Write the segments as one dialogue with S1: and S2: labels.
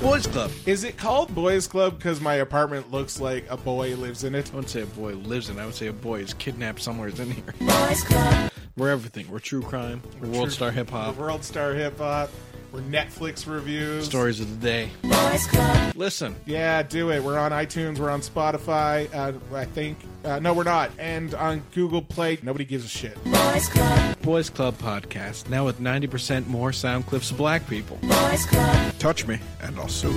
S1: Boys Club.
S2: Is it called Boys Club because my apartment looks like a boy lives in it?
S1: I wouldn't say a boy lives in. it. I would say a boy is kidnapped somewhere in here.
S3: Boys Club.
S1: We're everything. We're true crime. We're world star hip hop.
S2: We're World Star Hip Hop. We're Netflix reviews.
S1: Stories of the day.
S3: Boys Club.
S1: Listen,
S2: Yeah, do it. We're on iTunes. We're on Spotify. Uh, I think. Uh, no, we're not. And on Google Play. Nobody gives a shit.
S3: Boys Club.
S1: Boys Club podcast now with ninety percent more sound clips of black people.
S3: Boys Club.
S1: Touch me, and I'll sue.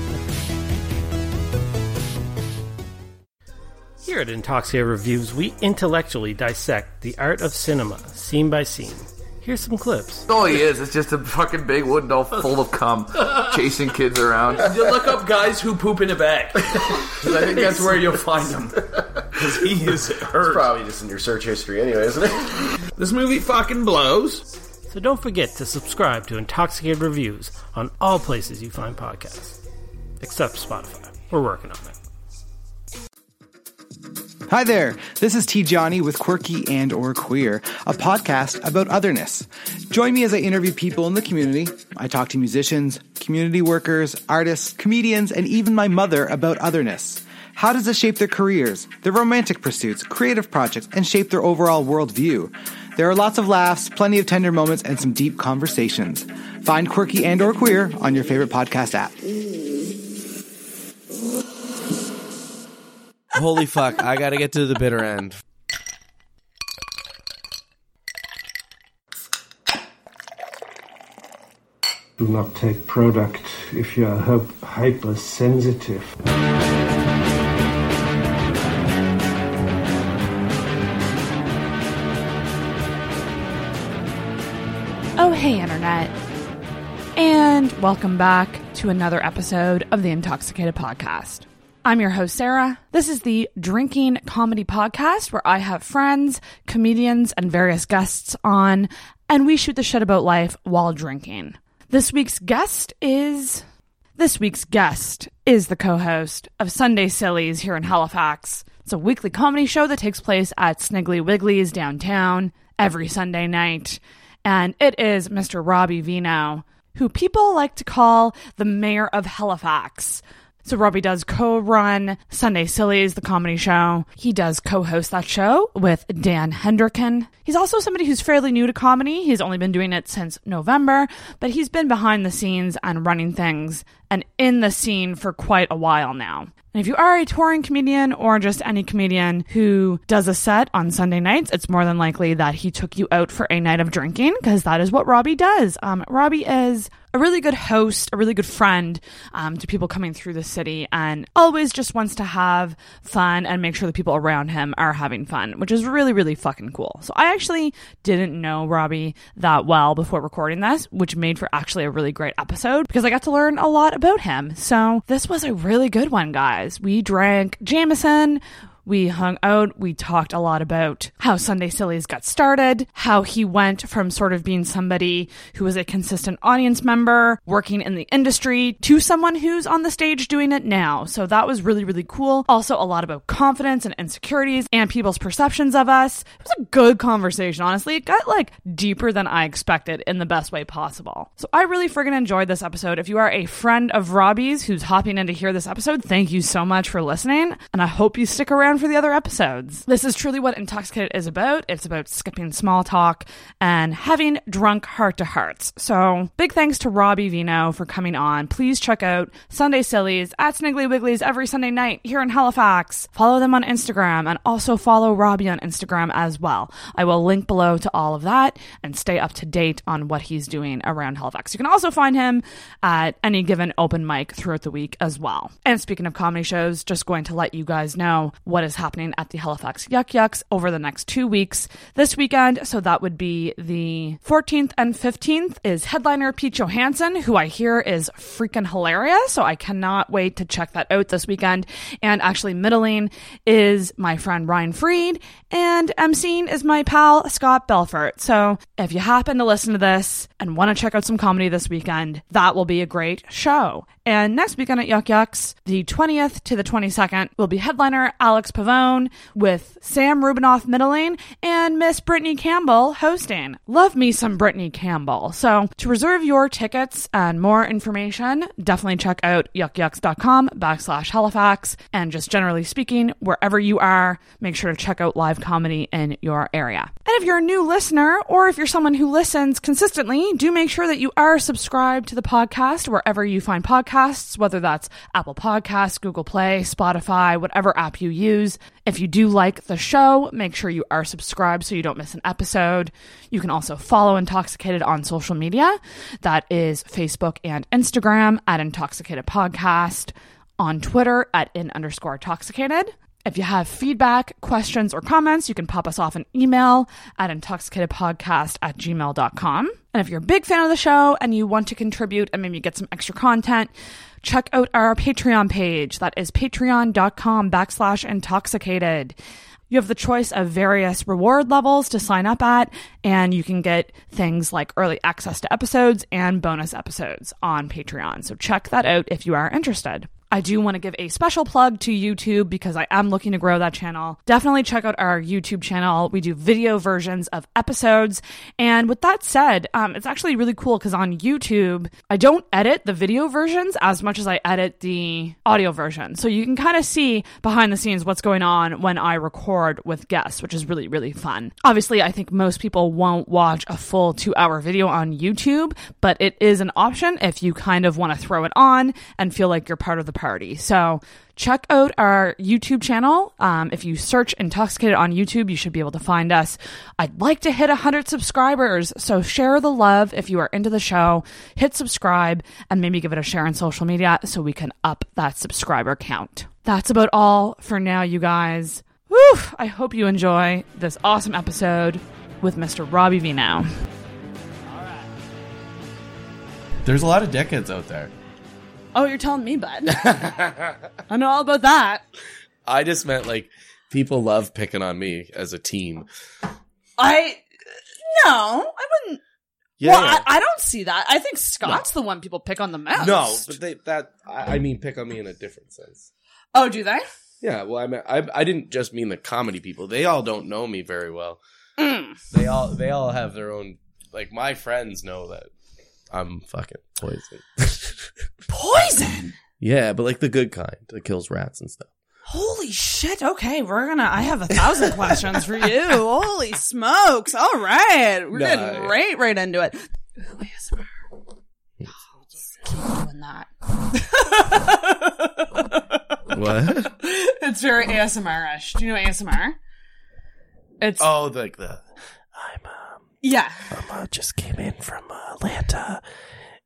S4: Here at Intoxia Reviews, we intellectually dissect the art of cinema, scene by scene. Here's some clips.
S5: all he is. It's just a fucking big wooden doll full of cum, chasing kids around. I
S6: You look up guys who poop in a bag.
S5: think
S6: That's where you'll find them. Because he is hurt.
S7: Probably just in your search history anyway, isn't it?
S6: This movie fucking blows.
S4: So don't forget to subscribe to Intoxicated Reviews on all places you find podcasts, except Spotify. We're working on it.
S8: Hi there. This is T Johnny with Quirky and or Queer, a podcast about otherness. Join me as I interview people in the community. I talk to musicians, community workers, artists, comedians, and even my mother about otherness. How does it shape their careers, their romantic pursuits, creative projects, and shape their overall worldview? There are lots of laughs, plenty of tender moments, and some deep conversations. Find Quirky and or Queer on your favorite podcast app.
S9: Holy fuck, I gotta get to the bitter end.
S10: Do not take product if you are hy- hypersensitive.
S11: Oh, hey, Internet. And welcome back to another episode of the Intoxicated Podcast. I'm your host, Sarah. This is the drinking comedy podcast where I have friends, comedians, and various guests on, and we shoot the shit about life while drinking. This week's guest is. This week's guest is the co host of Sunday Sillies here in Halifax. It's a weekly comedy show that takes place at Sniggly Wiggly's downtown every Sunday night. And it is Mr. Robbie Vino, who people like to call the mayor of Halifax. So Robbie does co-run Sunday Sillies, the comedy show. He does co-host that show with Dan Hendricken. He's also somebody who's fairly new to comedy. He's only been doing it since November, but he's been behind the scenes and running things and in the scene for quite a while now. And if you are a touring comedian or just any comedian who does a set on Sunday nights, it's more than likely that he took you out for a night of drinking because that is what Robbie does. Um, Robbie is a really good host, a really good friend um, to people coming through the city, and always just wants to have fun and make sure the people around him are having fun, which is really, really fucking cool. So I actually didn't know Robbie that uh, well before recording this, which made for actually a really great episode because I got to learn a lot about him. So this was a really good one, guys. We drank Jameson. We hung out. We talked a lot about how Sunday Sillies got started, how he went from sort of being somebody who was a consistent audience member working in the industry to someone who's on the stage doing it now. So that was really, really cool. Also, a lot about confidence and insecurities and people's perceptions of us. It was a good conversation, honestly. It got like deeper than I expected in the best way possible. So I really friggin' enjoyed this episode. If you are a friend of Robbie's who's hopping in to hear this episode, thank you so much for listening. And I hope you stick around for the other episodes. This is truly what Intoxicated is about. It's about skipping small talk and having drunk heart to hearts. So big thanks to Robbie Vino for coming on. Please check out Sunday Sillies at Sniggly Wigglies every Sunday night here in Halifax. Follow them on Instagram and also follow Robbie on Instagram as well. I will link below to all of that and stay up to date on what he's doing around Halifax. You can also find him at any given open mic throughout the week as well. And speaking of comedy shows, just going to let you guys know what is happening at the Halifax Yuck Yucks over the next two weeks. This weekend, so that would be the 14th and 15th, is headliner Pete Johansson, who I hear is freaking hilarious. So I cannot wait to check that out this weekend. And actually, middling is my friend Ryan Freed, and emceeing is my pal Scott Belfort. So if you happen to listen to this and want to check out some comedy this weekend, that will be a great show.
S12: And next weekend at Yuck Yucks, the 20th to the 22nd, will be headliner Alex Pavone with Sam Rubinoff Middling and Miss Brittany Campbell hosting. Love me some Brittany Campbell. So to reserve your tickets and more information, definitely check out yuckyucks.com backslash Halifax. And just generally speaking, wherever you are, make sure to check out live comedy in your area. And if you're a new listener or if you're someone who listens consistently, do make sure that you are subscribed to the podcast wherever you find podcasts, whether that's Apple Podcasts, Google Play, Spotify, whatever app you use. If you do like the show, make sure you are subscribed so you don't miss an episode. You can also follow Intoxicated on social media. That is Facebook and Instagram at Intoxicated Podcast, on Twitter at in underscore intoxicated. If you have feedback, questions, or comments, you can pop us off an email at intoxicatedpodcast at gmail.com. And if you're a big fan of the show and you want to contribute and maybe get some extra content, check out our Patreon page. That is patreon.com backslash intoxicated. You have the choice of various reward levels to sign up at, and you can get things like early access to episodes and bonus episodes on Patreon. So check that out if you are interested. I do want to give a special plug to YouTube because I am looking to grow that channel. Definitely check out our YouTube channel. We do video versions of episodes. And with that said, um, it's actually really cool because on YouTube, I don't edit the video versions as much as I edit the audio version. So you can kind of see behind the scenes what's going on when I record with guests, which is really, really fun. Obviously, I think most people won't watch a full two hour video on YouTube, but it is an option if you kind of want to throw it on and feel like you're part of the party. So check out our YouTube channel. Um, if you search Intoxicated on YouTube, you should be able to find us. I'd like to hit 100 subscribers. So share the love if you are into the show. Hit subscribe and maybe give it a share on social media so we can up that subscriber count. That's about all for now, you guys. Whew, I hope you enjoy this awesome episode with Mr. Robbie Vino.
S9: There's a lot of dickheads out there.
S12: Oh, you're telling me, bud. I know all about that.
S9: I just meant like people love picking on me as a team.
S12: I no, I wouldn't.
S9: Yeah.
S12: Well, I, I don't see that. I think Scott's the one people pick on the most.
S9: no, but they, that I, I mean pick on me in a different sense.
S12: Oh, do they?
S9: Yeah, well, I, mean, I I didn't just mean the comedy people. They all don't know me very well.
S12: Mm.
S9: They all they all have their own like my friends know that I'm fucking poison.
S12: Poison.
S9: yeah, but like the good kind that kills rats and stuff.
S12: Holy shit. Okay, we're gonna. I have a thousand questions for you. Holy smokes. All right, we're
S9: Nah,
S12: getting
S9: yeah.
S12: right right into it. Ooh, ASMR. Oh, just keep doing that.
S9: What?
S12: it's very ASMR-ish. Do you know ASMR? It's
S9: oh, like the um,
S12: yeah.
S9: I just came in from Atlanta,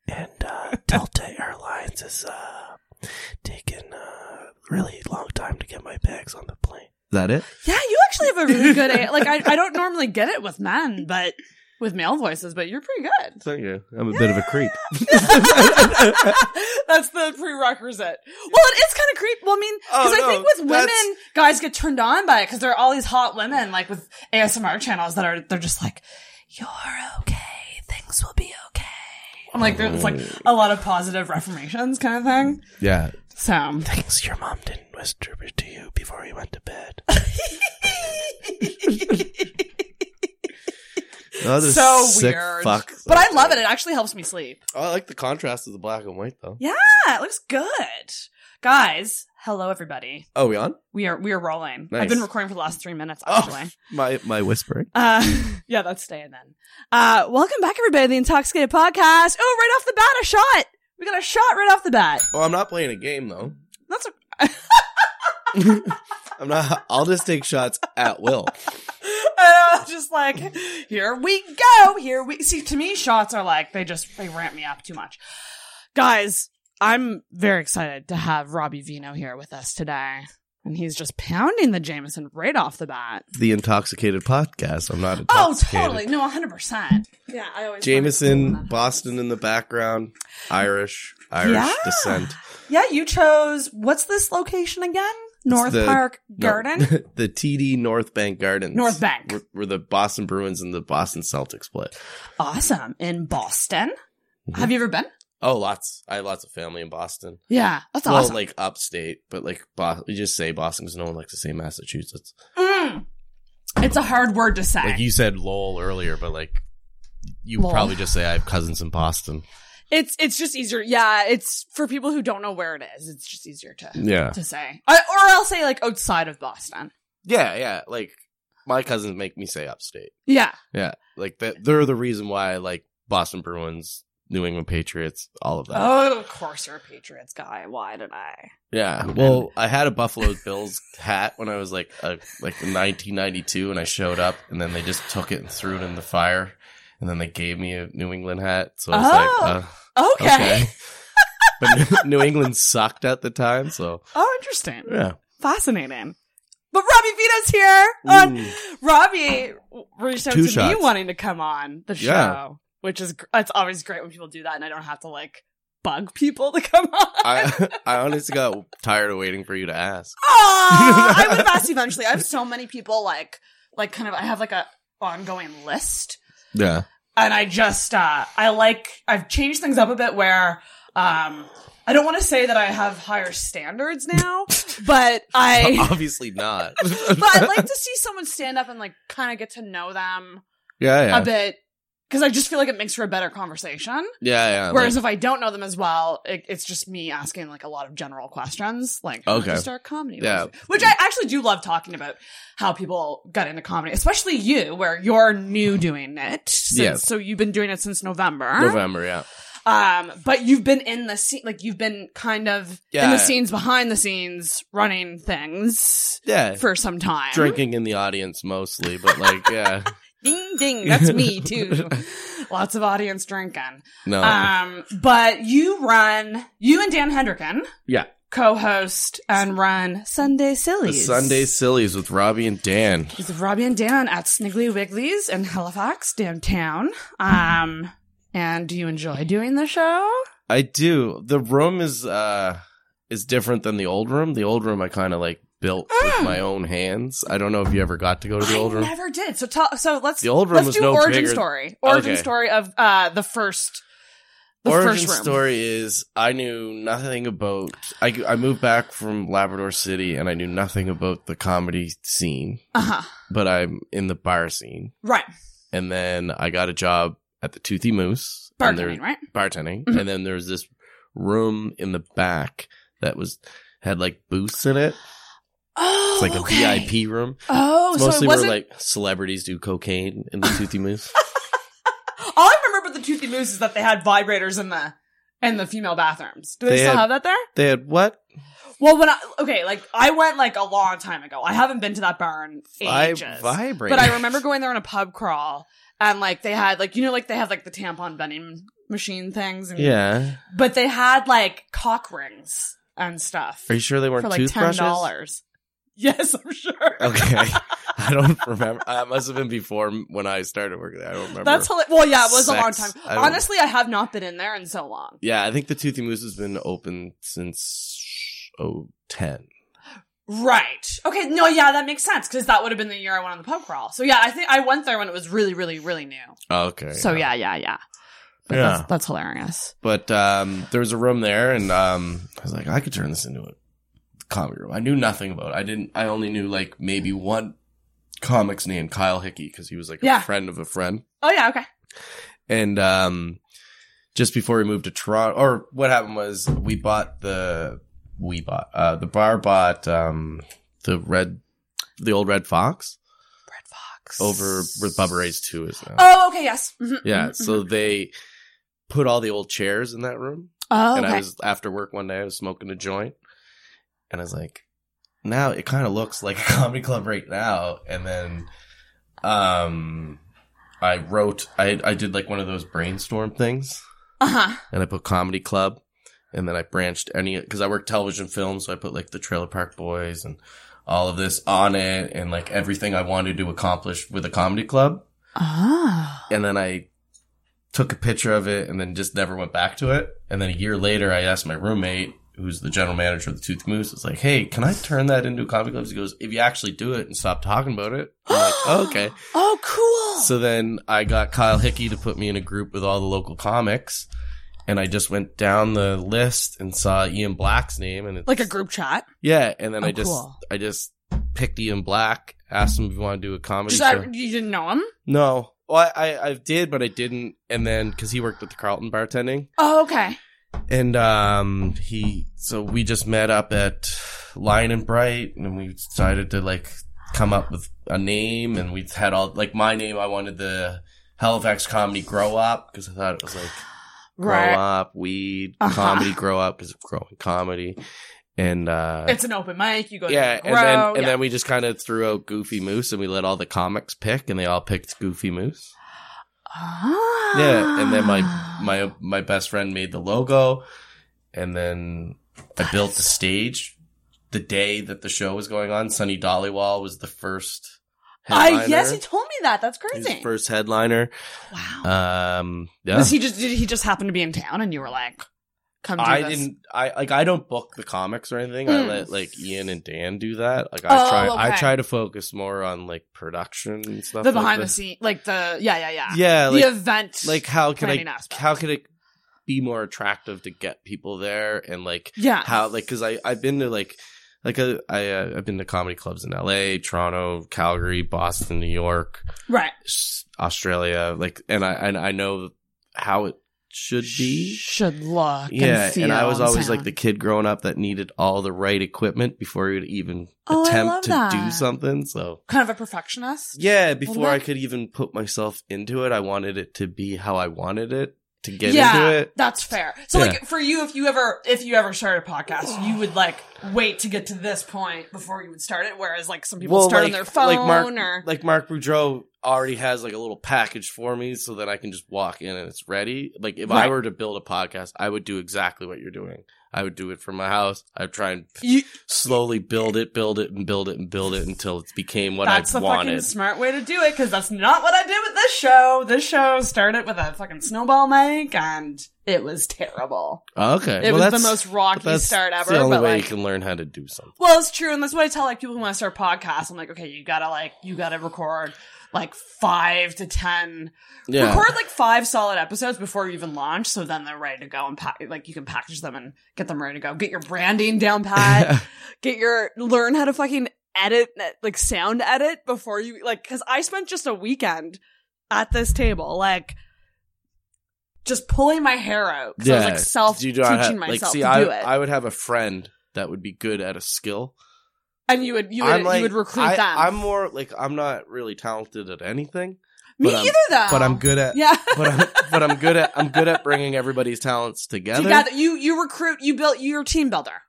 S9: and uh, Delta Airlines is uh, taking a really long time to get my bags on the plane. Is that it?
S12: Yeah, you actually have a really good a- like I, I don't normally get it with men, but with male voices, but you're pretty good.
S9: Thank you. I'm a bit of a creep.
S12: That's the prerequisite. Well, it is kind of creep. Well, I mean, because
S9: Oh,
S12: I think
S9: no,
S12: with women,
S9: that's-
S12: guys get turned on by it because there are all these hot women like with ASMR channels that are they're just like, "You're okay, things will be okay." I'm like, there's like a lot of positive reformations kind of thing.
S9: Yeah.
S12: So
S9: Things your mom didn't whisper to you before you went to bed. Another
S12: so
S9: sick
S12: weird,
S9: Fuck.
S12: but I love it. It actually helps me sleep.
S9: Oh, I like the contrast of the black and white though.
S12: Yeah, it looks good. Guys, hello everybody.
S9: Oh, we on?
S12: We are we are rolling. I've
S9: Nice.
S12: been recording for the last three minutes actually.
S9: Oh, my my whispering.
S12: Uh, yeah, that's staying then. Uh, welcome back everybody to the Intoxicated Podcast. Oh, right off the bat, a shot. We got a shot right off the bat.
S9: Oh, I'm not playing a game though.
S12: That's a-
S9: I'm not. I'll just take shots at will.
S12: Uh, just like here we go. Here we see. To me, shots are like they just they ramp me up too much. Guys, I'm very excited to have Robbie Vino here with us today, and he's just pounding the Jameson right off the bat.
S9: The intoxicated podcast. I'm not
S12: Oh,
S9: intoxicated.
S12: totally. No, 100%. Yeah, I always.
S9: Jameson, Boston in the background, Irish, Irish
S12: Yeah.
S9: descent.
S12: Yeah, you chose. What's this location again? North
S9: the-
S12: Park
S9: No,
S12: Garden?
S9: the TD North Bank Gardens.
S12: North Bank.
S9: Where, where the Boston Bruins and the Boston Celtics play.
S12: Awesome. In Boston. Have you ever been?
S9: Oh, lots. I had lots of family in Boston.
S12: Yeah, that's
S9: well,
S12: awesome.
S9: like upstate, but like Boston. We just say Boston because no one likes to say Massachusetts.
S12: Mm. It's a hard word to say.
S9: Like you said, lol earlier, but like you
S12: Lol.
S9: probably just say I have cousins in Boston.
S12: It's it's just easier. Yeah, it's for people who don't know where it is. It's just easier to
S9: Yeah.
S12: to say. I, or I'll say like outside of Boston.
S9: Yeah, yeah. Like my cousins make me say upstate.
S12: Yeah.
S9: Yeah, like that. They're the reason why I like Boston Bruins, New England Patriots, all of that.
S12: Oh, of course you're a Patriots guy. Why did I?
S9: Yeah. Well, I had a Buffalo Bills hat when I was like a, like 1992, and I showed up, and then they just took it and threw it in the fire, and then they gave me a New England hat. So I was like,
S12: Oh,
S9: uh,
S12: okay.
S9: but New England sucked at the time, so
S12: Oh, interesting.
S9: yeah.
S12: Fascinating. But Robbie Vito's here. On, Robbie reached out
S9: Two
S12: to me
S9: shots.
S12: wanting to come on the show,
S9: Yeah.
S12: which is gr- it's always great when people do that, and I don't have to like bug people to come on.
S9: I I honestly got tired of waiting for you to ask.
S12: Aw, I would have asked eventually. I have so many people like like kind of I have like a ongoing list
S9: Yeah.
S12: and I just uh I like I've changed things up a bit where um I don't want to say that I have higher standards now, but I
S9: Obviously not.
S12: but I like to see someone stand up and like kind of get to know them
S9: Yeah, yeah.
S12: a bit cuz I just feel like it makes for a better conversation.
S9: Yeah, yeah.
S12: Whereas
S9: like-
S12: if I don't know them as well, it, it's just me asking like a lot of general questions, like how
S9: Okay.
S12: to start comedy,
S9: Yeah.
S12: which I actually do love talking about how people got into comedy, especially you, where you're new doing it. Since,
S9: Yeah.
S12: So you've been doing it since November.
S9: November, yeah.
S12: Um, but you've been in the scene, like you've been kind of in
S9: Yeah.
S12: the scenes behind the scenes, running things
S9: Yeah.
S12: for some time.
S9: Drinking in the audience mostly, but like, yeah.
S12: Ding ding, that's me too. Lots of audience drinking.
S9: No.
S12: Um, but you run, you and Dan Hendricken
S9: yeah.
S12: co-host and run Sunday
S9: The
S12: Sillies.
S9: Sunday Sillies with Robbie and Dan.
S12: It's Robbie and Dan at Sniggly Wigglies in Halifax, downtown. Um, and do you enjoy doing the show?
S9: I do. The room is uh is different than the old room. The old room I kind of like built with my own hands. I don't know if you ever got to go to the old
S12: I
S9: room.
S12: never did. So tell. So let's.
S9: The old room
S12: let's
S9: was
S12: do
S9: no
S12: origin
S9: bigger-
S12: story. Origin
S9: Okay.
S12: story of uh the first. The
S9: Origin
S12: first room.
S9: story is I knew nothing about. I I moved back from Labrador City and I knew nothing about the comedy scene,
S12: Uh huh.
S9: but I'm in the bar scene.
S12: Right.
S9: and then I got a job at the Toothy Moose. and there-
S12: Bartending, right?
S9: Bartending,
S12: Mhm.
S9: and then there was this room in the back that was had like booths in it.
S12: Oh,
S9: It's like a
S12: okay.
S9: VIP room.
S12: Oh,
S9: It's
S12: so it
S9: mostly
S12: wasn't.
S9: where like celebrities do cocaine in the Toothy Moose.
S12: All Oh, I remember about the Toothy Moose is that they had vibrators in the in the female bathrooms. Do they,
S9: They
S12: still
S9: had-
S12: have that there?
S9: they had what?
S12: Well, when I okay, like I went like a long time ago. I haven't been to that bar in
S9: I
S12: ages.
S9: vibrate.
S12: But I remember going there on a pub crawl, and like they had like you know like they have like the tampon vending machine things. And,
S9: Yeah.
S12: But they had like cock rings and stuff
S9: Are you sure they weren't
S12: for like ten
S9: toothbrushes?
S12: dollars. Yes, I'm sure.
S9: Okay. I don't remember. Uh, It must have been before when I started working there. I don't remember.
S12: That's hila- well, yeah, it was a long time.
S9: Sex. I don't-
S12: Honestly, I have not been in there in so long.
S9: yeah, I think the Toothy Moose has been open since oh ten.
S12: Right. Okay. No. Yeah, that makes sense because that would have been the year I went on the pub crawl. So yeah, I think I went there when it was really, really, really new.
S9: oh, Okay.
S12: So yeah, yeah, yeah. But
S9: Yeah.
S12: That's, that's hilarious.
S9: But um, there was a room there, and um, I was like, I could turn this into a comedy room. I knew nothing about it. I didn't. I only knew like maybe one comic's name, Kyle Hickey, because he was like
S12: Yeah.
S9: a friend of a friend.
S12: Oh yeah. Okay.
S9: And um, just before we moved to Toronto, or what happened was we bought the we bought uh, the bar bought um, the red the old Red Fox
S12: Red Fox.
S9: over with Bubba Ray's two is now.
S12: Oh. Okay. Yes. Mhm,
S9: Yeah,
S12: mhm,
S9: so they put all the old chairs in that room.
S12: mhm. Oh.
S9: And
S12: Okay.
S9: I was after work one day, I was smoking a joint, and I was like, now it kind of looks like a comedy club right now. And then, um, I wrote, I I did like one of those brainstorm things,
S12: uh huh.
S9: and I put comedy club, and then I branched any because I work television film, so I put like the Trailer Park Boys and all of this on it, and like everything I wanted to accomplish with a comedy club,
S12: Oh.
S9: and then I took a picture of it and then just never went back to it. And then a year later, I asked my roommate, who's the general manager of the Tooth Moose, it's like, hey, can I turn that into a comedy club? He goes, if you actually do it and stop talking about it, I'm like, "Oh, okay.
S12: Oh, cool.
S9: So then I got Kyle Hickey to put me in a group with all the local comics. and I just went down the list and saw Ian Black's name, and it's
S12: Like a group chat.
S9: yeah, and then
S12: Oh,
S9: I just
S12: cool.
S9: I just picked Ian Black, asked him if he wanted to do a comedy
S12: Just,
S9: show.
S12: I, you didn't know him?
S9: no, well, I, I I did, but I didn't, and then because he worked with the Carlton bartending,
S12: Oh, okay.
S9: and um he so we just met up at Lion and Bright, and we decided to like come up with a name, and we had all like my name. I wanted the Halifax comedy grow up because I thought it was like grow
S12: Right.
S9: up, weed,
S12: Uh-huh.
S9: comedy grow up because of growing comedy, and uh
S12: It's an open mic. You go there
S9: yeah,
S12: and
S9: and
S12: grow.
S9: then and
S12: yeah.
S9: then we just kind of threw out Goofy Moose, and we let all the comics pick, and they all picked Goofy Moose.
S12: Ah.
S9: Yeah, and then my my my best friend made the logo, and then I built the stage the day that the show was going on. Sunny Dollywall was the first.
S12: I, yes,
S9: headliner.
S12: he told me that. That's
S9: He was the
S12: crazy.
S9: first headliner. Wow. Um, yeah.
S12: Was he just did he just happen to be in town and you were like, come do
S9: I
S12: this?
S9: didn't. I like. I don't book the comics or anything. I
S12: Hmm.
S9: let like Ian and Dan do that. Like I
S12: Oh,
S9: try. I
S12: okay.
S9: try to focus more on like production and stuff.
S12: the
S9: like
S12: behind the
S9: that.
S12: scene, like the yeah, yeah, yeah,
S9: Yeah,
S12: the
S9: like-
S12: event,
S9: Like how can I?
S12: planning aspect.
S9: How can it be more attractive to get people there and like
S12: Yeah.
S9: how like because I I've been to like like a, I uh, I've been to comedy clubs in L.A., Toronto, Calgary, Boston, New York,
S12: right?
S9: s- Australia. Like and I and I know how it should be.
S12: Should look,
S9: Yeah,
S12: and,
S9: and,
S12: feel
S9: I was
S12: and
S9: always like
S12: sound.
S9: the kid growing up that needed all the right equipment before he would even
S12: Oh, I love
S9: attempt to do
S12: that.
S9: something. So
S12: kind of a perfectionist.
S9: yeah, before I
S12: that-
S9: could even put myself into it, I wanted it to be how I wanted it to get
S12: yeah,
S9: into it.
S12: that's fair. So
S9: Yeah.
S12: like for you, if you ever if you ever started a podcast, you would like wait to get to this point before you would start it. Whereas like some people start on their phone
S9: like Mark,
S12: or
S9: like Mark Boudreau already has like a little package for me, so that I can just walk in and it's ready. Like if I
S12: Right.
S9: were to build a podcast, I would do exactly what you're doing. I would do it from my house. I'd try and
S12: You-
S9: slowly build it, build it, and build it, and build it until it became what
S12: that's
S9: I
S12: the fucking
S9: wanted.
S12: smart way to do it because that's not what I did with this show. This show started with a fucking snowball mic and it was terrible.
S9: okay,
S12: It was the most rocky
S9: that's
S12: start ever,
S9: The only
S12: but,
S9: way
S12: like-
S9: you can learn how to do something.
S12: Well, it's true, and that's what I tell like people who want to start podcasts. I'm like, okay, you gotta like you gotta record like five to ten,
S9: Yeah.
S12: record like five solid episodes before you even launch, so then they're ready to go and pack like you can package them and get them ready to go. Get your branding down pat. get your learn how to fucking edit eh, like sound edit before you like because I spent just a weekend at this table like. Just pulling my hair out. 'cause I was like self
S9: Do you
S12: teaching
S9: know how-
S12: myself
S9: like,
S12: to
S9: see,
S12: do
S9: I,
S12: it.
S9: I would have a friend that would be good at a skill.
S12: and you would you would, you would recruit
S9: I,
S12: them.
S9: I'm more like I'm not really talented at anything.
S12: Me
S9: but I'm-
S12: either, though.
S9: But I'm good at
S12: Yeah.
S9: but I'm but I'm good at I'm good at bringing everybody's talents together.
S12: together. You you recruit. You build. You're a team builder.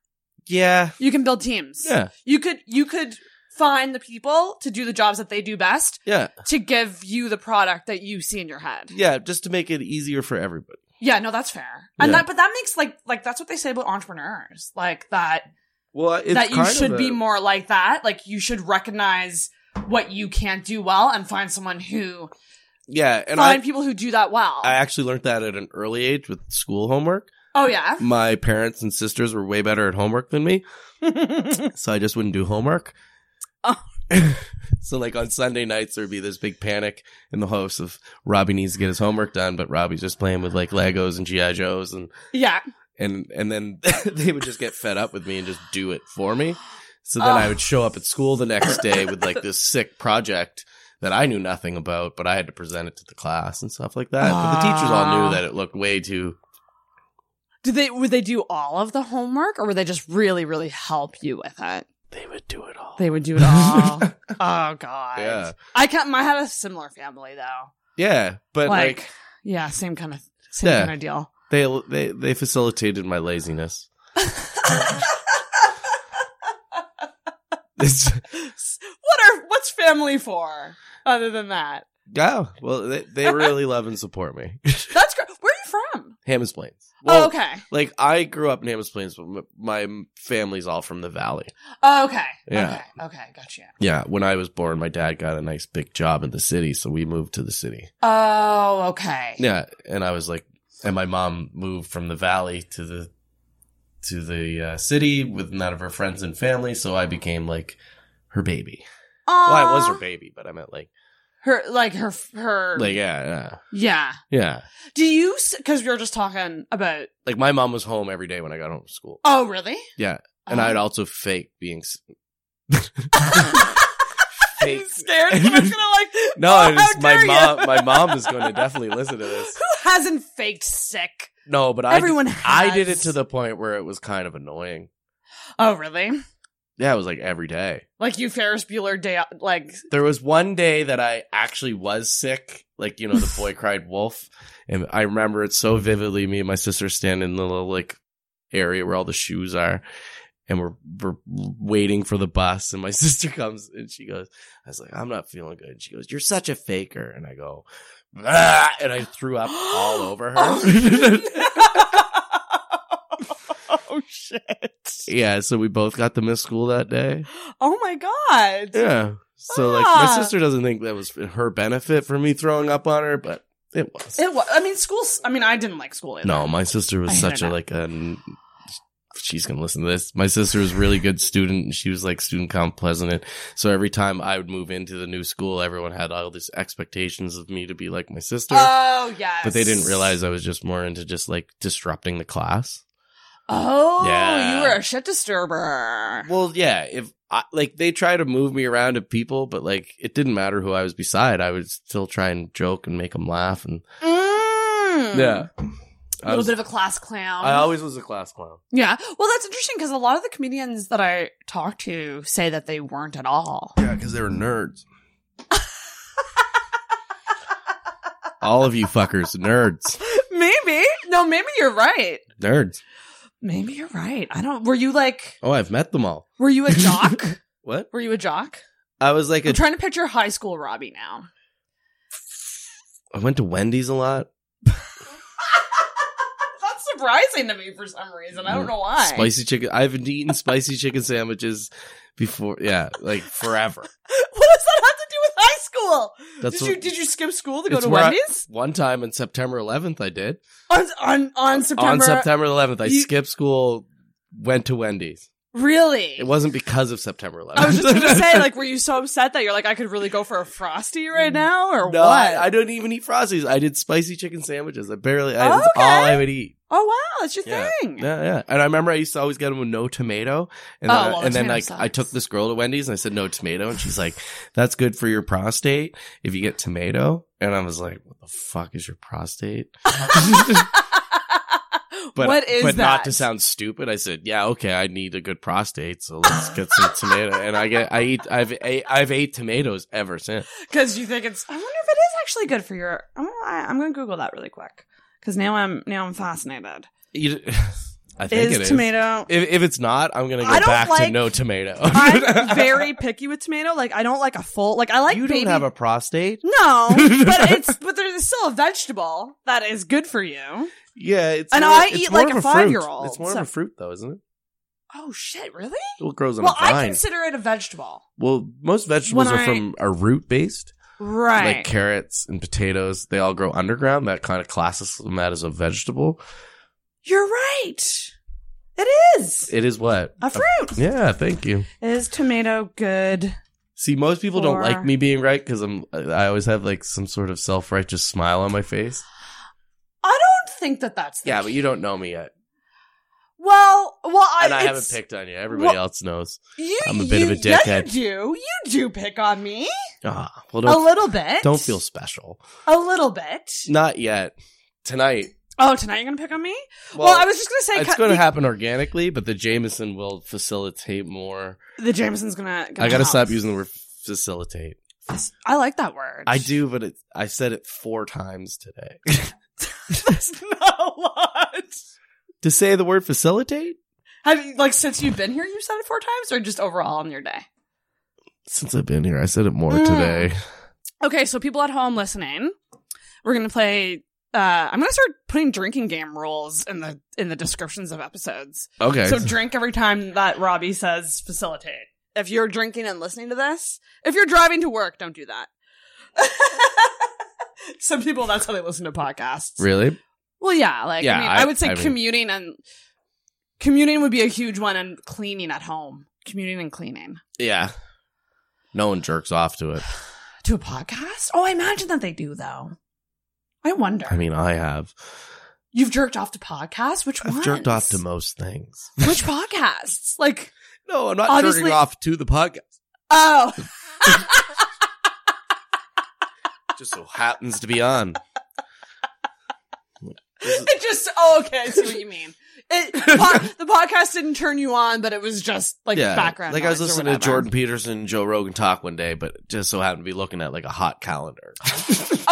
S9: Yeah.
S12: You can build teams.
S9: Yeah.
S12: You could you could find the people to do the jobs that they do best
S9: Yeah.
S12: to give you the product that you see in your head.
S9: Yeah, just to make it easier for everybody.
S12: Yeah. No, that's fair. And
S9: Yeah.
S12: that but that makes like like that's what they say about entrepreneurs. Like that
S9: Well, it's
S12: that you
S9: kind of
S12: should
S9: a-
S12: be more like that. Like you should recognize what you can't do well and find someone who
S9: Yeah, and
S12: find
S9: I
S12: people who do that well.
S9: I actually learned that at an early age with school homework.
S12: oh yeah.
S9: My parents and sisters were way better at homework than me. so I just wouldn't do homework.
S12: Oh.
S9: so like on Sunday nights there would be this big panic in the house of Robbie needs to get his homework done, but Robbie's just playing with like Legos and GI Joes and
S12: Yeah.
S9: and and then they would just get fed up with me and just do it for me. So then I would show up at school the next day with like this sick project that I knew nothing about, but I had to present it to the class and stuff like that. But the teachers all
S12: Ah.
S9: knew that it looked way too
S12: Did they would they do all of the homework or would they just really really help you with it?
S9: they would do it all.
S12: They would do it all. oh god.
S9: Yeah.
S12: I can I had a similar family though.
S9: Yeah, but
S12: like,
S9: like
S12: yeah, same kind of same
S9: Yeah.
S12: kind of deal.
S9: They they they facilitated my laziness. it's,
S12: What are what's family for other than that?
S9: yeah, well, they, they really love and support me.
S12: That's great. Where are you from?
S9: Hammond's Plains. Well,
S12: oh, okay.
S9: Like I grew up in Hammond's Plains, but m- my family's all from the valley.
S12: Oh, okay.
S9: Yeah.
S12: Okay. Okay, gotcha.
S9: Yeah, when I was born, my dad got a nice big job in the city, so we moved to the city.
S12: Oh, okay.
S9: Yeah, and I was like, and my mom moved from the valley to the to the uh, city with none of her friends and family, so I became like her baby.
S12: Aw.
S9: Well, I was her baby, but I meant like
S12: Her like her her
S9: Like yeah,
S12: yeah.
S9: yeah, yeah.
S12: Do you? Because we were just talking about.
S9: Like my mom was home every day when I got home from school.
S12: Oh, really?
S9: Yeah, and
S12: Oh.
S9: I'd also fake being. s-
S12: Are you scared? I'm gonna like.
S9: No,
S12: oh,
S9: it's
S12: how
S9: my
S12: dare
S9: mom.
S12: you?
S9: My mom is going to definitely listen to this.
S12: Who hasn't faked sick?
S9: No, but I
S12: Everyone
S9: I did it
S12: has.
S9: to the point where it was kind of annoying.
S12: Oh, really?
S9: Yeah, it was like every day.
S12: Like you, Ferris Bueller day, like
S9: There was one day that I actually was sick, like you know, the boy cried wolf, and I remember it so vividly. Me and my sister stand in the little like area where all the shoes are, and we're we're waiting for the bus, and my sister comes and she goes, "I was like, I'm not feeling good." And she goes, "You're such a faker," and I go, "Ah," and I threw up all over her.
S12: oh shit!
S9: yeah, so we both got to miss school that day.
S12: Oh my god!
S9: Yeah. So like my
S12: Ah.
S9: sister doesn't think that was her benefit for me throwing up on her, but it was.
S12: It was. I mean, school's. I mean, I didn't like school either.
S9: No, my sister was
S12: I
S9: such a
S12: don't know.
S9: like a. She's gonna listen to this. My sister was a really good student. and She was like student count president. So every time I would move into the new school, everyone had all these expectations of me to be like my sister,
S12: Oh yes.
S9: but they didn't realize I was just more into just like disrupting the class.
S12: Oh,
S9: Yeah.
S12: you were a shit disturber.
S9: Well, yeah, if I, like they try to move me around to people, but like it didn't matter who I was beside. I would still try and joke and make them laugh and
S12: Mm.
S9: yeah.
S12: A
S9: I,
S12: little
S9: was,
S12: bit of a class clown.
S9: I always was a class clown.
S12: yeah. Well, that's interesting because a lot of the comedians that I talk to say that they weren't at all.
S9: Yeah, because they were nerds. All of you fuckers, nerds,
S12: Maybe. No, maybe you're right.
S9: nerds.
S12: Maybe you're right. I don't. Were you like?
S9: Oh, I've met them all.
S12: Were you a jock?
S9: What?
S12: were you a jock?
S9: I was like a.
S12: I'm trying to picture high school Robbie now.
S9: I went to Wendy's a lot.
S12: That's surprising to me for some reason. I don't know why.
S9: Mm. Spicy chicken. I've eaten spicy chicken sandwiches before. Yeah, like forever.
S12: What does that have to do with high school?
S9: That's
S12: did
S9: what-
S12: you did you skip school to go
S9: It's
S12: to
S9: where I-
S12: Wendy's
S9: one time on September 11th, I did.
S12: on, on on September?
S9: On September 11th, I
S12: You-
S9: skipped school, went to Wendy's.
S12: Really?
S9: It wasn't because of September 11th.
S12: I was just gonna say, like, were you so upset that you're like, I could really go for a frosty right now, or
S9: Mm. no,
S12: what?
S9: I, I don't even eat frosties. I did spicy chicken sandwiches. I barely. I, That's
S12: Okay.
S9: all I would eat.
S12: oh wow, that's your
S9: Yeah.
S12: thing.
S9: Yeah, yeah. And I remember I used to always get them with no tomato. And
S12: Oh,
S9: then, I-
S12: well,
S9: and then
S12: tomato
S9: like I
S12: sucks.
S9: took this girl to Wendy's and I said no tomato, and she's like, "That's good for your prostate if you get tomato." And I was like, "What the fuck is your prostate?" But
S12: what is
S9: but
S12: that?
S9: not to sound stupid, I said, "Yeah, okay, I need a good prostate, so let's get some tomato." And I get I eat I've ate, I've ate tomatoes ever since.
S12: because you think it's. I wonder if it is actually good for your. I'm gonna, I- I'm gonna Google that really quick because now I'm now I'm fascinated.
S9: You, I think
S12: Is
S9: it is
S12: tomato?
S9: If, if it's not, I'm gonna
S12: I
S9: go
S12: don't
S9: back to
S12: like-
S9: no tomato.
S12: I'm very picky with tomato. Like I don't like a full. Like I like
S9: you
S12: baby.
S9: don't have a prostate.
S12: no, but it's but there's still a vegetable that is good for you.
S9: Yeah, it's
S12: And
S9: more-
S12: I
S9: it's
S12: eat
S9: more
S12: like
S9: of
S12: a
S9: fruit.
S12: five-year-old,
S9: It's more
S12: so-
S9: of a fruit, though, isn't it?
S12: Oh shit! Really?
S9: Well, it grows on
S12: Well,
S9: a
S12: I
S9: vine.
S12: consider it a vegetable.
S9: well, most vegetables
S12: When
S9: are from are root based,
S12: Right.
S9: like carrots and potatoes. They all grow underground. That kind of classes them that as a vegetable.
S12: You're right. It is.
S9: It is what
S12: A fruit.
S9: yeah, thank you.
S12: Is tomato good?
S9: See, most people don't
S12: Or-
S9: like me being right because I'm. I always have like some sort of self righteous smile on my face.
S12: I don't think that that's the
S9: Yeah, but you don't know me yet,
S12: Well, well, I,
S9: and I haven't
S12: it's-
S9: picked on you. Everybody
S12: Well-
S9: else knows.
S12: You,
S9: I'm a bit
S12: you,
S9: of a
S12: Yeah,
S9: dickhead.
S12: you do. You do pick on me
S9: Ah, well,
S12: a
S9: don't
S12: little bit.
S9: don't feel special.
S12: a little bit.
S9: Not yet. Tonight.
S12: Oh, tonight you're gonna pick on me? Well, I was just gonna say
S9: it's
S12: cut-
S9: going to
S12: the-
S9: happen organically, but the Jameson will facilitate more.
S12: The Jameson's gonna. gonna
S9: I got to
S12: help.
S9: stop using the word facilitate.
S12: I like that word.
S9: I do, but it, I said it four times today.
S12: That's not a lot.
S9: to say the word facilitate
S12: Have you like since you've been here? You've said it four times, or just overall in your day?
S9: since I've been here, I said it more
S12: Mm.
S9: today.
S12: Okay, so people at home listening, we're gonna play. Uh, I'm gonna start putting drinking game rules in the in the descriptions of episodes.
S9: Okay,
S12: So drink every time that Robbie says facilitate. If you're drinking and listening to this, if you're driving to work, don't do that. Some people that's how they listen to podcasts.
S9: really?
S12: Well, yeah, like
S9: Yeah,
S12: I, mean,
S9: I-
S12: I, would say
S9: I mean-
S12: commuting and commuting would be a huge one, and cleaning at home, commuting and cleaning
S9: Yeah. No one jerks off to it.
S12: to a podcast? Oh, I imagine that they do though. I wonder.
S9: I mean, I have.
S12: You've jerked off to podcasts? Which
S9: I've
S12: ones?
S9: jerked off to most things.
S12: Which podcasts? Like
S9: No, I'm not
S12: Obviously-
S9: jerking off to the podcast.
S12: oh,
S9: Just so happens to be on.
S12: it just oh, okay. I see what you mean. It, po- the podcast didn't turn you on, but it was just like background.
S9: Like I was
S12: noise or
S9: listening to
S12: whatever.
S9: Jordan Peterson and Joe Rogan talk one day, but just so happened to be looking at like a hot calendar.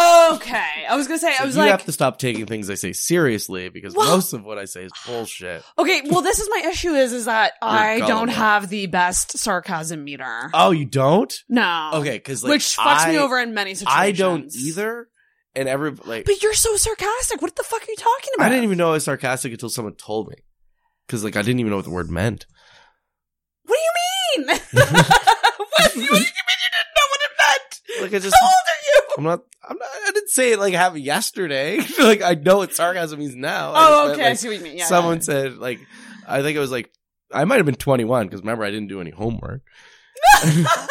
S12: Okay, I was gonna say I
S9: So
S12: was
S9: you
S12: like,
S9: have to stop taking things I say seriously because
S12: Well-
S9: most of what I say is bullshit.
S12: okay. Well, this is my issue is is that I don't
S9: gullible.
S12: have the best sarcasm meter.
S9: Oh, you don't?
S12: no.
S9: Okay, because like
S12: which fucks me
S9: I-
S12: over in many situations.
S9: I don't either, and every like
S12: But you're so sarcastic. What the fuck are you talking about?
S9: I didn't even know I was sarcastic until someone told me because like I didn't even know what the word meant.
S12: What do you mean? what, what do you mean you didn't know what it meant?
S9: Like I just
S12: How old are you?
S9: I'm not, I'm not, I didn't say it like happened yesterday. like I know what sarcasm means now. I
S12: Oh,
S9: just meant,
S12: okay. I
S9: like,
S12: see what you mean. Yeah,
S9: someone
S12: yeah.
S9: said like, I think it was like, I might have been 21 because remember I didn't do any homework.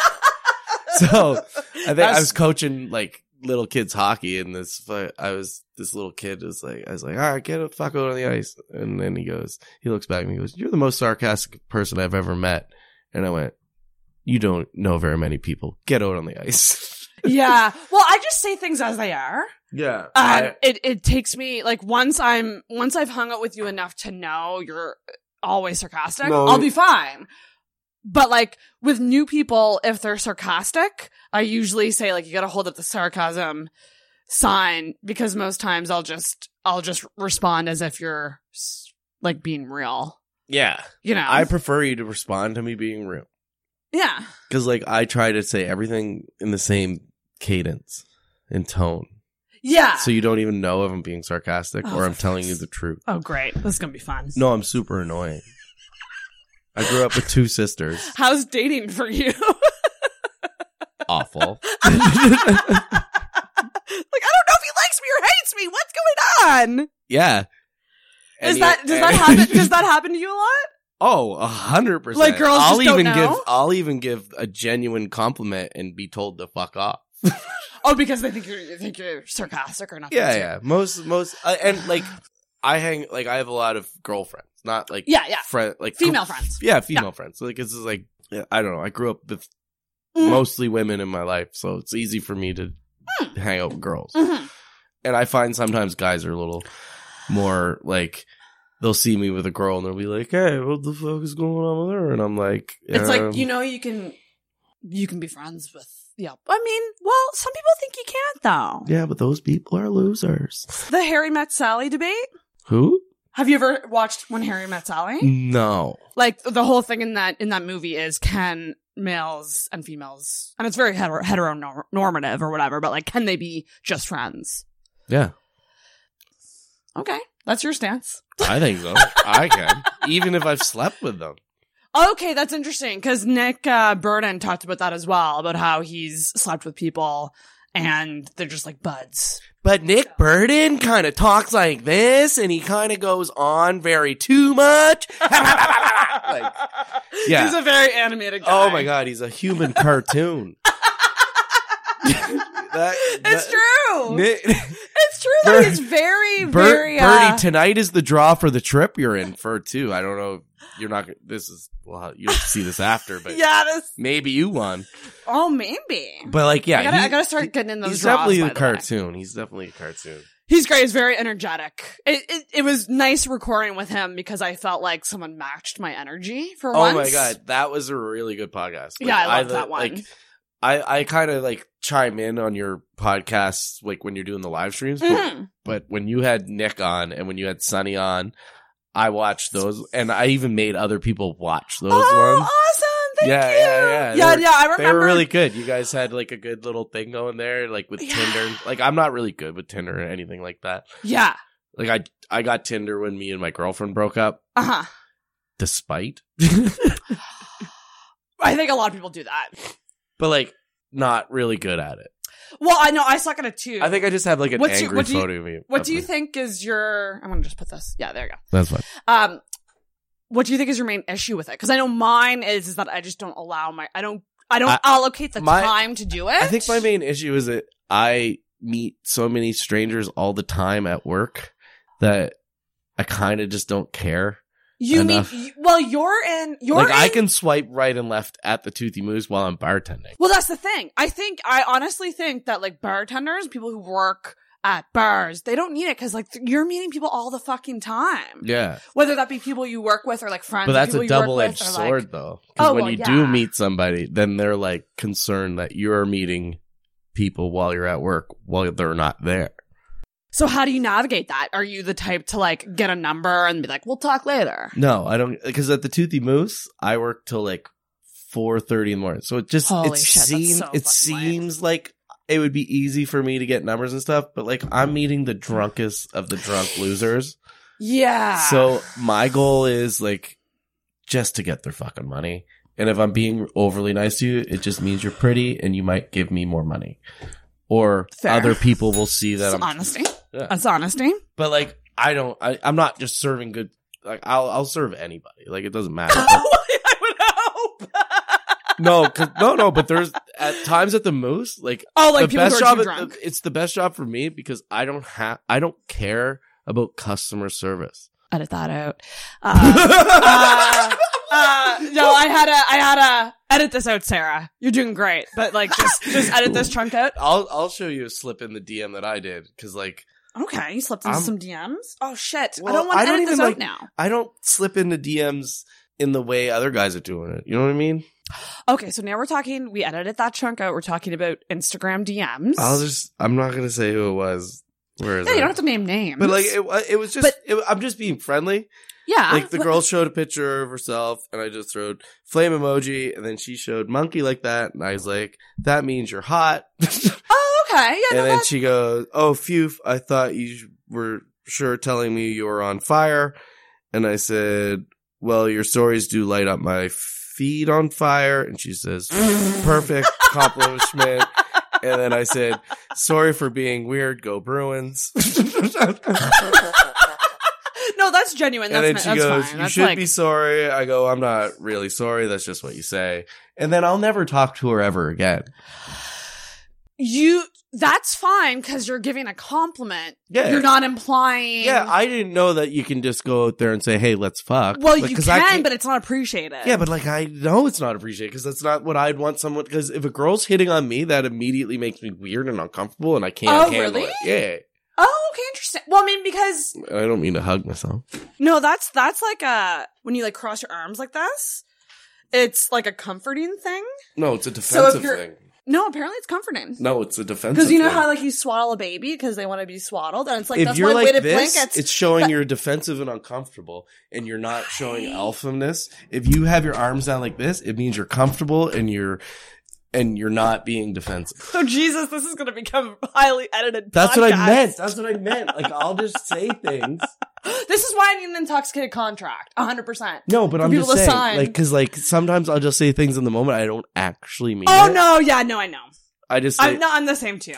S9: so I think I was coaching like little kids hockey and this, fu- I was, this little kid was like, I was like, all right, get a fuck out on the ice. And then he goes, he looks back and he goes, you're the most sarcastic person I've ever met. And I went, you don't know very many people. Get out on the ice.
S12: yeah. Well, I just say things as they are.
S9: Yeah.
S12: Um, it it takes me like once I'm once I've hung out with you enough to know you're always sarcastic,
S9: No.
S12: I'll be fine. But like with new people, if they're sarcastic, I usually say like you got to hold up the sarcasm sign because most times I'll just I'll just respond as if you're s- like being real,
S9: yeah.
S12: you know?
S9: I prefer you to respond to me being real.
S12: yeah.
S9: Because, like, I try to say everything in the same cadence and tone.
S12: Yeah.
S9: So you don't even know if I'm being sarcastic
S12: Ah. Oh,
S9: or I'm
S12: for
S9: telling you
S12: fuck's-
S9: the truth.
S12: oh great. This is going to be fun.
S9: No, I'm super annoying. I grew up with two sisters.
S12: How's dating for you?
S9: Awful.
S12: like I don't know if he likes me or hates me. What's going on?
S9: Yeah.
S12: Is
S9: And
S12: that
S9: you-
S12: does that happen? Does that happen to you a lot?
S9: Oh, a hundred percent.
S12: Like, girls
S9: I'll
S12: just don't
S9: even
S12: know?
S9: give I'll even give a genuine compliment and be told to fuck off.
S12: Oh, because they think you're they think you're sarcastic or nothing.
S9: Yeah, yeah. Most, most, uh, and like, I hang, like, I have a lot of girlfriends, not like,
S12: Yeah, yeah.
S9: friend, like
S12: Female
S9: com-
S12: friends.
S9: Yeah, female friends. So, like, this is like, yeah, I don't know. I grew up with
S12: Mm.
S9: mostly women in my life, so it's easy for me to
S12: Hmm.
S9: hang out with girls.
S12: Mhm.
S9: And I find sometimes guys are a little more like, they'll see me with a girl and they'll be like, hey, what the fuck is going on with her? And I'm like,
S12: It's
S9: um,
S12: like you know you can you can be friends with. Yeah, I mean, well, some people think you can't though.
S9: yeah, but those people are losers.
S12: The Harry Met Sally debate.
S9: Who?
S12: Have you ever watched When Harry Met Sally?
S9: No.
S12: Like the whole thing in that in that movie is can males and females, and it's very hetero heteronormative or whatever. But like, can they be just friends?
S9: Yeah.
S12: Okay, that's your stance.
S9: I think so. I can. Even if I've slept with them.
S12: Okay, that's interesting because Nick uh, Burden talked about that as well about how he's slept with people and they're just like buds.
S9: But Nick Burden kind of talks like this and he kind of goes on very too much. Like, yeah.
S12: he's a very animated guy.
S9: oh my God. He's a human cartoon. That-
S12: it's
S9: that-
S12: true.
S9: Nick,
S12: it's true
S9: Bur-
S12: that he's very,
S9: Bert,
S12: very. uh,
S9: Bertie, tonight is the draw for the trip you're in for too. I don't know. You're not. gonna- This is well. You'll see this after, but
S12: yeah, that's,
S9: maybe you won.
S12: oh maybe.
S9: But like, yeah,
S12: I, gotta,
S9: he-
S12: I gotta start getting in those.
S9: He's
S12: draws,
S9: definitely
S12: by
S9: a
S12: the way.
S9: cartoon. He's definitely a cartoon.
S12: He's great. He's very energetic. It, it it was nice recording with him because I felt like someone matched my energy for
S9: Oh
S12: once.
S9: my god, that was a really good podcast. Like,
S12: Yeah, I loved
S9: li-
S12: that one.
S9: Like, I I kind of like chime in on your podcasts, like when you're doing the live streams. But,
S12: Mhm.
S9: but when you had Nick on and when you had Sunny on, I watched those, and I even made other people watch those
S12: Oh,
S9: ones.
S12: awesome! Thank
S9: yeah,
S12: you.
S9: yeah, yeah,
S12: Yeah,
S9: They were-
S12: yeah, I remember.
S9: They were really good. You guys had like a good little thing going there, like with
S12: Yeah.
S9: Tinder. Like I'm not really good with Tinder or anything like that.
S12: Yeah.
S9: Like I I got Tinder when me and my girlfriend broke up,
S12: Uh huh.
S9: despite
S12: I think a lot of people do that.
S9: but like not really good at it.
S12: Well, I know I suck at it too.
S9: I think I just have like an
S12: What's your-
S9: angry
S12: what do you-
S9: photo of me.
S12: What do you think is your? I'm gonna just put this. Yeah, there you
S9: That's fine.
S12: go. Um, what do you think is your main issue with it? Because I know mine is is that I just don't allow my. I don't. I don't
S9: I-
S12: allocate the
S9: my-
S12: time to do it.
S9: I think my main issue is that I meet so many strangers all the time at work that I kind of just don't care.
S12: you
S9: enough.
S12: mean you- well, you're in you're
S9: like
S12: in,
S9: I can swipe right and left at the Toothy Moose while I'm bartending.
S12: Well, that's the thing. I think I honestly think that like bartenders, people who work at bars, they don't need it because like th- you're meeting people all the fucking time.
S9: Yeah.
S12: Whether that be people you work with or like friends,
S9: But
S12: or
S9: that's
S12: people
S9: a
S12: you work
S9: double edged
S12: with, or, like-
S9: sword though. Because
S12: Oh,
S9: when
S12: well,
S9: you do
S12: yeah.
S9: meet somebody, then they're like concerned that you're meeting people while you're at work while they're not there.
S12: So how do you navigate that? Are you the type to like get a number and be like, "We'll talk later"?
S9: No, I don't because at the Toothy Moose, I work till like four thirty in the morning. So it just
S12: Holy
S9: it
S12: shit, that's
S9: seems
S12: so
S9: it seems like it would be easy for me to get numbers and stuff, but like I'm meeting the drunkest of the drunk losers.
S12: Yeah.
S9: So my goal is like just to get their fucking money. And if I'm being overly nice to you, it just means you're pretty and you might give me more money. Or
S12: Fair.
S9: other people will see that
S12: That's
S9: I'm
S12: honesty.
S9: Yeah.
S12: That's honesty.
S9: but like I don't I, I'm not just serving good like I'll I'll serve anybody. Like it doesn't matter. I would hope. no, 'cause- no, no. But there's at times at the most like
S12: Oh, like
S9: the
S12: people who are
S9: job.
S12: too
S9: at-
S12: drunk.
S9: It's the best job for me because I don't have I don't care about customer service.
S12: Edit that out. Um, uh, uh, no, I had a, I had a edit this out, Sarah. You're doing great, but like just just edit this chunk out.
S9: I'll I'll show you a slip in the DM that I did because like
S12: Okay, you slipped into
S9: I'm-
S12: some DMs. Oh shit!
S9: well,
S12: I don't want to edit this out
S9: like-
S12: now.
S9: I don't slip into DMs in the way other guys are doing it. You know what I mean?
S12: Okay, so now we're talking. We edited that chunk out. We're talking about Instagram DMs.
S9: I'll just I'm not gonna say who it was. Where is
S12: yeah,
S9: it?
S12: you don't have to name names.
S9: But like it, wa- it was just it, I'm just being friendly.
S12: Yeah,
S9: Like the
S12: but-
S9: girl showed a picture of herself, and I just showed flame emoji, and then she showed monkey like that, and I was like, "That means you're hot."
S12: oh, okay, yeah,
S9: and
S12: no,
S9: then
S12: that's
S9: she goes, "Oh, phew! I thought you were sure telling me you were on fire," and I said, "Well, your stories do light up my feed on fire," and she says, "Perfect compliment." and then I said, "Sorry for being weird. Go Bruins."
S12: no, that's genuine.
S9: and
S12: That's,
S9: then
S12: not-
S9: she
S12: that's
S9: goes,
S12: fine.
S9: "You
S12: That's
S9: should
S12: like,
S9: be sorry." I go, "I'm not really sorry. That's just what you say." And then I'll never talk to her ever again.
S12: you. That's fine because you're giving a compliment.
S9: Yeah.
S12: you're not implying.
S9: Yeah, I didn't know that you can just go out there and say, "Hey, let's fuck."
S12: well,
S9: Like,
S12: you
S9: 'cause I
S12: can,
S9: can't-
S12: but it's not appreciated.
S9: yeah, but like I know it's not appreciated because that's not what I'd want someone. Because if a girl's hitting on me, that immediately makes me weird and uncomfortable, and I can't
S12: Oh,
S9: handle
S12: really?
S9: it.
S12: oh, okay, interesting. Well, I mean, because
S9: Yeah, I don't mean to hug myself.
S12: No, that's that's like a when you like cross your arms like this. It's like a comforting thing.
S9: No, it's a
S12: So if
S9: defensive
S12: you're-
S9: thing.
S12: No, apparently it's comforting.
S9: No, it's a defensive.
S12: Because you know
S9: thing.
S12: how like you swaddle a baby because they want to be swaddled, and it's like
S9: if
S12: that's
S9: you're
S12: why
S9: like
S12: weighted
S9: this,
S12: blankets.
S9: it's showing you're defensive and uncomfortable, and you're not showing alphaness. If you have your arms down like this, it means you're comfortable and you're and you're not being defensive.
S12: oh Jesus, this is going to become highly edited.
S9: That's what I
S12: podcast.
S9: meant. That's what I meant. Like I'll just say things.
S12: This is why I need an intoxicated contract, hundred percent.
S9: No, but
S12: For
S9: I'm
S12: people
S9: just
S12: to
S9: saying,
S12: sign.
S9: like, because like sometimes I'll just say things in the moment I don't actually mean.
S12: Oh
S9: it.
S12: no, yeah, no, I know.
S9: I just say,
S12: I'm no, I'm the same too.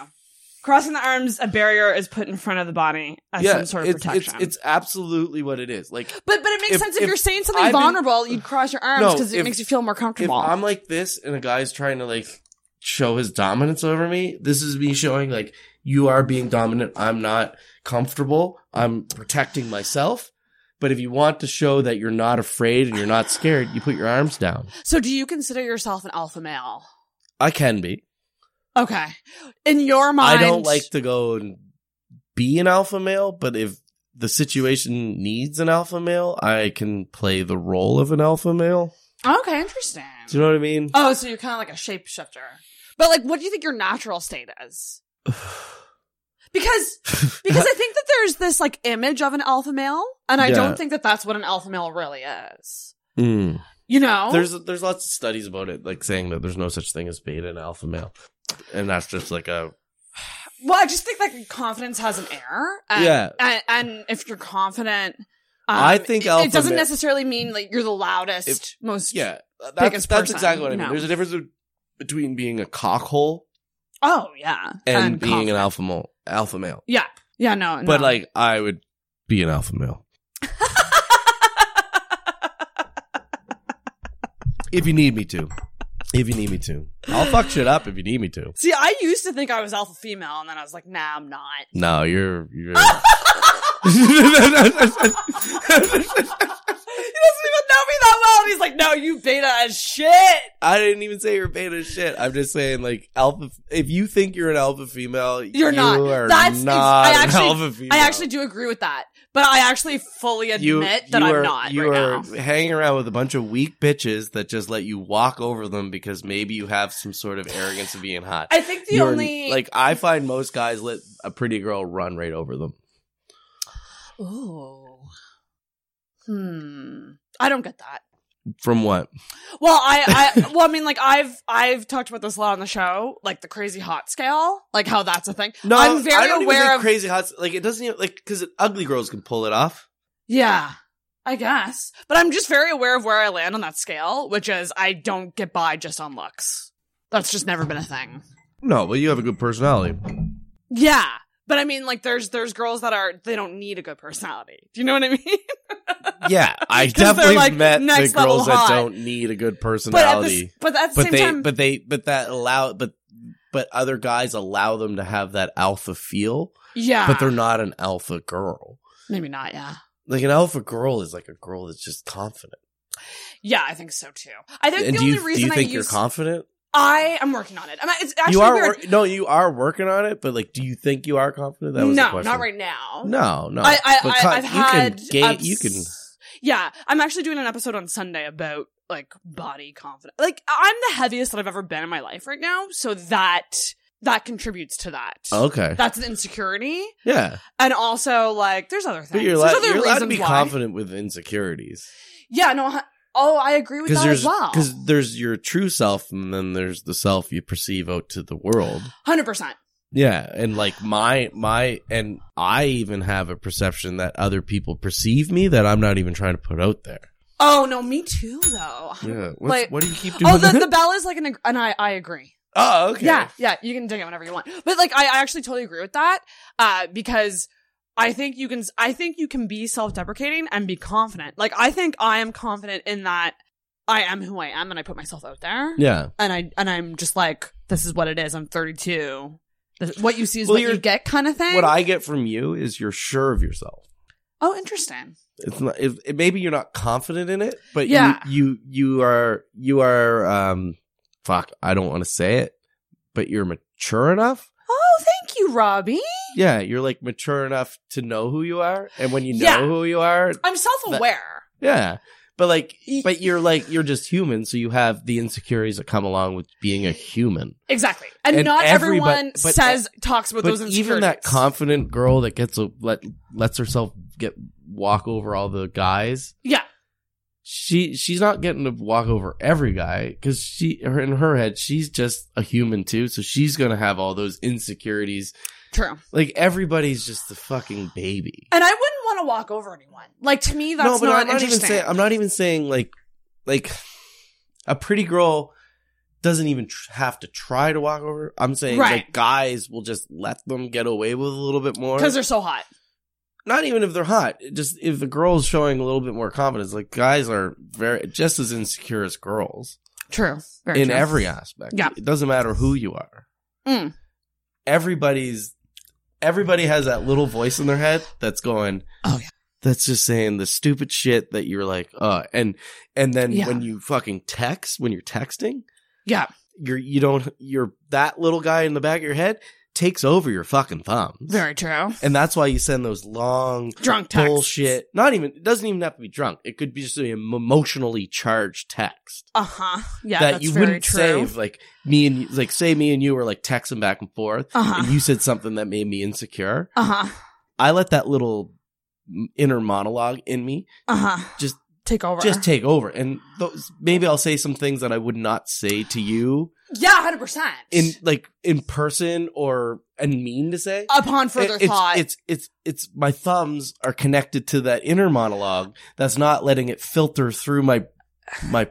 S12: Crossing the arms, a barrier is put in front of the body as
S9: yeah,
S12: some sort of
S9: it's, it's-
S12: protection.
S9: It's, absolutely what it is. Like,
S12: but but it makes
S9: if-
S12: sense if,
S9: if
S12: you're saying something
S9: I've been-
S12: vulnerable, you'd cross your arms
S9: No,
S12: because it
S9: if-
S12: makes you feel more
S9: if
S12: comfortable.
S9: I'm like this and a guy's trying to like show his dominance over me, this is me showing like you are being dominant. I'm not comfortable. I'm protecting myself. But if you want to show that you're not afraid and you're not scared, you put your arms down.
S12: So do you consider yourself an alpha male?
S9: I can be.
S12: Okay. In your mind,
S9: I don't like to go and be an alpha male, but if the situation needs an alpha male, I can play the role of an alpha male.
S12: Okay, interesting.
S9: Do you know what I mean?
S12: Oh, so you're kind of like a shapeshifter. But like, what do you think your natural state is? Because because I think that there's this like image of an alpha male, and I
S9: Yeah.
S12: don't think that that's what an alpha male really is.
S9: Mm.
S12: You know,
S9: There's there's lots of studies about it, like saying that there's no such thing as beta and alpha male, and that's just like a
S12: well, I just think like confidence has an air. And,
S9: Yeah.
S12: and, and if you're confident, um,
S9: I think
S12: it-
S9: alpha
S12: it doesn't
S9: ma-
S12: necessarily mean like you're the loudest, most
S9: yeah. That's
S12: biggest
S9: that's
S12: person.
S9: exactly what I mean.
S12: No.
S9: There's a difference be- between being a cockhole
S12: Oh yeah,
S9: and, being
S12: confident.
S9: an alpha male. Alpha male,
S12: yeah, yeah, no, no.
S9: but like I would be an alpha male if you need me to. If you need me to, I'll fuck shit up if you need me to.
S12: See, I used to think I was alpha female, and then I was like, nah, I'm not.
S9: No, you're you're.
S12: He doesn't even know me that well, and he's like, no, you beta as shit.
S9: I didn't even say you're beta as shit. I'm just saying, like alpha. If you think you're an alpha female,
S12: You're
S9: you
S12: not.
S9: Are
S12: That's ex-
S9: not
S12: I
S9: an
S12: actually,
S9: alpha female.
S12: I actually do agree with that, but I actually fully admit that
S9: are,
S12: I'm not
S9: You
S12: right
S9: are
S12: now.
S9: hanging around with a bunch of weak bitches that just let you walk over them because maybe you have some sort of arrogance of being hot.
S12: I think the
S9: You're-
S12: only-
S9: like I find most guys let a pretty girl run right over them.
S12: Ooh. Hmm. I don't get that.
S9: From what?
S12: Well, I, I, well, I mean, like I've, I've talked about this a lot on the show, like the crazy hot scale, like how that's a thing.
S9: No,
S12: I'm very
S9: I don't even
S12: aware
S9: think
S12: of.
S9: crazy hot. Like it doesn't even like because ugly girls can pull it off.
S12: yeah, I guess, but I'm just very aware of where I land on that scale, which is I don't get by just on looks. That's just never been a thing.
S9: No, but you have a good personality.
S12: Yeah, but I mean, like there's, there's girls that are they don't need a good personality. Do you know what I mean?
S9: Yeah, I
S12: 'Cause they're,
S9: definitely
S12: like,
S9: met the
S12: next level
S9: girls that
S12: hot.
S9: don't need a good personality.
S12: but at the same
S9: they,
S12: time-
S9: but they, but that allow, but but other guys allow them to have that alpha feel.
S12: Yeah.
S9: but they're not an alpha girl.
S12: Maybe not. Yeah.
S9: Like an alpha girl is like a girl that's just confident.
S12: Yeah, I think so too. I think
S9: and
S12: the
S9: do
S12: only
S9: you do
S12: reason
S9: you think
S12: I
S9: you're
S12: used,
S9: confident?
S12: I am working on it. I'm, it's actually
S9: you are
S12: weird.
S9: wor- no, you are working on it, but like, do you think you are confident? That was the
S12: no,
S9: question.
S12: not right now.
S9: No, no.
S12: I, I,
S9: But
S12: I
S9: co-
S12: I've
S9: you
S12: had
S9: can ga-
S12: ups-
S9: you can
S12: Yeah, I'm actually doing an episode on Sunday about like body confidence. Like I'm the heaviest that I've ever been in my life right now, so that that contributes to that.
S9: Okay.
S12: that's an insecurity,
S9: yeah.
S12: and also like there's other things.
S9: But you're,
S12: there's
S9: allowed,
S12: other
S9: you're allowed to
S12: reasons
S9: be
S12: why.
S9: confident with insecurities.
S12: Yeah, no. I- Oh, I agree with
S9: Because
S12: that
S9: there's,
S12: as well.
S9: because there's your true self, and then there's the self you perceive out to the world.
S12: Hundred percent.
S9: Yeah, and like my my, and I even have a perception that other people perceive me that I'm not even trying to put out there.
S12: Oh no, me too though.
S9: Yeah, what's-
S12: Like-
S9: what do you keep
S12: Oh,
S9: doing?
S12: the, the bell is like an, ag- an I, I agree.
S9: Oh, okay.
S12: Yeah, yeah, you can dig it whenever you want. But like, I, I actually totally agree with that uh, because I think you can, I think you can be self deprecating and be confident. Like, I think I am confident in that I am who I am and I put myself out there.
S9: Yeah.
S12: and I and I'm just like, this is what it is. I'm 32. This- What you see is
S9: Well,
S12: what you
S9: you're-
S12: get, kind of thing.
S9: What I get from you is you're sure of yourself.
S12: oh, interesting.
S9: It's not. If, it, maybe you're not confident in it, but
S12: Yeah.
S9: you you you are you are. Um, fuck, I don't want to say it, but you're mature enough
S12: Oh, thank you, Robbie.
S9: Yeah, you're like mature enough to know who you are, and when you know
S12: Yeah.
S9: who you are,
S12: I'm self aware.
S9: yeah. But like, but you're like you're just human, so you have the insecurities that come along with being a human.
S12: Exactly. And,
S9: And
S12: not
S9: everybo-
S12: everyone
S9: but- e-
S12: says talks about
S9: but
S12: those insecurities.
S9: even that confident girl that gets a, let lets herself get walk over all the guys.
S12: yeah.
S9: She she's not getting to walk over every guy because she her in her head she's just a human too, so she's gonna have all those insecurities.
S12: True.
S9: Like everybody's just a fucking baby.
S12: And I wouldn't want to walk over anyone. Like to me, that's
S9: no, but
S12: not,
S9: I'm not even
S12: interesting.
S9: saying I'm not even saying like like a pretty girl doesn't even tr- have to try to walk over. I'm saying
S12: Right.
S9: like guys will just let them get away with a little bit more
S12: because they're so hot.
S9: not even if they're hot. Just if the girl's showing a little bit more confidence, like guys are very just as insecure as girls
S12: True.
S9: in every aspect.
S12: Yeah.
S9: it doesn't matter who you are.
S12: Mm.
S9: Everybody's everybody has that little voice in their head that's going,
S12: "Oh yeah."
S9: That's just saying the stupid shit that you're like, uh, and and then
S12: Yeah.
S9: when you fucking text, when you're texting,
S12: Yeah.
S9: you're you don't you're that little guy in the back of your head takes over your fucking thumbs.
S12: Very true.
S9: And that's why you send those long
S12: Drunk texts.
S9: bullshit. Not even it doesn't even have to be drunk. It could be just an emotionally charged text
S12: Uh huh. Yeah.
S9: that
S12: that's
S9: you
S12: very
S9: wouldn't
S12: true.
S9: say if like me and you, like say me and you were like texting back and forth,
S12: Uh-huh.
S9: and you said something that made me insecure.
S12: Uh huh.
S9: I let that little m- inner monologue in me
S12: Uh huh.
S9: just
S12: Take over.
S9: just take over, and those, maybe I'll say some things that I would not say to you
S12: Yeah, hundred percent.
S9: in like in person or and mean to say.
S12: Upon further
S9: It- it's,
S12: thought,
S9: It's it's it's my thumbs are connected to that inner monologue that's not letting it filter through my my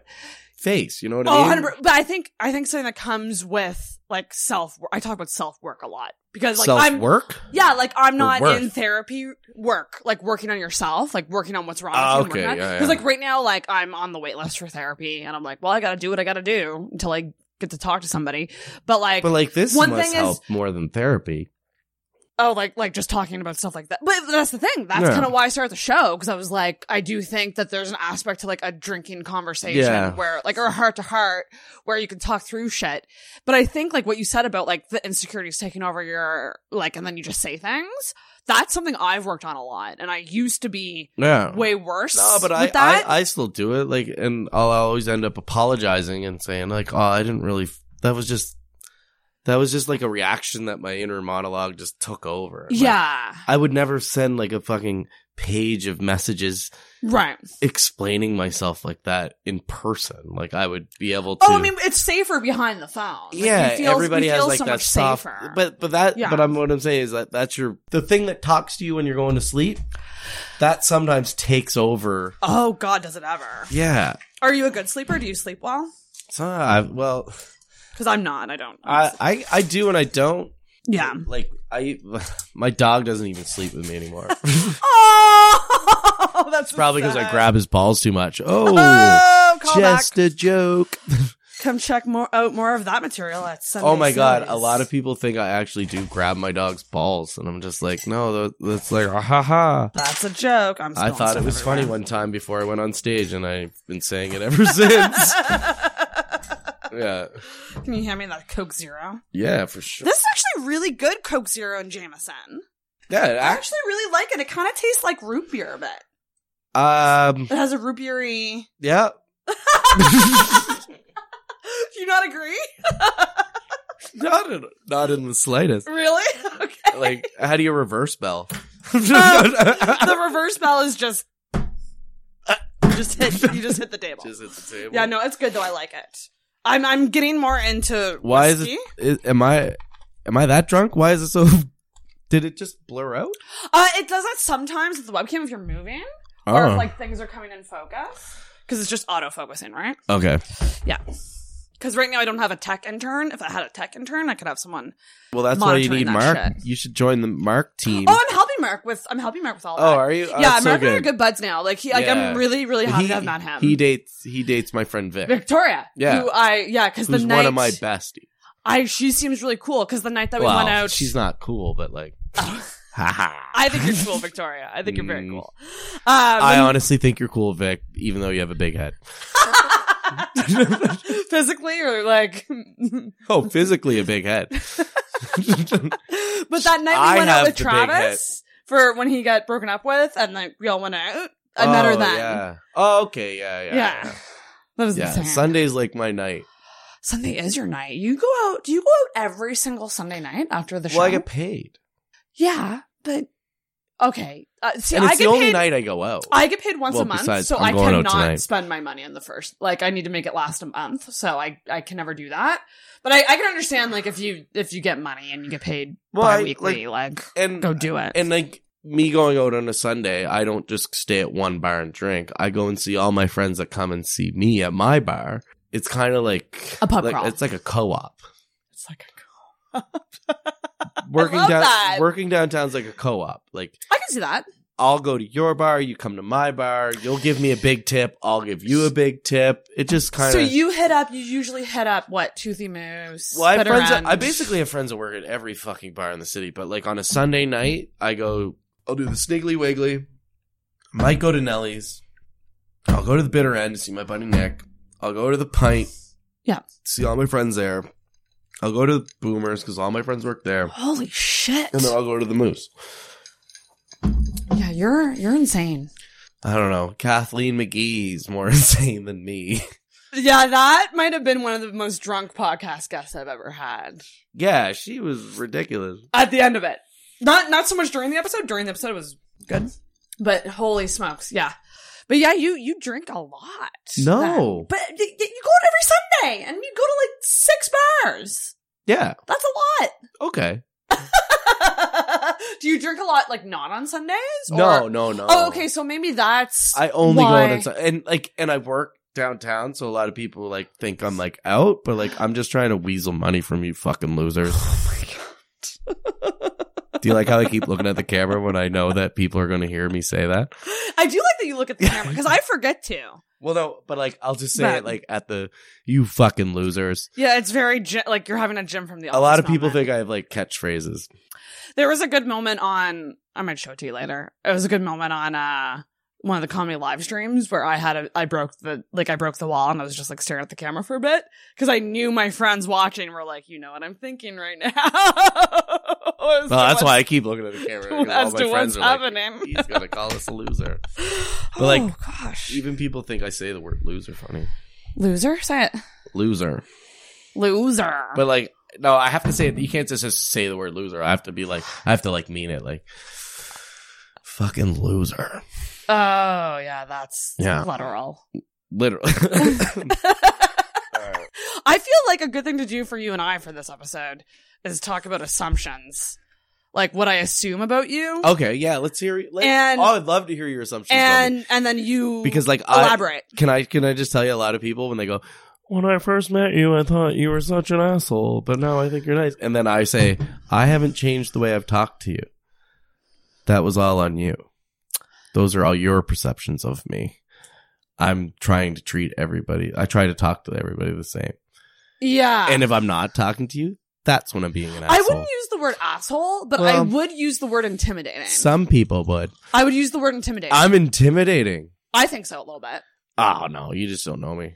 S9: face. You know what
S12: oh,
S9: I mean?
S12: 100%. But I think I think something that comes with like self. I talk about self work a lot because like
S9: Self
S12: I'm
S9: work?
S12: Yeah, like I'm
S9: Or
S12: not
S9: worth?
S12: in therapy work, like working on yourself, like working on what's wrong
S9: Ah,
S12: with you.
S9: okay, yeah,
S12: Because
S9: yeah.
S12: like right now, like I'm on the wait list for therapy, and I'm like, well, I gotta do what I gotta do until I get to talk to somebody. But like,
S9: but like this
S12: one
S9: must
S12: thing
S9: help
S12: is
S9: more than therapy.
S12: oh, like like just talking about stuff like that. But that's the thing. That's
S9: Yeah.
S12: kind of why I started the show because I was like, I do think that there's an aspect to like a drinking conversation
S9: Yeah.
S12: where like or a heart to heart where you can talk through shit. But I think like what you said about like the insecurities taking over your like, and then you just say things. That's something I've worked on a lot, and I used to be
S9: Yeah.
S12: way worse.
S9: No, but I,
S12: with that.
S9: I I still do it. Like, and I'll always end up apologizing and saying like, "Oh, I didn't really. f- That was just that was just like a reaction that my inner monologue just took over." Like,
S12: yeah,
S9: I would never send like a fucking page of messages
S12: right.
S9: explaining myself like that in person. Like, I would be able to.
S12: Oh, I mean, it's safer behind the phone. Like,
S9: yeah,
S12: you feel,
S9: everybody
S12: you
S9: has
S12: feel
S9: like
S12: so
S9: that
S12: much
S9: soft.
S12: safer.
S9: But but that
S12: Yeah.
S9: but I'm what I'm saying is that that's your the thing that talks to you when you're going to sleep. That sometimes takes over.
S12: Oh God, does it ever?
S9: Yeah.
S12: Are you a good sleeper? Do you sleep well?
S9: So I, well,
S12: Because I'm not. I don't.
S9: I, I I do and I don't.
S12: Yeah.
S9: Like I, my dog doesn't even sleep with me anymore.
S12: Oh, that's
S9: It's probably because I grab his balls too much. Oh,
S12: Oh, callback.
S9: just a joke.
S12: Come check more out more of that material at Sunday.
S9: oh my god! A
S12: Sundays.
S9: lot of people think I actually do grab my dog's balls, and I'm just like, no, tha- that's like, ah, ha ha.
S12: That's a joke. I'm.
S9: I
S12: stealing
S9: thought
S12: stuff
S9: it was funny
S12: everywhere.
S9: one time before I went on stage, and I've been saying it ever since. yeah,
S12: Can you hand me that Coke Zero?
S9: yeah, for sure.
S12: This is actually really good Coke Zero and Jameson.
S9: yeah, it
S12: I actually really like it. It kind of tastes like root beer a bit.
S9: actually, um,
S12: It has a root beery.
S9: yeah,
S12: Do you not agree?
S9: not in, not in the slightest.
S12: Really? Okay.
S9: Like, how do you reverse bell?
S12: Um, the reverse bell is just you just hit you just hit the table.
S9: Just at the table.
S12: Yeah, no, it's good though. I like it. I'm I'm getting more into
S9: Why is
S12: whiskey.
S9: it? Is, am I am I that drunk? Why is it so? Did it just blur out?
S12: Uh, it does that sometimes with the webcam if you're moving or if
S9: Oh.
S12: like things are coming in focus because it's just auto focusing, right?
S9: Okay.
S12: Yeah. Because right now I don't have a tech intern. If I had a tech intern, I could have someone.
S9: Well, that's why you
S12: monitoring
S9: need
S12: that
S9: Mark.
S12: shit.
S9: You should join the Mark team.
S12: Oh, I'm helping Mark with. I'm helping Mark with all.
S9: Oh,
S12: that.
S9: are you? Oh,
S12: yeah,
S9: that's so
S12: Mark and I are
S9: good.
S12: good buds now. Like he, like
S9: Yeah.
S12: I'm really, really happy
S9: He-
S12: to have met him.
S9: He dates. He dates my friend Vic.
S12: Victoria.
S9: Yeah.
S12: Who I yeah because the
S9: who's
S12: night
S9: one of my besties.
S12: I she seems really cool because the night that we
S9: well,
S12: went out, Uh,
S9: she's not cool, but like, haha.
S12: I think you're cool, Victoria. I think you're very
S9: Mm.
S12: cool. Um, I
S9: I honestly think you're cool, Vic, even though you have a big head.
S12: physically or like,
S9: Oh, physically a big head.
S12: but that night we
S9: I
S12: went out
S9: have
S12: with
S9: the big
S12: Travis for when he got broken up with, and like we all went out. I met her
S9: Oh,
S12: then.
S9: Yeah. Oh, okay. Yeah.
S12: Yeah.
S9: Yeah. Yeah.
S12: That was
S9: Yeah,
S12: insane.
S9: Sunday's like my night.
S12: Sunday is your night. You go out. Do you go out every single Sunday night after the show?
S9: Well, I get paid,
S12: yeah, but okay. Uh, see,
S9: and
S12: I
S9: it's
S12: get
S9: the only
S12: paid-
S9: night I go out.
S12: I get paid once
S9: Well,
S12: a month,
S9: besides,
S12: so
S9: I'm
S12: I
S9: going out
S12: cannot
S9: tonight.
S12: spend my money on the first. Like, I need to make it last a month, so I I can never do that. But I, I can understand like if you if you get money and you get paid
S9: Well, I-
S12: bi-weekly, like,
S9: and
S12: go do it.
S9: And like me going out on a Sunday, I don't just stay at one bar and drink. I go and see all my friends that come and see me at my bar. It's kind of like
S12: A pub
S9: like-
S12: crawl.
S9: It's like a co-op.
S12: it's like I
S9: Working
S12: love
S9: down,
S12: that.
S9: working downtown's like a co-op. Like
S12: can see that.
S9: I'll go to your bar, you come to my bar, you'll give me a big tip, I'll give you a big tip. It just kind of.
S12: So you hit up. You usually hit up what Toothy Moose.
S9: Well, I, have
S12: Bitter
S9: friends that-
S12: End.
S9: I basically have friends that work at every fucking bar in the city, but like on a Sunday night, I go, I'll do the Sniggly Wiggly, might go to Nelly's, I'll go to the bitter end to see my buddy Nick, I'll go to the pint,
S12: Yeah.
S9: see all my friends there, I'll go to Boomers because all my friends work there,
S12: Holy shit!
S9: and then I'll go to the Moose.
S12: Yeah, you're you're insane.
S9: I don't know. Kathleen McGee's more insane than me.
S12: Yeah, that might have been one of the most drunk podcast guests I've ever had.
S9: Yeah, she was ridiculous.
S12: At the end of it, not not so much during the episode. During the episode, it was good, but holy smokes, yeah. But yeah, you you drink a lot.
S9: No.
S12: But y- y- you go out every Sunday, and you go to like six bars.
S9: Yeah.
S12: That's a
S9: Okay.
S12: lot. Do you drink a lot, like not on Sundays? Or-
S9: No, no, no.
S12: Oh, okay. So maybe that's
S9: I only
S12: why-
S9: go out on and like and I work downtown, so a lot of people like think I'm like out, but like I'm just trying to weasel money from you fucking losers.
S12: Oh my god.
S9: Do you like how I keep looking at the camera when I know that people are going to hear me say that?
S12: I do like that you look at the camera because I forget to.
S9: Well, no, but like I'll just say
S12: But-
S9: it like at the you fucking losers.
S12: Yeah, it's very ge- like you're having a gym from the.
S9: A lot of
S12: office
S9: people
S12: moment.
S9: think I have like catchphrases.
S12: There was a good moment on. I might show it to you later. It was a good moment on uh one of the comedy live streams where I had a I broke the like I broke the wall and I was just like staring at the camera for a bit because I knew my friends watching were like, you know what I'm thinking right now. well,
S9: Well, that's why I keep looking at the camera. 'cause
S12: As
S9: all my
S12: to
S9: friends
S12: what's
S9: are like,
S12: happening.
S9: He's gonna call us a loser. But
S12: Oh,
S9: like,
S12: gosh.
S9: even people think I say the word loser funny.
S12: Loser, say it.
S9: Loser.
S12: Loser.
S9: But like, no, I have to say it. You can't just, just say the word loser. I have to be like, I have to like mean it. Like, fucking loser.
S12: oh yeah, that's
S9: Yeah.
S12: literal.
S9: Literally.
S12: I feel like a good thing to do for you and I for this episode is talk about assumptions, like what I assume about you,
S9: okay, yeah. Let's hear. Let,
S12: And-
S9: oh, I'd love to hear your assumptions. Bobby.
S12: and and then you
S9: because like
S12: elaborate.
S9: I, can I can I just tell you a lot of people when they go,
S4: When I first met you, I thought you were such an asshole, but now I think you're nice.
S9: and then I say, I haven't changed the way I've talked to you. That was all on you. Those are all your perceptions of me. I'm trying to treat everybody. I try to talk to everybody the same.
S12: yeah,
S9: And if I'm not talking to you, that's when I'm being an asshole.
S12: Ah. I wouldn't use the word asshole, but I
S9: Well-
S12: would use the word intimidating.
S9: Some people would.
S12: I would use the word intimidating.
S9: I'm intimidating.
S12: I think so a little bit.
S9: Oh no, you just don't know me.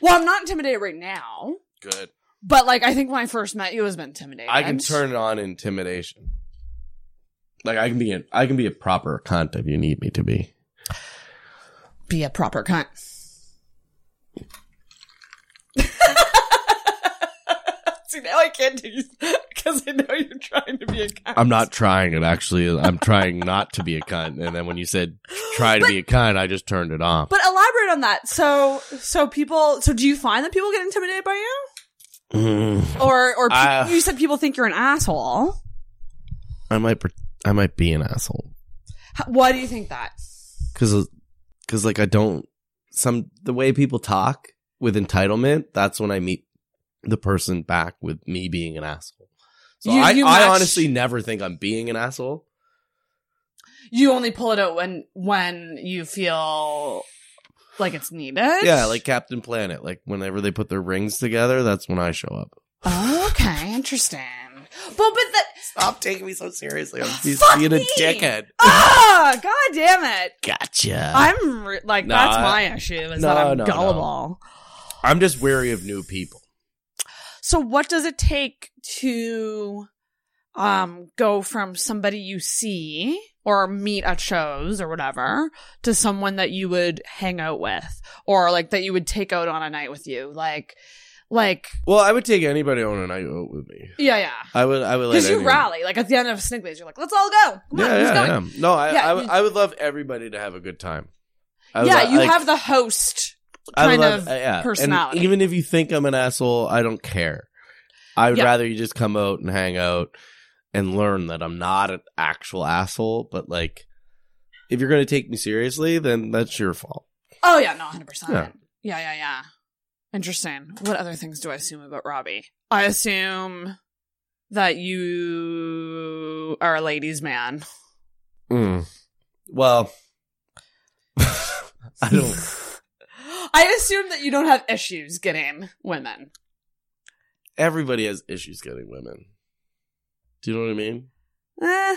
S12: Well, I'm not intimidated right now,
S9: Good.
S12: but like I think when I first met you, I was intimidated.
S9: I can turn on intimidation. Like I can be an I can be a proper cunt if you need me to be.
S12: be a proper cunt. See, now I can't do because I know you're trying to be a cunt.
S9: I'm not trying it actually. I'm trying not to be a cunt. And then when you said try to be a cunt, I just turned it off.
S12: But elaborate on that. So, so people. So, do you find that people get intimidated by you,
S9: Mm,
S12: or or pe-
S9: I-
S12: you said people think you're an asshole?
S9: I might pre- I might be an asshole
S12: H- Why do you think that?
S9: because because like I don't some the way people talk with entitlement. That's when I meet the person back with me being an asshole. So
S12: You-
S9: I,
S12: you
S9: I
S12: match-
S9: honestly never think I'm being an asshole.
S12: You only pull it out when when you feel like it's needed.
S9: Yeah, like Captain Planet. Like whenever they put their rings together, that's when I show up.
S12: okay, interesting. But but that
S9: stop taking me so seriously. I'm just
S12: Fuck
S9: being a
S12: me!
S9: dickhead.
S12: Ah, god damn it.
S9: Gotcha.
S12: I'm re- like
S9: No,
S12: that's
S9: I-
S12: my issue is
S9: no,
S12: that I'm
S9: no, no.
S12: gullible.
S9: I'm just wary of new people.
S12: So what does it take to um go from somebody you see or meet at shows or whatever to someone that you would hang out with or like that you would take out on a night with you? Like like
S9: Well, I would take anybody on a night out with me.
S12: yeah, yeah.
S9: I would. I would. let
S12: Because you
S9: anyone-
S12: rally. Like at the end of Snickleys, you're like, let's all go. Come on,
S9: Yeah,
S12: who's
S9: yeah,
S12: going?
S9: yeah. No, I,
S12: Yeah,
S9: I, would-
S12: you-
S9: I would love everybody to have a good time. I would
S12: Yeah,
S9: lo-
S12: you
S9: like,
S12: have the host
S9: I would
S12: kind
S9: love-
S12: of
S9: uh, yeah. And
S12: personality.
S9: even if you think I'm an asshole, I don't care. I would
S12: Yeah.
S9: rather you just come out and hang out and learn that I'm not an actual asshole. But like, if you're going to take me seriously, then that's your fault.
S12: Oh yeah, no, hundred percent.
S9: Yeah.
S12: Yeah, yeah, yeah. Interesting. What other things do I assume about Robbie? I assume that you are a ladies' man.
S9: Mm. Well, I don't.
S12: I assume that you don't have issues getting women.
S9: Everybody has issues getting women. Do you know what I mean?
S12: Eh.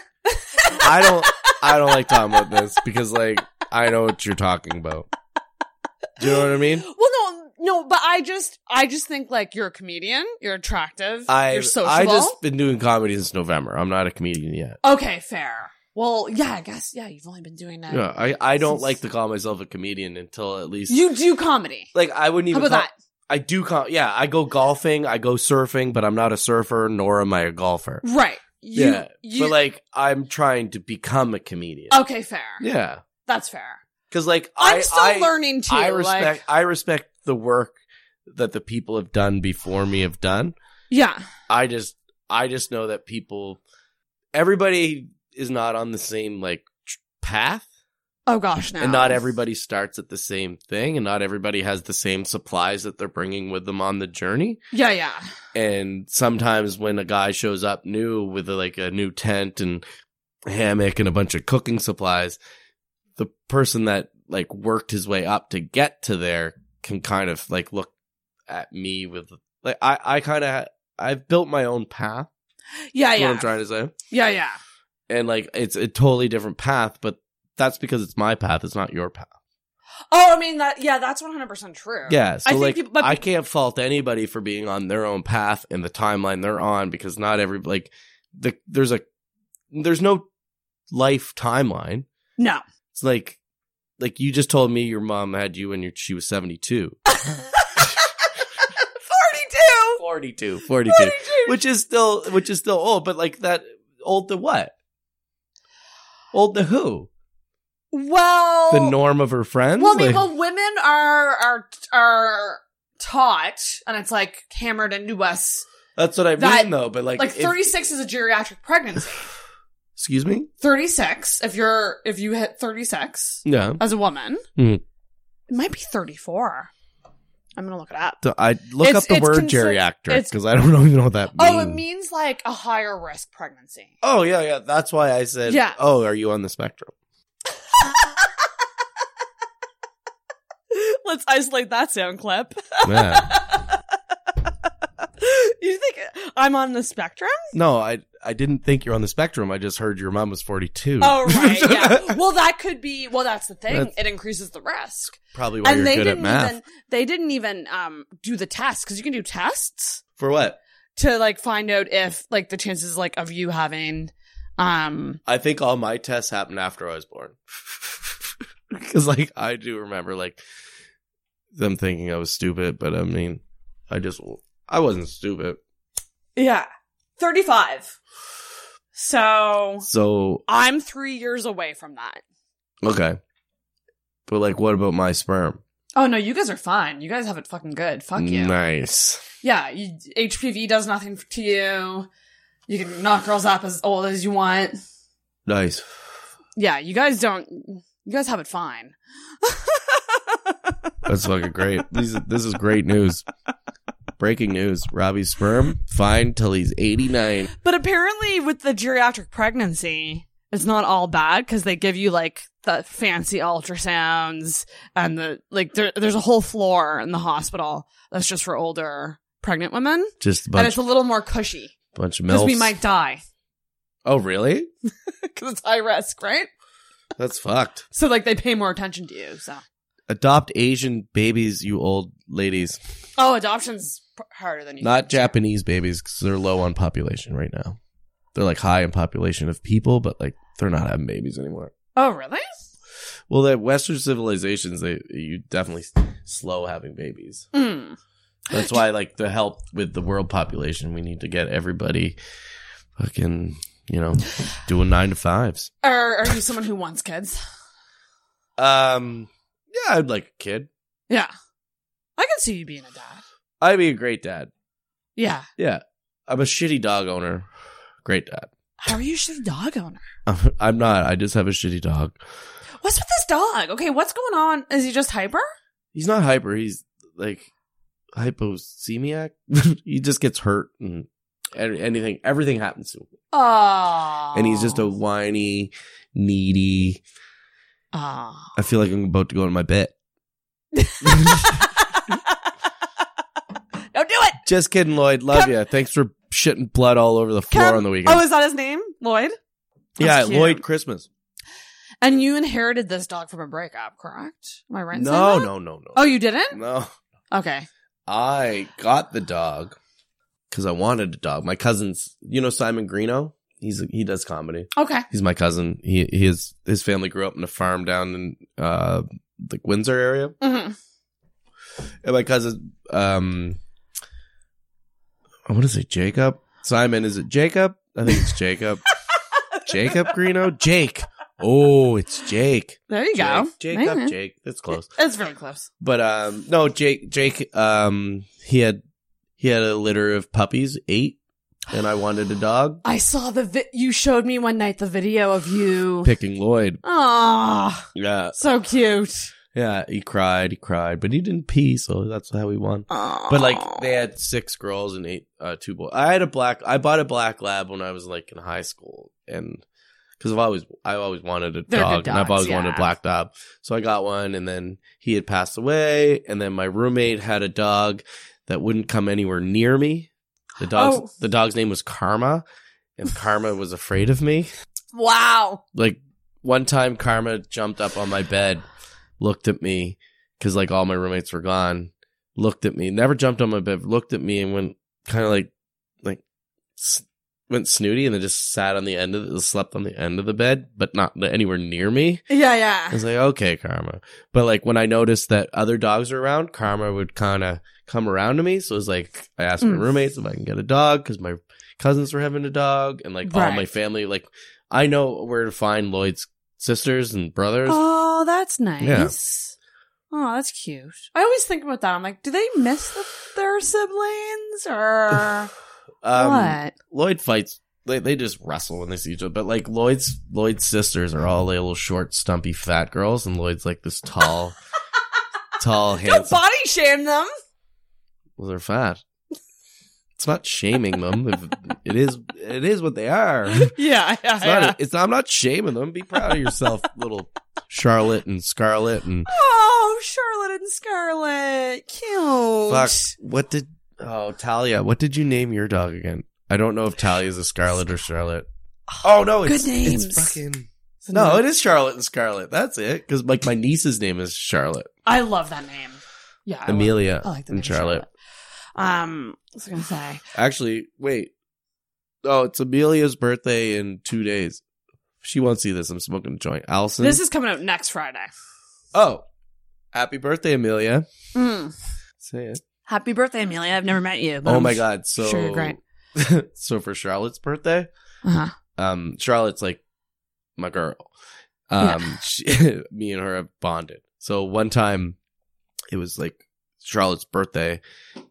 S9: I don't. I don't like talking about this because, like, I know what you're talking about. Do you know what I mean?
S12: Well, no, no, but I just, I just think like you're a comedian, you're attractive,
S9: I
S12: you're sociable.
S9: I just been doing comedy since November. I'm not a comedian yet.
S12: okay, fair. Well, yeah, I guess yeah. You've only been doing that.
S9: Yeah, I, I don't like to call myself a comedian until at least
S12: You do comedy.
S9: like I wouldn't
S12: How
S9: even
S12: about
S9: call-
S12: that?
S9: I do com- yeah, I go golfing, I go surfing, but I'm not a surfer nor am I a golfer.
S12: Right. You,
S9: yeah.
S12: You,
S9: But like I'm trying to become a comedian.
S12: okay, fair.
S9: Yeah.
S12: That's fair.
S9: Cuz like
S12: I'm
S9: I-
S12: still
S9: I-
S12: learning too.
S9: I respect
S12: like,
S9: I respect the work that the people have done before me have done.
S12: yeah,
S9: I just I just know that people everybody is not on the same like tr- path
S12: Oh gosh, no.
S9: And not everybody starts at the same thing, and not everybody has the same supplies that they're bringing with them on the journey.
S12: Yeah, yeah.
S9: And sometimes when a guy shows up new with like a new tent and hammock and a bunch of cooking supplies, the person that like worked his way up to get to there can kind of like look at me with like I I kind of I've built my own path.
S12: Yeah,
S9: Is What
S12: yeah.
S9: I'm trying to say
S12: Yeah, yeah.
S9: and like it's a totally different path, but that's because it's my path, it's not your path.
S12: Oh, I mean that. Yeah, that's one hundred percent true.
S9: Yeah, so
S12: I think
S9: like
S12: people, but
S9: I can't fault anybody for being on their own path and the timeline they're on because not every like the there's a there's no life timeline.
S12: no.
S9: It's like like you just told me your mom had you when you she was 72.
S12: 42.
S9: 42, 42, which is still which is still old, but like that old to what? Old to who?
S12: Well,
S9: the norm of her friends?
S12: Well, I mean,
S9: Like-
S12: well, women are are are taught, and it's like hammered into us.
S9: That's what I mean,
S12: that-
S9: though. But like,
S12: like
S9: if-
S12: thirty six is a geriatric pregnancy.
S9: excuse me.
S12: Thirty six, if you're if you hit thirty six
S9: Yeah.
S12: as a woman,
S9: Mhm.
S12: it might be thirty four. I'm gonna look it up.
S9: So I look
S12: It's-
S9: up the
S12: it's
S9: word
S12: consi-
S9: geriatric
S12: it's-
S9: because I don't even know what that means.
S12: Oh, it means like a higher risk pregnancy.
S9: Oh, yeah, yeah. That's why I said.
S12: Yeah.
S9: Oh, are you on the spectrum?
S12: Let's isolate that sound clip.
S9: Yeah.
S12: you think I'm on the spectrum?
S9: no, I I didn't think you're on the spectrum. I just heard your mom was 42.
S12: Oh right, yeah. Well, that could be. Well, that's the thing.
S9: That's-
S12: it increases the risk.
S9: Probably why you're good at
S12: didn't
S9: math.
S12: even they didn't even um do the test because you can do tests
S9: For what?
S12: to like find out if like the chances like of you having um
S9: I think all my tests happened after I was born. Because like I do remember like them thinking I was stupid, but I mean, I just I wasn't stupid.
S12: yeah thirty five. So
S9: So
S12: I'm three years away from that.
S9: okay, but like, what about my sperm?
S12: Oh no, you guys are fine. You guys have it fucking good. Fuck you.
S9: Nice.
S12: Yeah, you, HPV does nothing to you. You can knock girls up as old as you want.
S9: Nice.
S12: Yeah, you guys don't. You guys have it fine.
S9: That's fucking great. These, this is great news. Breaking news. Robbie's sperm, fine till he's 89.
S12: But apparently, with the geriatric pregnancy, it's not all bad because they give you like the fancy ultrasounds and the like. There, there's a whole floor in the hospital that's just for older pregnant women,
S9: Just a
S12: and
S9: bunch,
S12: it's a little more cushy
S9: bunch of
S12: because
S9: milfs.
S12: we might die
S9: oh, really?
S12: because it's high risk, right?
S9: That's fucked.
S12: So like they pay more attention to you. So
S9: Adopt Asian babies, you old ladies.
S12: oh, adoption's p- harder than you.
S9: Not Japanese babies because they're low on population right now. They're like high in population of people, but like they're not having babies anymore.
S12: oh really?
S9: Well, that Western civilizations, they you definitely s- slow having babies.
S12: Mm.
S9: That's why, like, the help with the world population, we need to get everybody fucking, you know, doing nine to fives.
S12: Or are you someone who wants kids?
S9: Um, yeah, I'd like a kid.
S12: Yeah, I can see you being a dad.
S9: I'd be a great dad.
S12: Yeah,
S9: Yeah, I'm a shitty dog owner. Great dad.
S12: how are you, a shitty dog owner?
S9: I'm- I'm not. I just have a shitty dog.
S12: What's with this dog? Okay, what's going on? Is he just hyper?
S9: He's not hyper. He's like hypocemiac. he just gets hurt and and anything, everything happens to him.
S12: Oh.
S9: And he's just a whiny, needy.
S12: Oh.
S9: I feel like I'm about to go in my bed.
S12: Don't do it.
S9: Just kidding, Lloyd. Love you. Thanks for shitting blood all over the floor
S12: Come-
S9: on the weekend.
S12: Oh, is that his name? Lloyd?
S9: yeah,
S12: cute.
S9: Lloyd Christmas.
S12: And you inherited this dog from a breakup, correct? Am I right? in saying
S9: No,
S12: that?
S9: no, no, no.
S12: Oh, you didn't?
S9: No.
S12: Okay.
S9: I got the dog because I wanted a dog. My cousin's, you know, Simon Greeno. He's he does comedy.
S12: Okay.
S9: He's my cousin. He his his family grew up in a farm down in uh like Windsor area.
S12: hmm
S9: And my cousin, um, oh, I want to say Jacob. Simon, is it Jacob? I think it's Jacob. Jacob Greeno? Jake. Oh, it's Jake.
S12: There you go.
S9: Jake,
S12: There you
S9: Jacob,
S12: go.
S9: Jake. That's close.
S12: It's really close.
S9: But um, no, Jake. Jake. Um, he had he had a litter of puppies, eight and I wanted a dog.
S12: I saw the vi- you showed me one night the video of you.
S9: Picking Lloyd.
S12: Ah,
S9: Yeah.
S12: so cute.
S9: Yeah, he cried, he cried, but he didn't pee, so that's how we won. But like they had six girls and eight uh two boys. I had a black I bought a black lab when I was like in high school and cuz I've always I always wanted a
S13: They're good
S9: dog and I've
S13: dogs,
S9: always wanted
S13: yeah.
S9: a black dog. So I got one and then he had passed away and then my roommate had a dog that wouldn't come anywhere near me. The dog's
S12: Oh.
S9: the dog's name was Karma and Karma was afraid of me
S12: Wow.
S9: like one time karma jumped up on my bed looked at me because like all my roommates were gone looked at me never jumped on my bed looked at me and went kind of like like s- went snooty and then just sat on the end of the slept on the end of the bed but not anywhere near me
S12: Yeah, yeah.
S9: I was like, okay, Karma. But like when I noticed that other dogs were around, Karma would kind of come around to me. So it was like, I asked my
S12: Hmm.
S13: Mm.
S9: roommates if I can get a dog because my cousins were having a dog and like all my
S13: Right.
S9: family, like I know where to find Lloyd's sisters and brothers.
S12: Oh, that's
S9: Yeah.
S12: nice. Oh, that's cute. I always think about that. I'm like, do they miss the, their siblings or
S9: Um,
S12: what?
S9: Lloyd fights. They, they just wrestle when they see each other. But like Lloyd's Lloyd's sisters are all little short, stumpy, fat girls, and Lloyd's like this tall, tall,
S12: Don't
S9: handsome.
S12: body shame them.
S9: Well, they're fat. It's not shaming them. If it is, it is what they are. It's
S12: Yeah, yeah,
S9: not-
S12: yeah.
S9: it's- I'm not shaming them. Be proud of yourself, little Charlotte and Scarlet and
S12: Oh, Charlotte and Scarlet, cute.
S9: fuck. What did oh Talia? What did you name your dog again? I don't know if Talia's a Scarlet or Charlotte. Oh no, it's,
S12: Good names.
S9: It's fucking, no, it is Charlotte and Scarlet. That's it. Because like my niece's name is Charlotte,
S12: I love that name. Yeah, I love-
S9: Amelia,
S12: I like the name
S9: and Charlotte.
S12: Um, what was I gonna say?
S9: Actually, wait. Oh, it's Amelia's birthday in two days. She won't see this. I'm smoking a joint. Allison.
S12: This is coming out next Friday.
S9: Oh. Happy birthday, Amelia.
S12: Mm.
S9: Say it.
S12: Happy birthday, Amelia. I've never met you. but
S9: Oh
S12: I'm
S9: my god. So
S12: sure you're great.
S9: so for Charlotte's birthday,
S12: Uh-huh.
S9: um, Charlotte's like my girl.
S13: Yeah.
S9: Um, she, me and her have bonded. So one time, it was like Charlotte's birthday,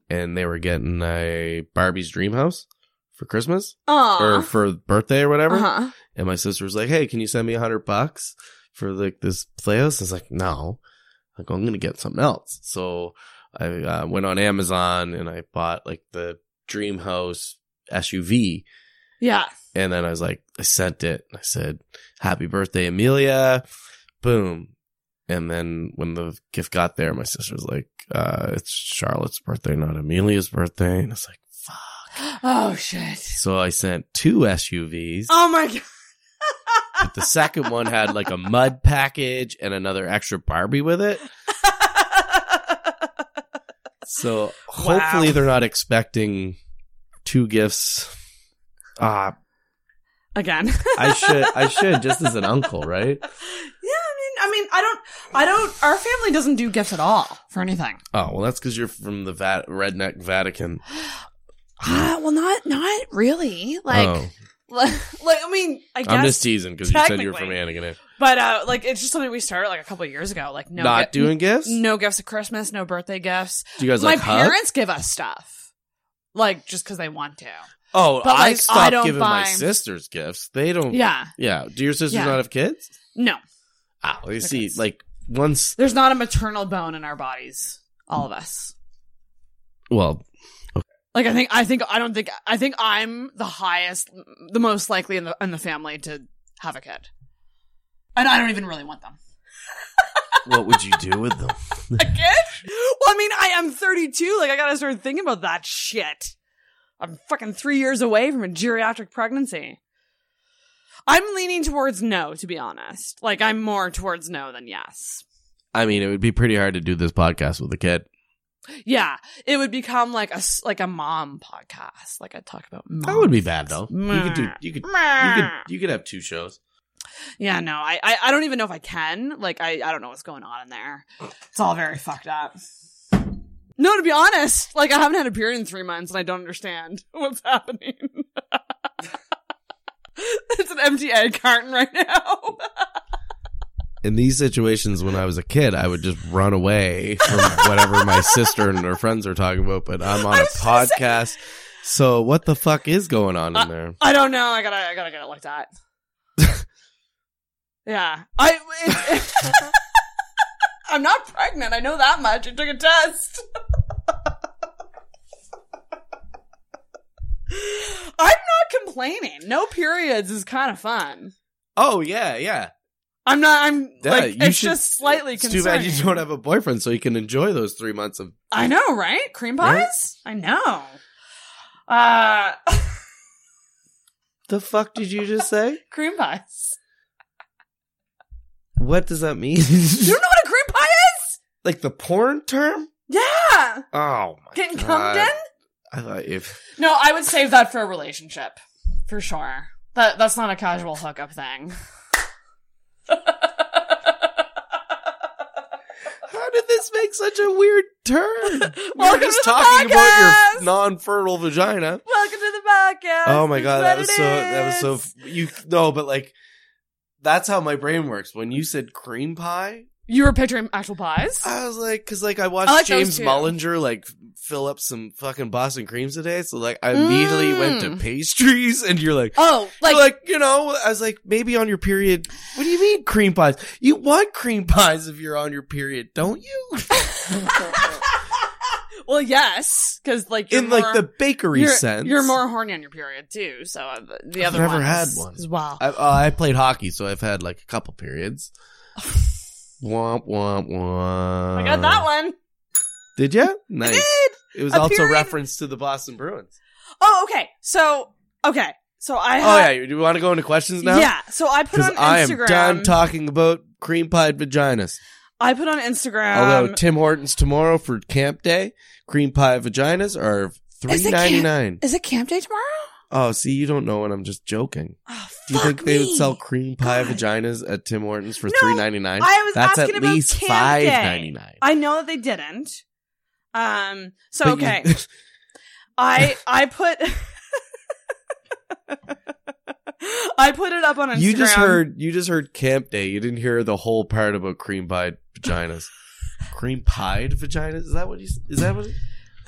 S9: and they were getting a Barbie's dream house for Christmas
S13: Aw.
S9: or for birthday or whatever.
S13: Uh-huh.
S9: And my sister was like, "Hey, can you send me a hundred bucks for like this playhouse?" I was like, "No." like I'm gonna get something else. So I uh, went on Amazon and I bought like the Dream House SUV,
S12: Yeah.
S9: and then I was like, I sent it. I said, "Happy birthday, Amelia!" Boom. And then when the gift got there, my sister was like, uh, "It's Charlotte's birthday, not Amelia's birthday." And I was like,
S12: Oh shit.
S9: "So I sent two SUVs."
S12: Oh my god.
S9: But the second one had like a mud package and another extra Barbie with it. So hopefully they're not expecting two gifts. Ah,
S12: Again.
S9: I should I should just as an uncle, right?
S12: Yeah, I mean, I mean, I don't, I don't. Our family doesn't do gifts at all for anything.
S9: Oh well, that's because you're from the Va- redneck Vatican.
S12: Uh, well, not, not really. Like,
S9: Oh.
S12: like, like, I mean, I guess
S9: I'm just teasing because you said you're from
S12: technically.
S9: Anakin.
S12: But uh, like, it's just something we started like a couple of years ago. Like, no,
S9: Not doing
S12: n-
S9: gifts?
S12: No gifts at Christmas. No birthday gifts.
S9: Do you guys,
S12: My
S9: like, hug?
S12: parents give us stuff, like just because they want to.
S9: Oh,
S12: But,
S9: I
S12: like, I
S9: stopped
S12: don't
S9: giving my
S12: buy-
S9: sisters gifts. They don't.
S12: Yeah.
S9: yeah. Do your sisters
S12: Yeah.
S9: not have kids?
S12: No,
S9: Ah, well, you see, like once.
S12: there's not a maternal bone in our bodies. All of us.
S9: Well,
S12: Like I think I think I don't think I think I'm the highest, the most likely in the in the family to have a kid, and I don't even really want them.
S9: what would you do with them?
S12: Well, I mean, I am 32. Like I gotta start thinking about that shit. I'm fucking three years away from a geriatric pregnancy. I'm leaning towards no, to be honest. Like I'm more towards no than yes.
S9: I mean, it would be pretty hard to do this podcast with a kid.
S12: Yeah, it would become like a s- like a mom podcast. Like I talk about
S9: That would be bad though. You could do.
S12: Meh.
S9: You could. You
S12: Meh.
S9: could. You could have two shows.
S12: Yeah, no, I, I, I don't even know if I can. Like, I, I don't know what's going on in there. It's all very fucked up. No, to be honest, like, I haven't had a period in three months and I don't understand what's happening. it's an empty egg carton right now.
S9: in these situations when I was a kid, I would just run away from whatever my sister and her friends are talking about. But I'm on a podcast So what the fuck is going on in there?
S12: I don't know. I gotta, I gotta get it looked at. yeah, I. It, I'm not pregnant. I know that much. I took a test. I'm not complaining. No periods is kind of fun.
S9: Oh yeah, yeah.
S12: I'm not. I'm
S9: Yeah,
S12: like
S9: you
S12: it's
S9: should-
S12: just slightly
S9: It's too bad
S12: concerning.
S9: you don't have a boyfriend so you can enjoy those three months of.
S12: I know, right? Cream pies. I know. Uh,
S9: The fuck did you just say?
S12: cream pies.
S9: What does that mean?
S12: You don't know what a cream pie is?
S9: like the porn term?
S12: Yeah,
S9: Oh my
S12: getting
S9: God.
S12: cummed in.
S9: I thought if
S12: No, I would save that for a relationship, for sure. That that's not a casual hookup thing.
S9: how did this make such a weird turn? We were
S12: Welcome
S9: just
S12: to the
S9: talking about
S12: podcast!
S9: your non-fertile vagina.
S12: Welcome to the podcast.
S9: Oh my god, that was
S12: That's
S9: so
S12: what it
S9: that was so f- you no, but like that's how my brain works. When you said cream pie,
S12: You were picturing actual pies.
S9: I was like, because like I watched
S12: I like those
S9: James
S12: too.
S9: Mullinger like fill up some fucking Boston creams today, so like I immediately went to pastries, and you're like,
S12: Mm. Oh,
S9: like, like you know, I was like, maybe on your period. What do you mean cream pies? You want cream pies if you're on your period, don't you?
S12: Well, yes, because like you're
S9: In like
S12: more-
S9: the bakery
S12: you're,
S9: sense,
S12: You're more horny on your period too. So uh, the- the
S9: I've
S12: other
S9: never
S12: one
S9: had
S12: is-
S9: one
S12: is wow.
S9: I, uh, I played hockey, so I've had like a couple periods. womp womp womp.
S12: I got Oh that one.
S9: Did you? Nice.
S12: did.
S9: Uh, It was
S12: A
S9: also
S12: period-
S9: reference to the Boston Bruins.
S12: Oh, okay. So okay. So I
S9: Oh
S12: have,
S9: yeah, do we want to go into questions now?
S12: yeah. So I put
S9: Because
S12: on
S9: I am
S12: Instagram.
S9: done talking about cream pie vaginas.
S12: I put on Instagram.
S9: Although Tim Hortons tomorrow for camp day, cream pie vaginas are
S12: Is
S9: three
S12: it camp-
S9: ninety nine.
S12: Is it camp day tomorrow?
S9: Oh, see, you don't know, and I'm just joking.
S12: Ah,
S9: Do you think they would sell cream pie vaginas at Tim Hortons for three ninety nine?
S12: I was
S9: That's
S12: asking
S9: at
S12: about
S9: least
S12: camp
S9: five
S12: day.
S9: ninety nine.
S12: I know that they didn't. Um. So
S9: But you-
S12: okay, I I put I put it up on Instagram.
S9: You just heard you just heard camp day. You didn't hear the whole part about cream pie vaginas. cream pied vaginas? Is that what you s- is that what it-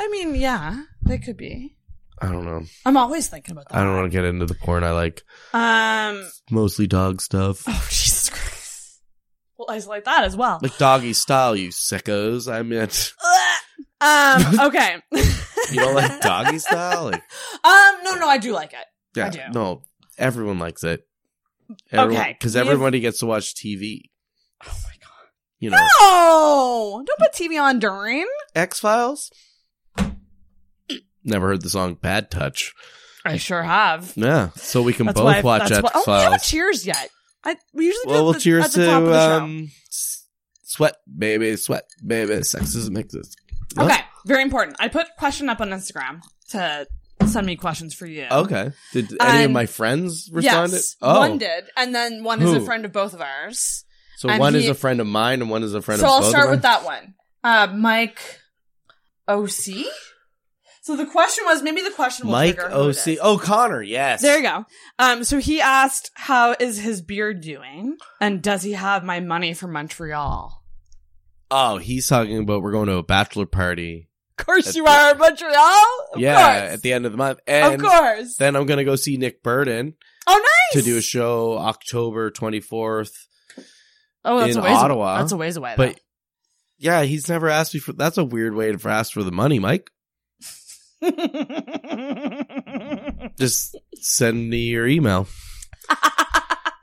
S12: I mean, yeah, they could be.
S9: I don't know.
S12: I'm always thinking about
S9: I don't want to get into the porn I like.
S12: that. Um.
S9: Mostly dog stuff.
S12: Oh Jesus Christ! We'll isolate that as well.
S9: Like doggy style, you sickos. I meant
S12: Um. Okay.
S9: you don't like doggy style? Like
S12: Um. No. No. I do like it.
S9: yeah,
S12: I do.
S9: no. Everyone likes it.
S12: Okay,
S9: Because
S12: we have-
S9: everybody gets to watch TV. Oh my god. You know
S12: No! Oh, Don't put TV on during.
S9: X Files? Never heard the song Bad Touch.
S12: I sure have.
S9: Yeah. So we can
S12: That's
S9: both
S12: why-
S9: watch X
S12: that's why- Oh, we haven't
S9: Files.
S12: cheers yet. I, we usually do
S9: Well,
S12: it
S9: we'll
S12: at the,
S9: cheers
S12: at the top of
S9: to
S12: the show.
S9: um, s- sweat, baby, sweat, baby. Sex doesn't make this.
S12: Okay, very important. I put question up on Instagram to send me questions for you.
S9: Okay. Did any of
S12: And-
S9: my friends respond?
S12: Um, Yes,
S9: to- oh,
S12: one did, and then one is a
S9: Who?
S12: friend of both of ours.
S9: so
S12: and
S9: one
S12: he-
S9: is a friend of mine and one is a friend
S12: so
S9: of
S12: I'll
S9: both of
S12: start
S9: mine?
S12: with that one. Uh, Mike OC. So the question was maybe the question will
S9: Mike
S12: figure out who it
S9: OC.
S12: is.
S9: Oh, Connor. Yes.
S12: There you go. Um, so he asked, "How is his beard doing? And does he have my money for Montreal?"
S9: Oh, he's talking about we're going to a bachelor party.
S12: Of course,
S9: At
S12: you
S9: the-
S12: are Montreal. Of
S9: yeah,
S12: course.
S9: at the end of the month. And
S12: of course.
S9: Then I'm going to go see Nick Burden
S12: oh,
S9: to
S12: nice.
S9: do a show October 24th.
S12: oh, that's
S9: in
S12: a ways
S9: Ottawa.
S12: Away. That's a ways away.
S9: But yeah, he's never asked me for. That's a weird way to ask for the money, Mike. Just send me your email.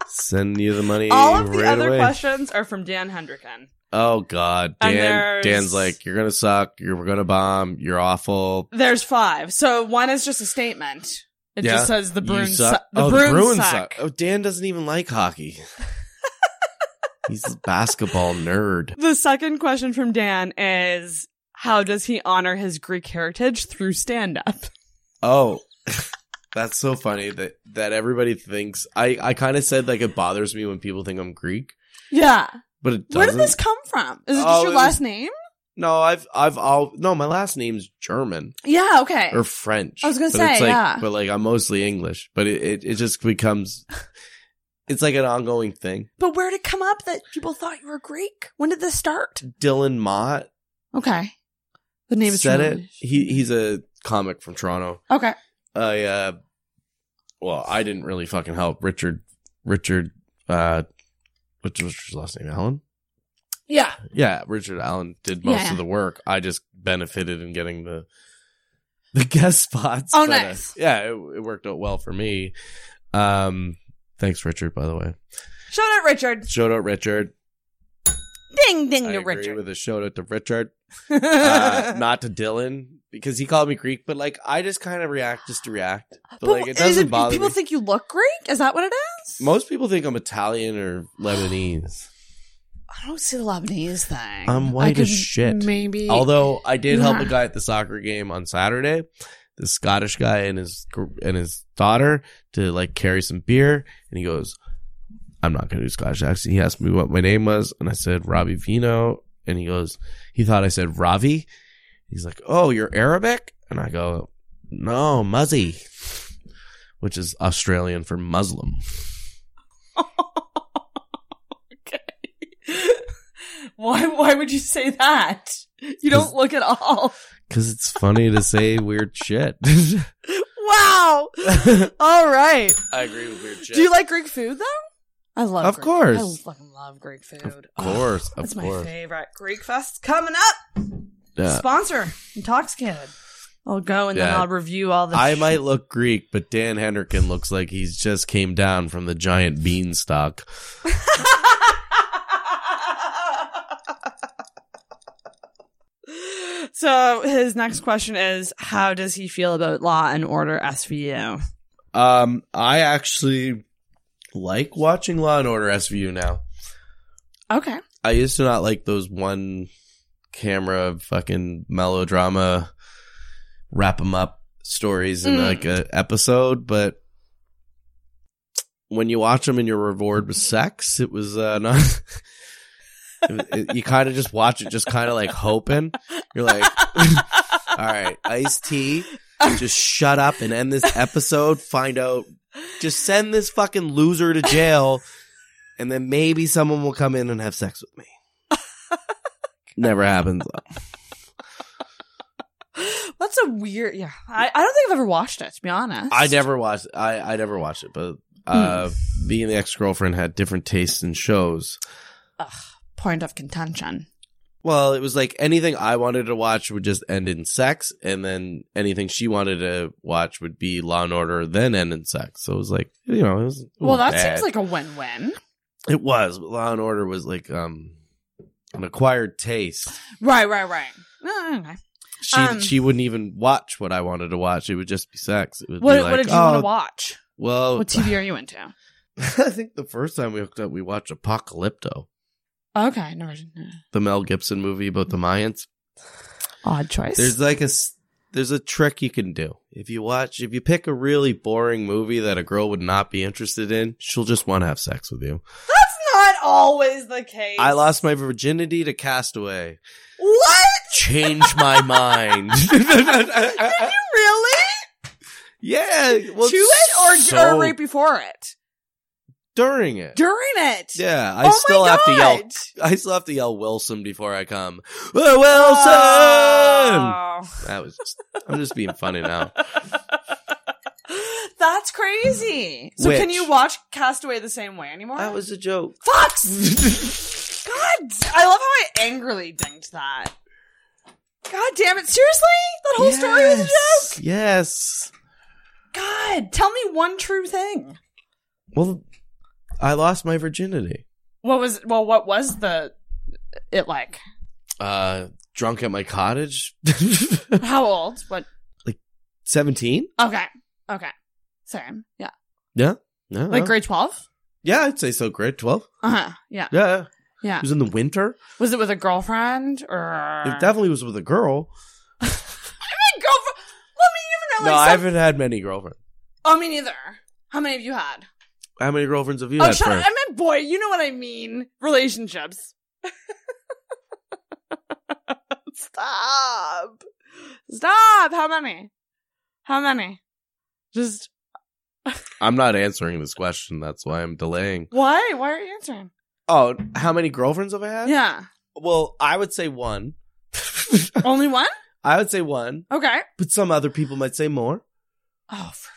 S9: send you the money
S12: though. all of the
S9: right
S12: other
S9: away.
S12: questions are from Dan Hendricken.
S9: Oh God,
S12: And
S9: Dan.
S12: there's-
S9: Dan's like, you're gonna suck. You're gonna bomb. You're awful.
S12: There's five. So one is just a statement. It
S9: Yeah.
S12: just says the
S9: You
S12: Bruins.
S9: suck.
S12: Su- the,
S9: Oh,
S12: Bruins suck.
S9: Oh, Dan doesn't even like hockey. He's a basketball nerd.
S12: The second question from Dan is. How does he honor his Greek heritage through stand up?
S9: Oh, that's so funny that that everybody thinks. I I kind of said like it bothers me when people think I'm Greek,
S12: Yeah.
S9: but it doesn't.
S12: Where did this come from? Is it just
S9: Oh,
S12: your
S9: it
S12: last
S9: was-
S12: name?
S9: No, I've I've all no. My last name's German
S12: Yeah, okay.
S9: or French.
S12: I was gonna
S9: But
S12: say,
S9: it's like,
S12: yeah.
S9: but like I'm mostly English. But it, it it just becomes, it's like an ongoing thing.
S12: but where did it come up that people thought you were Greek? When did this start?
S9: Dylan Mott
S12: Okay. The name is
S9: said
S12: really-
S9: it. He he's a comic from Toronto.
S11: Okay.
S9: I uh well, I didn't really fucking help Richard Richard uh what's Richard's last name? Allen?
S11: Yeah.
S9: Yeah, Richard Allen did most
S11: Yeah.
S9: of the work. I just benefited in getting the the guest spots.
S11: Oh,
S9: But, uh,
S11: nice.
S9: yeah, it, it worked out well for me. Um thanks Richard by the way.
S12: Shout out Richard.
S9: Shout out Richard.
S12: Ding ding
S9: I
S12: to
S9: agree
S12: Richard.
S9: with a shout out to Richard, uh, not to Dylan because he called me Greek. But like, I just kind of react just to react. But, like, it
S12: is
S9: doesn't bother
S12: People
S9: me.
S12: think you look Greek. Is that what it is?
S9: Most people think I'm Italian or Lebanese.
S12: I don't see the Lebanese thing.
S9: I'm white
S12: I
S9: as
S12: could
S9: shit.
S12: Maybe.
S9: Although I did help
S12: Yeah.
S9: a guy at the soccer game on Saturday, the Scottish guy and his gr- and his daughter to like carry some beer, and he goes, "I'm not going to do Scottish accent." He asked me what my name was, and I said Robbie Vino, and he goes, he thought I said Ravi. He's like, "Oh, you're Arabic," and I go, "No, Muzzy," which is Australian for Muslim.
S12: Why? Why would you say that? You don't look at all.
S9: Because it's funny to say weird shit.
S12: Wow. all right.
S9: I agree with weird shit.
S12: Do you like Greek food though? I love.
S9: Of
S12: Greek-
S9: course.
S12: I fucking love Greek food.
S9: Of course, of
S12: That's my
S9: course.
S12: favorite. Greek Fest coming up.
S9: Yeah.
S12: Sponsor Intoxicated. I'll go and then
S9: Yeah.
S12: I'll review all the.
S9: I
S12: sh-
S9: might look Greek, but Dan Henderson looks like he's just came down from the giant beanstalk.
S12: So his next question is, how does he feel about Law and Order SVU?
S9: Um, I actually like watching Law and Order SVU now.
S12: Okay.
S9: I used to not like those one camera fucking melodrama wrap 'em up stories in
S13: Mm.
S9: like an episode, but when you watch them and you're rewarded with sex, it was uh, not. it- it- you kind of just watch it, just kind of like hoping. You're like, all right, Ice T, just shut up and end this episode. Find out, just send this fucking loser to jail, and then maybe someone will come in and have sex with me. Never happens.
S12: That's a weird. Yeah, I, I don't think I've ever watched it. To be honest,
S9: I never watched. I I never watched it, but uh,
S12: Hmm.
S9: me and the ex girlfriend had different tastes in shows.
S12: point of contention.
S9: Well, it was like anything I wanted to watch would just end in sex, and then anything she wanted to watch would be Law and Order, then end in sex. So it was like you know, it was it
S12: Well, that
S9: wasn't
S12: seems
S9: bad.
S12: like a win-win,
S9: it was. But Law and Order was like um an acquired taste.
S12: right? Right? Right? No, Oh, okay.
S9: She
S12: Um,
S9: she wouldn't even watch what I wanted to watch. It would just be sex. It would
S12: What,
S9: be like,
S12: what did you want
S9: oh,
S12: to watch?
S9: Well,
S12: What TV are you into?
S9: I think the first time we hooked up, we watched Apocalypto,
S12: Okay, never.
S9: the Mel Gibson movie about the Mayans.
S12: Odd choice.
S9: There's like a s- there's a trick you can do. If you watch if you pick a really boring movie that a girl would not be interested in, she'll just want to have sex with you.
S12: That's not always the case.
S9: I lost my virginity to Castaway.
S12: What?
S9: Change my mind.
S12: Did you really?
S9: yeah, well,
S12: to it or,
S9: so-
S12: or right before it?
S9: during it.
S12: During it.
S9: yeah,
S12: Oh
S9: I
S12: my
S9: still have to yell.
S12: God.
S9: I still have to yell Wilson before I come. "Oh,
S12: Ah. Oh,
S9: Wilson. That was just. I'm just being funny now.
S12: That's crazy. So can
S9: Which-
S12: you watch Castaway the same way anymore? That
S9: was a joke.
S12: Fox. God, I love how I angrily dinged that. God damn it! Seriously, that whole story was a joke.
S9: Yes.
S12: God, tell me one true thing.
S9: Well, I lost my virginity.
S12: What was well? What was the it like?
S9: Uh, drunk at my cottage.
S12: How old? What?
S9: Seventeen.
S12: Okay, okay, same. Yeah,
S9: Yeah. No.
S12: like
S9: no.
S12: grade twelve.
S9: Yeah, I'd say so. Grade twelve.
S12: Uh huh. Yeah.
S9: Yeah. yeah.
S12: Yeah.
S9: It was in the winter.
S12: Was it with a girlfriend or?
S9: It definitely was with a girl.
S12: I mean, girlfriend. Let me
S9: No,
S12: even realize.
S9: I
S12: some-
S9: haven't had many girlfriends.
S12: Oh, me neither. How many have you had?
S9: How many girlfriends have you
S12: oh,
S9: had?
S12: shut up.
S9: Fern?
S12: I meant boy. You know what I mean. Relationships. Stop. Stop. How many? How many? Just
S9: I'm not answering this question. That's why I'm delaying.
S12: why? Why are you answering?
S9: Oh, how many girlfriends have I had?
S12: Yeah.
S9: Well, I would say one.
S12: Only one?
S9: I would say one.
S12: Okay.
S9: But some other people might say more.
S12: Oh, for,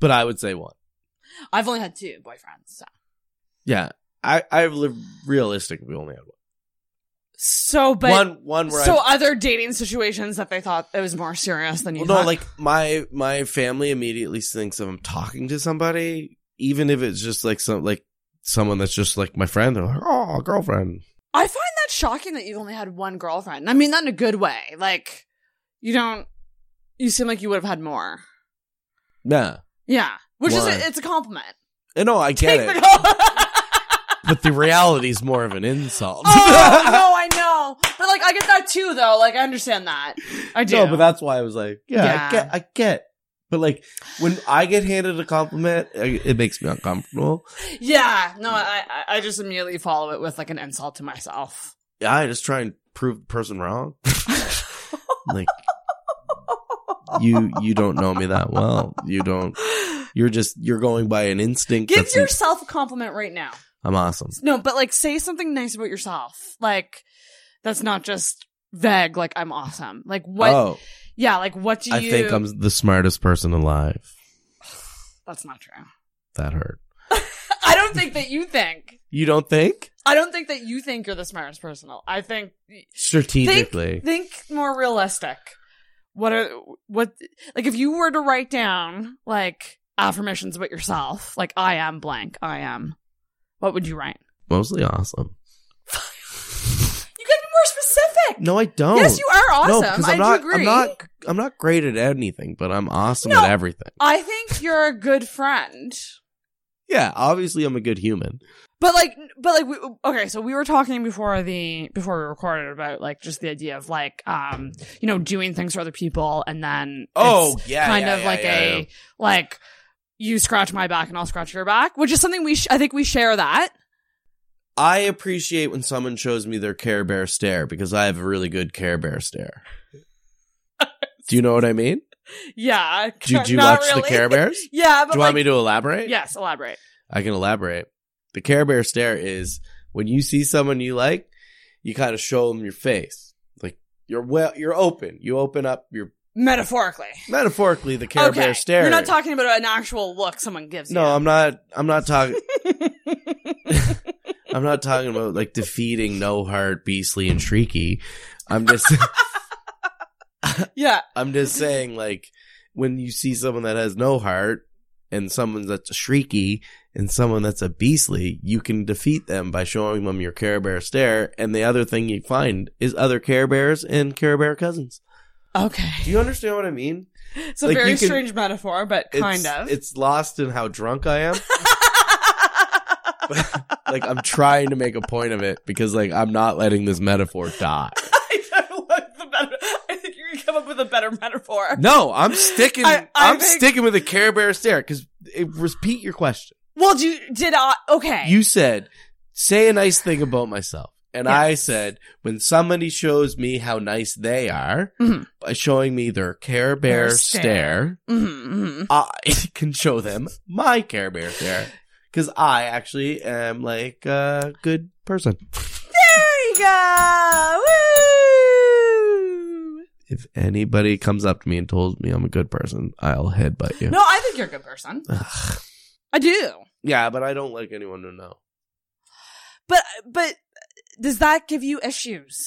S9: But I would say one.
S12: I've only had two boyfriends. So.
S9: Yeah. I I've lived realistic. We only had one.
S12: So, but
S9: One- one where
S12: so
S9: I've-
S12: other dating situations that they thought it was more serious than you
S9: Well,
S12: thought.
S9: no, like my my family immediately thinks if I'm talking to somebody, even if it's just like some like someone that's just like my friend. They're like, oh, girlfriend.
S12: I find that shocking that you've only had one girlfriend. I mean, not in a good way. Like, you don't. You seem like you would have had more.
S9: Yeah.
S12: Yeah, which is
S9: Why?
S12: a, it's a compliment.
S9: And no, I get it. but the reality is more of an insult.
S12: Oh no, I know, but like I get that too, though. Like I understand that. I do.
S9: No, but that's why I was like, yeah,
S12: Yeah.
S9: I get, I get. But like when I get handed a compliment, I- it makes me uncomfortable.
S12: yeah, no, I I- I just immediately follow it with like an insult to myself.
S9: Yeah, I just try and prove the person wrong. like you, you don't know me that well. You don't. You're just you're going by an instinct.
S12: Give
S9: that's-
S12: yourself a compliment right now.
S9: I'm awesome.
S12: No, but like say something nice about yourself. Like that's not just vague. Like I'm awesome. Like what?
S9: Oh.
S12: Yeah, like what do
S9: I
S12: you?
S9: think I'm the smartest person alive.
S12: That's not true.
S9: That hurt.
S12: I don't think that you think.
S9: You don't think
S12: I don't think that you think you're the smartest person. I think
S9: strategically?
S12: think, think more realistic. What are what like if you were to write down like affirmations about yourself, like I am blank, I am. What would you write?
S9: Mostly awesome.
S12: You gotta be more specific.
S9: No, I don't.
S12: Yes, you are
S9: No,
S12: awesome.
S9: 'cause
S12: I
S9: I'm
S12: do
S9: not,
S12: agree.
S9: I'm not. I'm not great at anything, but I'm awesome
S12: No.
S9: at everything.
S12: I think you're a good friend.
S9: Yeah, obviously I'm a good human.
S12: But like, but like, we, okay. So we were talking before the before we recorded about like just the idea of like, um, you know, doing things for other people, and then
S9: Oh,
S12: it's
S9: yeah,
S12: kind
S9: yeah,
S12: of
S9: yeah,
S12: like
S9: yeah,
S12: a
S9: yeah.
S12: like you scratch my back and I'll scratch your back, which is something we sh- I think we share that.
S9: I appreciate when someone shows me their Care Bear stare because I have a really good Care Bear stare. Do you know what I mean?
S12: Yeah.
S9: Did you
S12: not
S9: watch the Care Bears?
S12: yeah. But
S9: Do you want me to elaborate?
S12: Yes, elaborate.
S9: I can elaborate. The Care Bear stare is when you see someone you like, you kind of show them your face. Like you're well, you're open. You open up your
S12: Metaphorically.
S9: metaphorically the Care
S12: okay.
S9: Bear stare.
S12: You're not talking about an actual look someone gives
S9: No,
S12: you.
S9: I'm not. I'm not talking. I'm not talking about like defeating No Heart, Beastly, and Shrieky. I'm just.
S12: yeah.
S9: I'm just saying, like, when you see someone that has no heart and someone that's a shrieky and someone that's a beastly, you can defeat them by showing them your Care Bear stare. And the other thing you find is other Care Bears and Care Bear cousins.
S12: Okay.
S9: Do you understand what I mean?
S12: It's a
S9: Like,
S12: very
S9: you can-
S12: strange metaphor, but
S9: It's-
S12: kind of.
S9: It's lost in how drunk I am. like, I'm trying to make a point of it because, like, I'm not letting this metaphor die.
S12: I think you can come up with a better metaphor.
S9: No, I'm sticking.
S12: I- I
S9: I'm
S12: think-
S9: sticking with the Care Bear stare because repeat your question.
S12: Well, do you, did I? Okay.
S9: You said, say a nice thing about myself. And I
S12: Yes.
S9: said, when somebody shows me how nice they are
S12: Mhm.
S9: by showing me their Care Bear
S12: Bear
S9: stare,
S12: stare. Mhm, mhm.
S9: I can show them my Care Bear stare because I actually am like a good person.
S12: There you go. Woo!
S9: If anybody comes up to me and tells me I'm a good person, I'll headbutt you.
S12: No, I think you're a good person. I do.
S9: Yeah, but I don't like anyone to know.
S12: But but does that give you issues?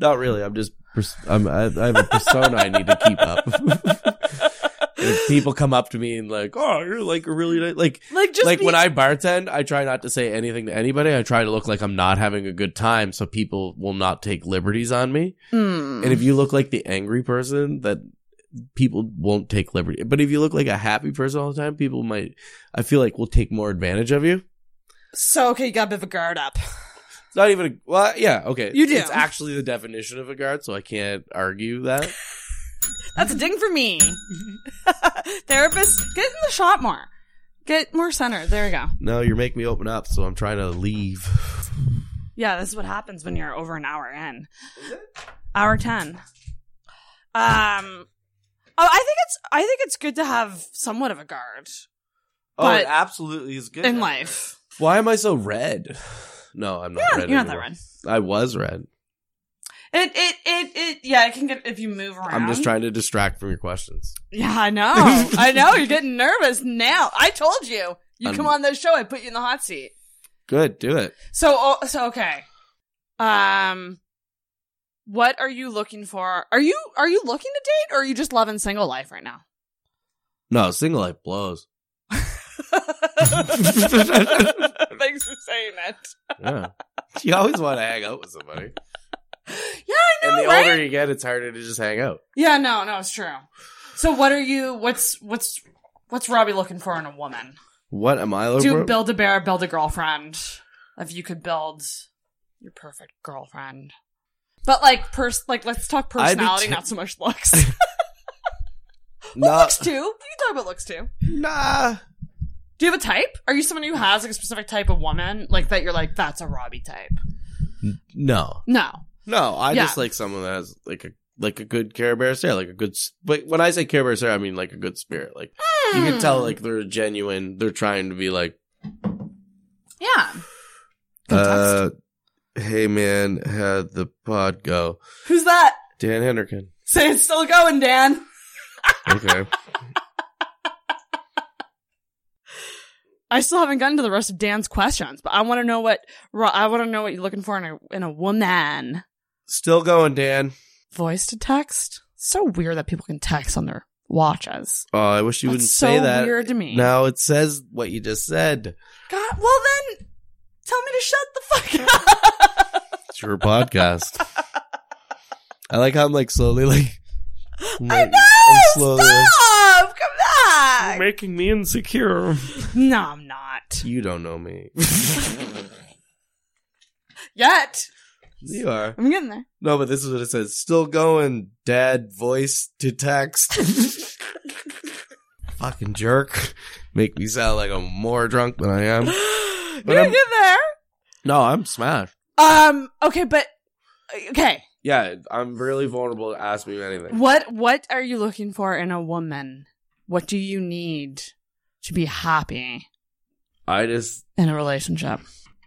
S9: Not really. I'm just. pers- I'm, I, I have a persona I need to keep up. if people come up to me and like, oh, you're like a really nice, like,
S12: Like, just
S9: like
S12: be-
S9: when I bartend, I try not to say anything to anybody. I try to look like I'm not having a good time, so people will not take liberties on me.
S12: Hmm.
S9: And if you look like the angry person, that people won't take liberty. But if you look like a happy person all the time, people might. I feel like will take more advantage of you.
S12: So okay, you got a bit of a guard up.
S9: It's not even a well, yeah, okay.
S12: You do.
S9: It's actually the definition of a guard, so I can't argue that.
S12: That's a ding for me. Therapist, get in the shop more. Get more center. There you go.
S9: No, you're making me open up, so I'm trying to leave.
S12: Yeah, this is what happens when you're over an hour in. Hour ten. Um, oh, I think it's I think it's good to have somewhat of a guard. But
S9: Oh, absolutely is good.
S12: in life.
S9: Why am I so red? No, I'm not
S12: Yeah,
S9: red.
S12: you're not that
S9: anymore. I was red.
S12: It it it it yeah, it can get if you move around.
S9: I'm just trying to distract from your questions.
S12: Yeah, I know. I know. You're getting nervous now. I told you. You
S9: I'm-
S12: come on this show, I put you in the hot seat.
S9: Good, do it.
S12: So oh, so okay. Um what are you looking for? Are you are you looking to date or are you just loving single life right now?
S9: No, single life blows.
S12: Thanks for saying that.
S9: Yeah. you always want to hang out with somebody.
S12: Yeah, I know,
S9: and the
S12: right?
S9: older you get, it's harder to just hang out.
S12: Yeah, no, no, it's true. So what are you what's what's what's Robbie looking for in a woman?
S9: What am I
S12: Do
S9: looking for?
S12: build a bear, build a girlfriend. If you could build your perfect girlfriend. But like pers like let's talk
S9: I'd be
S12: personality,
S9: t-
S12: not so much looks.
S9: Not, Uh,
S12: looks too. You can talk about looks too.
S9: Nah.
S12: Do you have a type? Are you someone who has like a specific type of woman? Like that you're like, that's a Robbie type.
S9: no.
S12: No.
S9: No, I
S12: Yeah.
S9: just like someone that has like a like a good Care Bear stare, like a good. s- But when I say Care Bear stare, I mean like a good spirit. Like you can tell, like they're genuine. They're trying to be like,
S12: Yeah.
S9: uh, hey man, how'd the pod go?
S12: Who's that?
S9: Dan Henderkin.
S12: Say it's still going, Dan.
S9: Okay,
S12: I still haven't gotten to the rest of Dan's questions, but I want to know what Ro- I want to know what you're looking for in a in a woman.
S9: still going, Dan.
S12: Voice to text. So weird that people can text on their watches.
S9: Oh, I wish you
S12: That's
S9: wouldn't
S12: so
S9: say that.
S12: weird to me.
S9: Now it says what you just said.
S12: God, well then, tell me to shut the fuck up.
S9: It's your podcast. I like how I'm like slowly like. I know. slowly, like,
S12: Stop! Come back.
S9: You're making me insecure.
S12: No, I'm not
S9: You don't know me.
S12: yet.
S9: you are.
S12: I'm getting there.
S9: No, but this is what it says. Still going, dad voice to text. Fucking jerk. Make me sound like I'm more drunk than I am. But
S12: You're
S9: I'm-
S12: getting there.
S9: no, I'm smashed.
S12: Um. Okay, but okay.
S9: Yeah, I'm really vulnerable to ask me anything.
S12: What What are you looking for in a woman? What do you need to be happy
S9: I just
S12: in a relationship?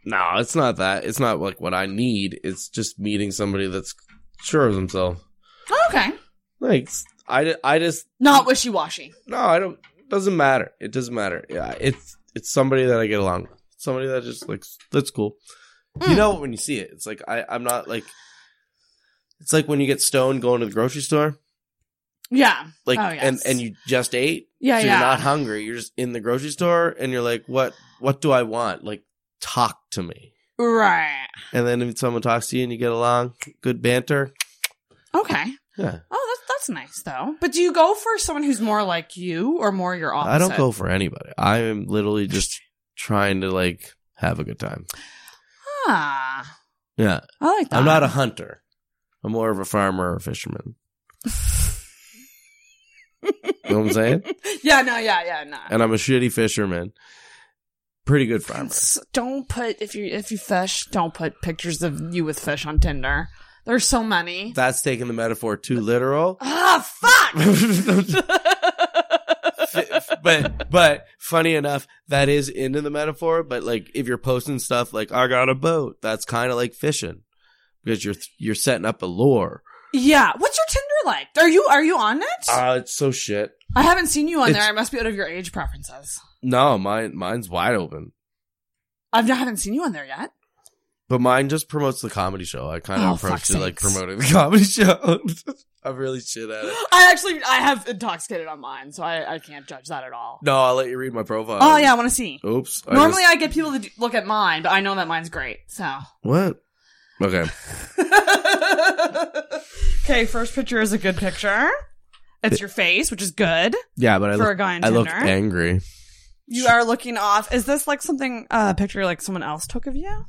S9: no, it's not that. It's not like what I need. It's just meeting somebody that's sure of themselves.
S12: okay.
S9: Like I, I just
S12: Not wishy washy.
S9: No, I don't. Doesn't matter. It doesn't matter. Yeah, it's it's somebody that I get along with. Somebody that just like that's cool.
S12: Hmm.
S9: You know when you see it, it's like I I'm not like. It's like when you get stoned going to the grocery store,
S12: Yeah.
S9: like
S12: Oh, yes.
S9: and and you just ate.
S12: Yeah,
S9: so
S12: yeah.
S9: You're not hungry. You're just in the grocery store, and you're like, what What do I want? Like, talk to me.
S12: right.
S9: And then if someone talks to you and you get along, good banter.
S12: Okay.
S9: Yeah.
S12: Oh, that's that's nice though. But do you go for someone who's more like you or more your opposite?
S9: I don't go for anybody. I am literally just trying to like have a good time.
S12: Ah,
S9: Yeah.
S12: I like that.
S9: I'm not a hunter. I'm more of a farmer or fisherman. you know what I'm saying?
S12: Yeah. No. Yeah. Yeah. No.
S9: And I'm a shitty fisherman. Pretty good farmer.
S12: S- don't put if you if you fish, don't put pictures of you with fish on Tinder. There's so many.
S9: That's taking the metaphor too literal.
S12: Ah, fuck.
S9: But but funny enough, that is into the metaphor. But like if you're posting stuff like I got a boat, that's kind of like fishing because you're you're setting up a lure.
S12: Yeah. What's your Tinder like? Are you are you on it?
S9: Ah, it's so shit.
S12: I haven't seen you on there.
S9: it's-
S12: I must be out of your age preferences.
S9: No, mine mine's wide open.
S12: I've not haven't seen you on there yet.
S9: But mine just promotes the comedy show. I kind
S12: Oh,
S9: of approached
S12: fuck's
S9: it like
S12: sakes.
S9: promoting the comedy show. I'm really shit at it.
S12: I actually I have intoxicated on mine, so I, I can't judge that at all.
S9: No, I'll let you read my profile.
S12: Oh, yeah, I wanna see.
S9: Oops.
S12: Normally,
S9: just-
S12: I get people to do- look at mine, but I know that mine's great. So
S9: what? Okay.
S12: okay, first picture is a good picture. It's your face, which is good.
S9: Yeah, but I
S12: For a
S9: look-
S12: guy on
S9: I looked
S12: Tinder.
S9: angry.
S12: You are looking off. Is this like something a uh, picture like someone else took of you?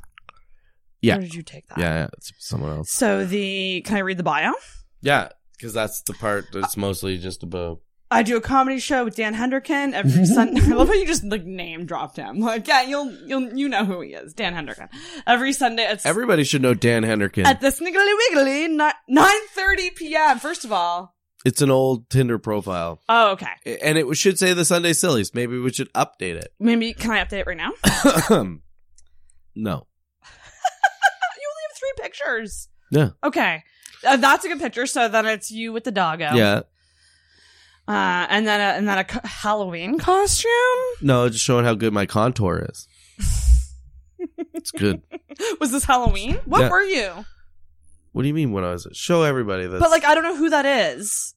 S9: Yeah.
S12: Or did you take that?
S9: Yeah, yeah, it's someone else.
S12: So the can I read the bio?
S9: Yeah, because that's the part that's mostly just about.
S12: I do a comedy show with Dan Henderkin
S9: Mm-hmm.
S12: every Sunday. I love how you just like name dropped him. Like, yeah, you'll you'll you know who he is, Dan Henderkin. Every Sunday at
S9: Everybody should know Dan Henderkin.
S12: at the Sniggly Wiggly nine thirty p.m. First of all,
S9: it's an old Tinder profile,
S12: oh okay,
S9: I- and it should say the Sunday Sillies. Maybe we should update it.
S12: maybe can I update it right now?
S9: no.
S12: you only have three pictures.
S9: Yeah.
S12: Okay. Uh, that's a good picture. So then it's you with the doggo.
S9: Yeah.
S12: Uh, and then a, and then a co- Halloween costume.
S9: No, it's just showing how good my contour is. it's good.
S12: Was this Halloween? What
S9: Yeah.
S12: were you?
S9: What do you mean when I was show everybody this?
S12: But like, I don't know who that is.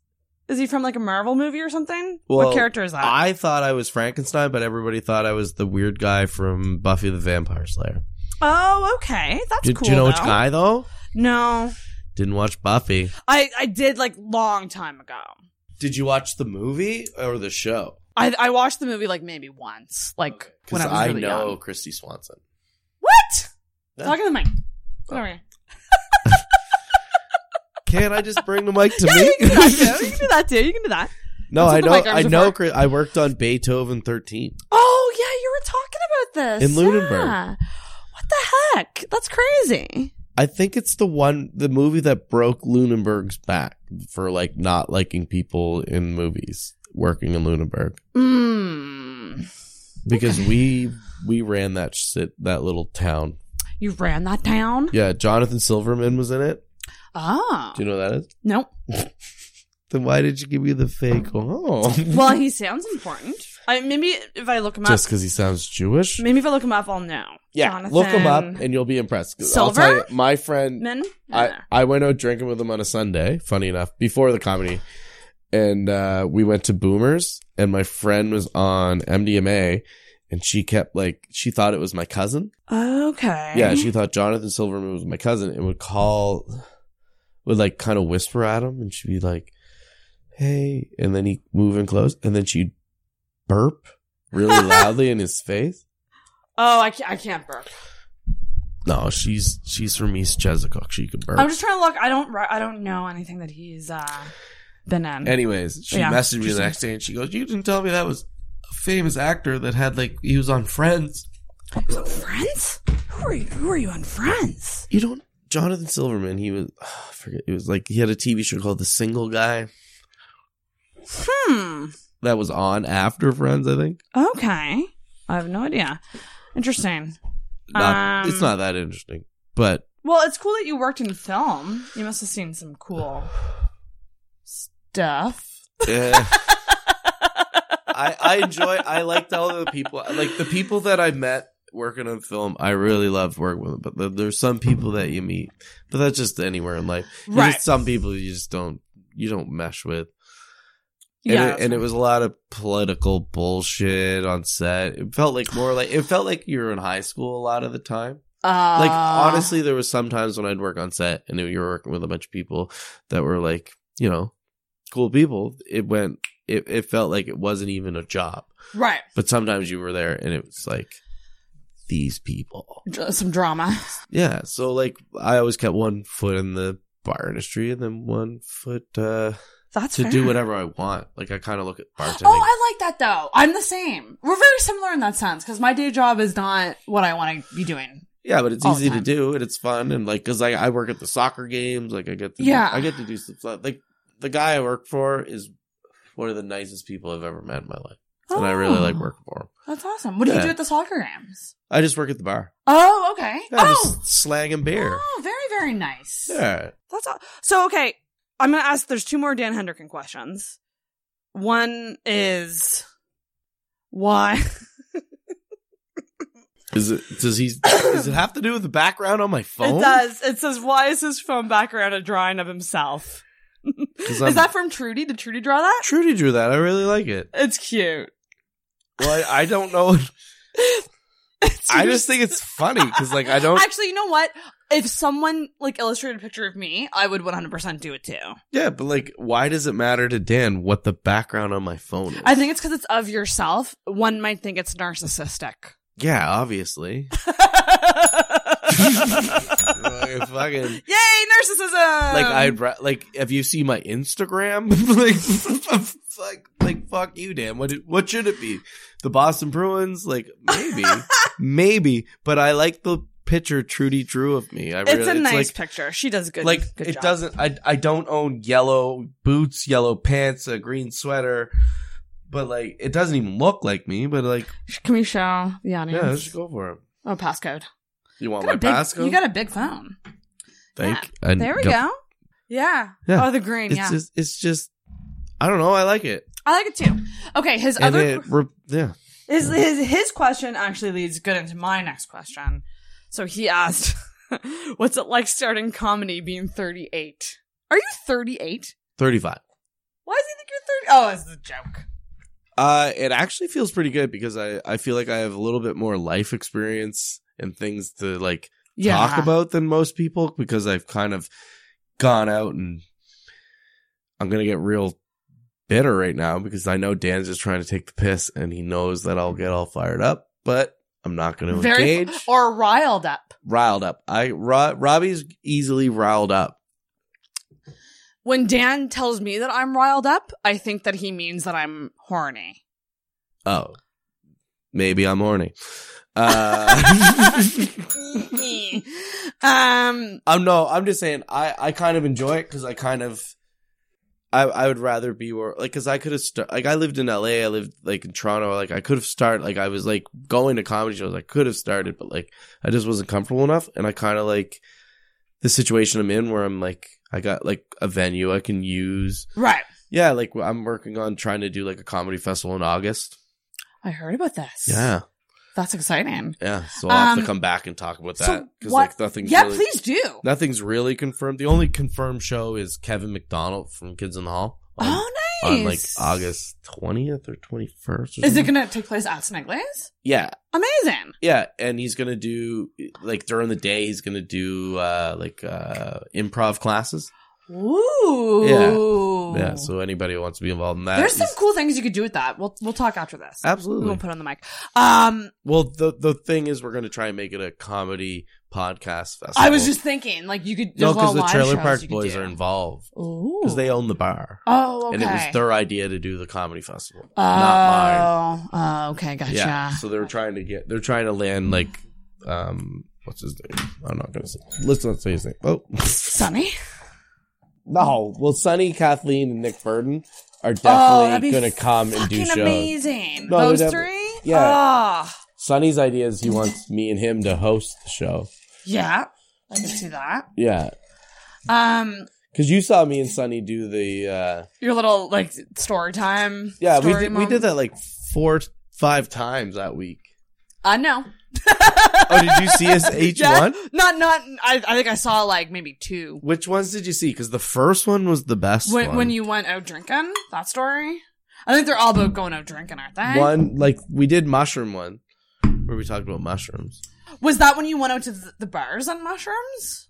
S12: Is he from like a Marvel movie or something?
S9: Well,
S12: what character is that?
S9: I thought I was Frankenstein, but everybody thought I was the weird guy from Buffy the Vampire Slayer.
S12: oh, okay, that's
S9: Do-
S12: cool.
S9: do you know
S12: though.
S9: which guy though?
S12: No,
S9: Didn't watch Buffy.
S12: I I did like long time ago.
S9: Did you watch the movie or the show?
S12: I I watched the movie like maybe once, like
S9: Because
S12: when I was
S9: I,
S12: really
S9: know Oh.
S12: young.
S9: Christy Swanson.
S12: What? Talk in the mic. Sorry.
S9: Can I just bring the mic to
S12: Yeah,
S9: me?
S12: you can do that too. You can do that too. You can do that.
S9: no,
S12: That's
S9: I
S12: what
S9: know.
S12: the mic arms
S9: I
S12: are
S9: know.
S12: for.
S9: Chris, I worked on Beethoven 13.
S12: Oh yeah, you were talking about this
S9: In Lunenburg.
S12: Yeah. What the heck? That's crazy.
S9: I think it's the one, the movie that broke Lunenberg's back for like not liking people in movies working in Lunenberg
S12: Mm.
S9: because we we ran that shit that little town.
S12: You ran that down.
S9: Yeah, Jonathan Silverman was in it.
S12: Oh
S9: Do you know who that is?
S12: nope.
S9: Then why did you give me the fake? Oh,
S12: Well, he sounds important. I maybe if I look him
S9: just
S12: up,
S9: because he sounds Jewish.
S12: maybe if I look him up, I'll know.
S9: Yeah,
S12: Jonathan.
S9: look him up and you'll be impressed. 'Cause I'll tell you,
S12: Silver?
S9: my friend,
S12: Men?
S9: I, I went out drinking with him on a Sunday, funny enough, before the comedy. And uh, we went to Boomers, and my friend was on MDMA, and she kept like, she thought it was my cousin.
S12: Okay.
S9: Yeah, she thought Jonathan Silverman was my cousin and would call, would like kind of whisper at him, and she'd be like, hey. And then he'd move in close, and then she'd burp really loudly in his face.
S12: Oh, I can't. I can't burp.
S9: No, she's she's from East Chesapeake. She can burp.
S12: I'm just trying to look. I don't. ri- I don't know anything that he's uh, been in.
S9: Anyways, she
S12: Yeah.
S9: messaged me the next day and she goes, "You didn't tell me that was a famous actor that had like he was on Friends."
S12: Friends? Who are you? Who are you on Friends?
S9: You don't. Jonathan Silverman. He was I forget. It was like he had a TV show called The Single Guy
S12: Hmm.
S9: that was on after Friends. I think.
S12: Okay. I have no idea. Interesting.
S9: Not,
S12: Um,
S9: it's not that interesting, but
S12: Well, it's cool that you worked in film. You must have seen some cool stuff.
S9: eh. I I enjoy. I liked all the people. Like the people that I met working on film. I really loved working with them. But there- there's some people that you meet, but that's just anywhere in life. There's
S12: Right.
S9: just some people you just don't you don't mesh with. And,
S12: Yeah,
S9: it, and it was a lot of political bullshit on set. It felt like more like it felt like you were in high school a lot of the time.
S12: Uh,
S9: like honestly, there was some times when I'd work on set and you were working with a bunch of people that were like, you know, cool people. It went. It it felt like it wasn't even a job.
S12: Right.
S9: But sometimes you were there and it was like these people.
S12: Dr- Some drama.
S9: Yeah. So like I always kept one foot in the bar industry and then one foot uh
S12: That's
S9: to
S12: fair.
S9: do whatever I want. Like I kinda look at bartending.
S12: Oh, I like that though. I'm the same. We're very similar in that sense because my day job is not what I want to be doing.
S9: yeah, but it's
S12: all the
S9: easy to
S12: time.
S9: do and it's fun and like because I, I work at the soccer games, like I get to
S12: Yeah.
S9: I get to do stuff like- like the guy I work for is one of the nicest people I've ever met in my life. And I really
S12: Oh.
S9: like working for him.
S12: That's awesome. What do
S9: Yeah.
S12: you do at the soccer games?
S9: I just work at the bar.
S12: Oh, okay.
S9: Yeah,
S12: oh,
S9: just slanging beer.
S12: oh, very, very nice.
S9: Yeah.
S12: That's all. So okay, I'm gonna ask. There's two more Dan Hendricken questions. One is why?
S9: Is it does he does it have to do with the background on my phone?
S12: It does. It says why is his phone background a drawing of himself?
S9: 'Cause I'm-
S12: Is that from Trudy? Did Trudy draw that?
S9: Trudy drew that. I really like it.
S12: It's cute.
S9: Well, I, I don't know. I just think it's funny because, like, I don't.
S12: Actually, you know what? If someone like illustrated a picture of me, I would 100% do it too.
S9: Yeah, but like, why does it matter to Dan what the background on my phone is?
S12: I think it's because it's of yourself. One might think it's narcissistic.
S9: yeah, obviously. like, fucking.
S12: Yay, narcissism!
S9: Like I'd ra- like if you see my Instagram, like, like, like, fuck you, Dan. What did, what should it be? The Boston Bruins? Like maybe, maybe. But I like the picture Trudy drew of me. I
S12: it's
S9: really,
S12: a nice
S9: like,
S12: picture. She does good.
S9: like
S12: good
S9: it
S12: job.
S9: doesn't I, I don't own yellow boots yellow pants a green sweater but like it doesn't even look like me but like
S12: Can we show the audience?
S9: yeah let's just go for it
S12: Oh, passcode.
S9: you want
S12: Got a
S9: my
S12: big-
S9: pasco
S12: You got a big phone.
S9: thank
S12: There we go. Yeah. Oh, the green.
S9: It's
S12: yeah.
S9: just, it's just, I don't know. I like it.
S12: I like it too. Okay, his
S9: and
S12: other
S9: it, re- yeah.
S12: His, his his question actually leads good into my next question. So he asked, "What's it like starting comedy being 38?" Are you 38?
S9: 35.
S12: Why does he think you're 30? Oh, it's a joke.
S9: Uh, it actually feels pretty good because I, I feel like I have a little bit more life experience and things to like
S14: Yeah.
S9: talk about than most people because I've kind of gone out and I'm going to get real bitter right now because I know Dan's just trying to take the piss and he knows that I'll get all fired up, but I'm not going to engage.
S12: or riled up.
S9: riled up. I Ro- Robbie's easily riled up.
S12: When Dan tells me that I'm riled up, I think that he means that I'm horny.
S9: Oh, maybe I'm horny. Uh,
S12: um,
S9: I'm no. I'm just saying. I I kind of enjoy it because I kind of. I, I would rather be where like because I could have started like I lived in L.A. I lived like in Toronto. Like I could have started like I was like going to comedy shows. I could have started, but like I just wasn't comfortable enough. And I kind of like the situation I'm in where I'm like I got like a venue I can use.
S12: Right.
S9: Yeah. Like I'm working on trying to do like a comedy festival in August.
S12: I heard about this.
S9: Yeah.
S12: That's exciting.
S9: Yeah, so I'll have to
S12: Um,
S9: come back and talk about
S12: so
S9: that because
S12: what-
S9: like nothing's
S12: Yeah,
S9: really,
S12: please do.
S9: Nothing's really confirmed. The only confirmed show is Kevin McDonald from Kids in the Hall. On, oh, On like
S12: nice.
S9: August twentieth or twenty first.
S12: Is it going to take place at Sneglaze?
S9: Yeah,
S12: Amazing.
S9: yeah, and he's gonna do like during the day. He's gonna do uh like uh improv classes.
S12: Ooh.
S9: Yeah, yeah. So anybody who wants to be involved in that,
S12: There's some
S9: is-
S12: cool things you could do with that. We'll we'll talk after this.
S9: Absolutely.
S12: We'll put on the mic. Um,
S9: well, the the thing is, we're gonna try and make it a comedy podcast festival.
S12: I was just thinking, like you could
S9: No,
S12: there's a lot
S9: because
S12: of
S9: the
S12: live
S9: Trailer
S12: shows
S9: Park
S12: you could
S9: Boys
S12: do.
S9: are involved.
S12: Ooh.
S9: Because they own the bar.
S12: Oh,
S9: And it was
S12: okay.
S9: their idea to do the comedy festival,
S12: Oh,
S9: not mine.
S12: oh, okay, gotcha.
S9: Yeah. So they're trying to get, they're trying to land like, um, what's his name? I'm not gonna say. Let's not say his name. Oh,
S12: Sunny.
S9: no. Well, Sonny, Kathleen, and Nick Burden are
S12: Oh, that'd
S9: definitely
S12: be
S9: gonna come and do
S12: fucking
S9: shows.
S12: amazing.
S9: No,
S12: Those
S9: they're defi-
S12: three?
S9: Yeah.
S12: Ah.
S9: Sonny's idea is he wants me and him to host the show.
S12: yeah. I can see that.
S9: Yeah.
S12: Um,
S9: Because you saw me and Sonny do the, uh,
S12: your little like story time.
S9: yeah, we
S12: story
S9: did, we
S12: mom-
S9: did that like four, five times that week.
S12: I know.
S9: Oh, did you see us H1?
S12: Yeah. Not not. I, I think I saw like maybe two.
S9: Which ones did you see? Because the first one was the best
S12: When,
S9: one.
S12: when you went out drinking, that story. I think they're all about going out drinking, aren't they?
S9: one like we did mushroom one where we talked about mushrooms.
S12: was that when you went out to the, the bars on mushrooms?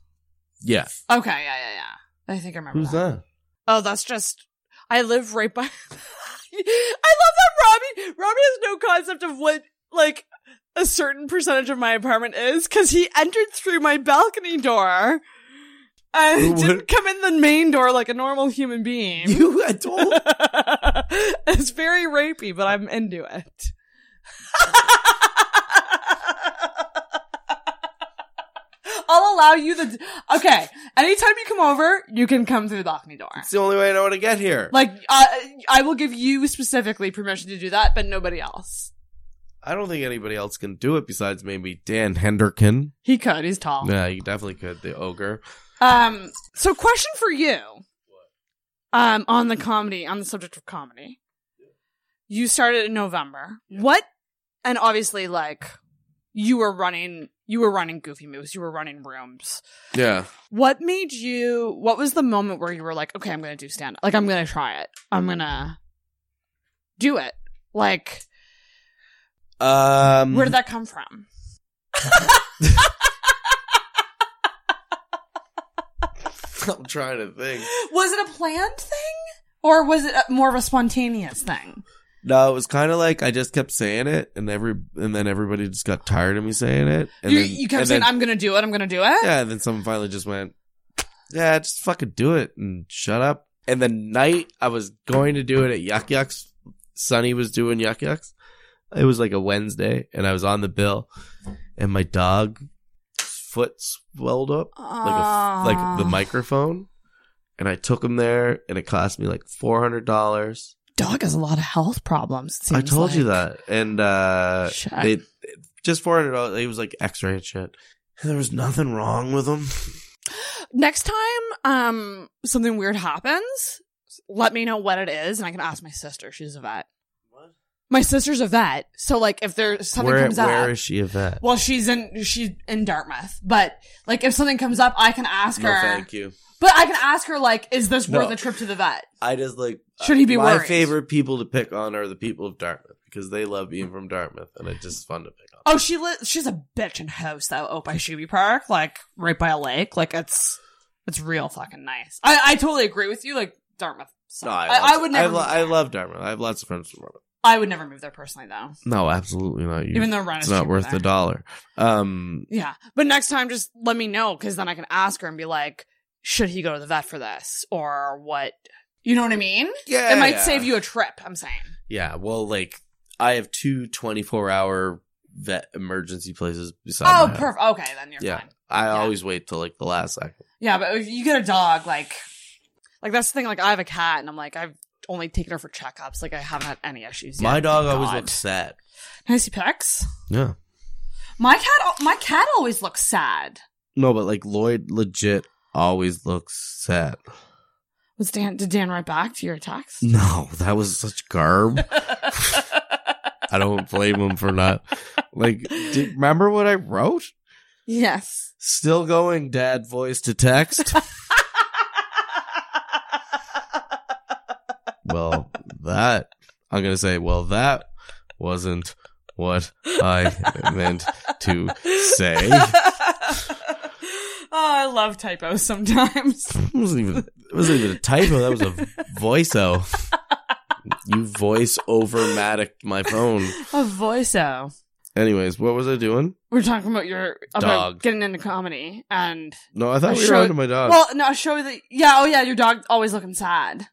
S9: Yeah.
S12: Okay, yeah, yeah, yeah. I think I remember
S9: Who's that?
S12: Oh, that's just. I live right by. I love that Robbie. Robbie has no concept of what like a certain percentage of my apartment is because he entered through my balcony door and
S15: What?
S12: didn't come in the main door like a normal human being.
S9: You adult.
S12: it's very rapey, but I'm into it. I'll allow you the. Okay, anytime you come over, you can come through the balcony door.
S9: It's the only way I know how to get here.
S12: Like, I I will give you specifically permission to do that, but nobody else.
S9: I don't think anybody else can do it besides maybe Dan Henderkin.
S12: He could. He's tall.
S9: Yeah, you definitely could. The ogre.
S12: Um. So, question for you. Um, on the comedy, on the subject of comedy, you started in November. What? And obviously, like, you were running, you were running goofy moves, you were running rooms.
S9: Yeah.
S12: What made you? What was the moment where you were like, okay, I'm gonna do stand up. Like, I'm gonna try it.
S9: Mm-hmm.
S12: I'm gonna do it. Like,
S9: Um
S12: where
S9: Mm-hmm.
S12: did that come from?
S9: I'm trying to think.
S12: Was it a planned thing, or was it a- more of a spontaneous thing?
S9: No, it was kind of like I just kept saying it, and every and then everybody just got tired of me saying it. And
S12: you,
S9: then,
S12: you kept
S9: and
S12: saying,
S9: then-
S12: "I'm gonna do it. I'm gonna do it."
S9: Yeah, and then someone finally just went, Yeah, just fucking do it and shut up. And the night I was going to do it at Yuck Yucks, Sonny was doing Yuck Yucks. It was like a Wednesday, and I was on the bill, and my dog's foot swelled up like a, like the
S12: Ah.
S9: microphone. And I took him there, and it cost me like four hundred dollars.
S12: Dog has a lot of health problems. it
S9: I
S12: seems
S9: told you
S12: like.
S9: that, and uh,
S12: Shit.
S9: they just four hundred dollars. It was like X-ray and shit. And there was nothing wrong with him.
S12: next time um something weird happens, let me know what it is, and I can ask my sister. She's a vet. My sister's a vet, so like if there's something
S9: where
S12: comes up,
S9: where is she a vet?
S12: well, she's in she's in Dartmouth, but like if something comes up, I can ask
S9: No,
S12: her.
S9: thank you.
S12: But I can ask her like, is this
S9: No.
S12: worth a trip to the vet?
S9: I just like
S12: Should he be
S9: my
S12: worried?
S9: favorite people to pick on are the people of Dartmouth because they love being from Dartmouth and it's just fun to pick on.
S12: Oh, she li- she's a bitch and house though, out by Shuby Park, like right by a lake. Like it's it's real fucking nice. I, I totally agree with you. Like Dartmouth,
S9: No,
S12: I-
S9: love-
S12: I would never
S9: I, lo-
S12: move
S9: I love Dartmouth. I have lots of friends from Dartmouth.
S12: I would never move there personally though.
S9: No, absolutely not. You,
S12: Even though rent
S9: it's
S12: is
S9: not
S12: cheaper
S9: worth
S12: there.
S9: a dollar. Um,
S12: Yeah, but next time just let me know because then I can ask her and be like, should he go to the vet for this or what? You know what I mean?
S9: Yeah.
S12: it might save you a trip. I'm saying.
S9: yeah. Well, like I have two 24 hour vet emergency places beside.
S12: Oh,
S9: my house.
S12: perfect. Okay, then you're
S9: yeah,
S12: fine.
S9: I always wait till like the last second.
S12: Yeah, but if you get a dog, like, like that's the thing. Like, I have a cat, and I'm like, I've only taken her for checkups. Like, I haven't had any issues.
S9: my
S12: yet.
S9: dog
S12: Thank
S9: always
S12: God.
S9: looks sad.
S12: Can I see pics?
S9: Yeah.
S12: My cat, al- my cat always looks sad.
S9: No, but like Lloyd legit always looks sad.
S12: Was Dan? Did Dan write back to your text?
S9: No, that was such garb. I don't blame him for not. Like, do, remember what I wrote?
S12: Yes.
S9: Still going, dad voice to text. well, that, I'm going to say, well, that wasn't what I meant to say.
S12: Oh, I love typos sometimes.
S9: It wasn't even, it wasn't even a typo. That was a voice out. You voice over matic my phone.
S12: a voice out.
S9: Anyways, what was I doing?
S12: We're talking about your about
S9: Dog.
S12: getting into comedy and
S9: No, I thought
S12: a
S9: we were onto my dog.
S12: Well, no, a show that yeah, oh yeah, your dog always looking sad.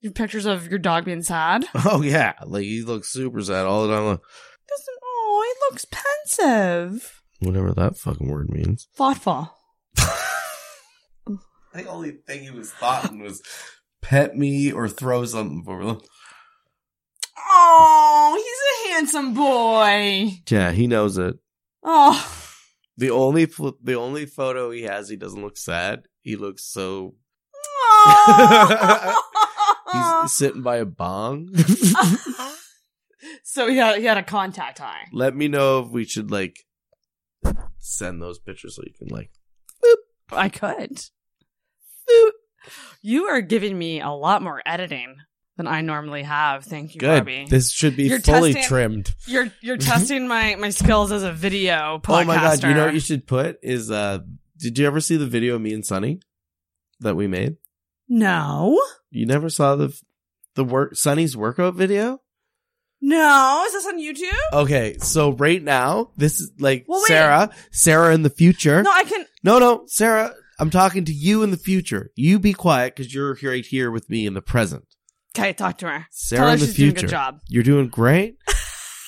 S12: Your pictures of your dog being sad.
S9: Oh yeah, like he looks super sad all the time. Like,
S12: Doesn't oh, he looks pensive,
S9: Whatever that fucking word means.
S12: thoughtful.
S9: The only thing he was thoughting was pet me or throw something for me.
S12: Oh, he's a handsome boy.
S9: Yeah, he knows it.
S12: Oh,
S9: The only pl- the only photo he has, he doesn't look sad. He looks so.
S12: Oh.
S9: He's sitting by a bong.
S12: so he had he had a contact high.
S9: Let me know if we should like send those pictures so you can like.
S12: I could. You are giving me a lot more editing than I normally have. Thank you,
S9: Good.
S12: Barbie.
S9: This should be fully trimmed.
S12: You're you're testing my my skills as a video podcaster.
S9: Oh my god! You know what you should put is uh. Did you ever see the video of me and Sunny that we made?
S12: no,
S9: You never saw the the work Sunny's workout video?
S12: no. Is this on YouTube?
S9: Okay, so right now this is like
S12: Well, wait.
S9: Sarah, Sarah in the future.
S12: No, I can.
S9: No, no, Sarah, I'm talking to you in the future. You be quiet because you're right here with me in the present.
S12: Okay, talk to her.
S9: Sarah
S12: Tell her
S9: in the
S12: she's
S9: future.
S12: doing a good job.
S9: You're doing great.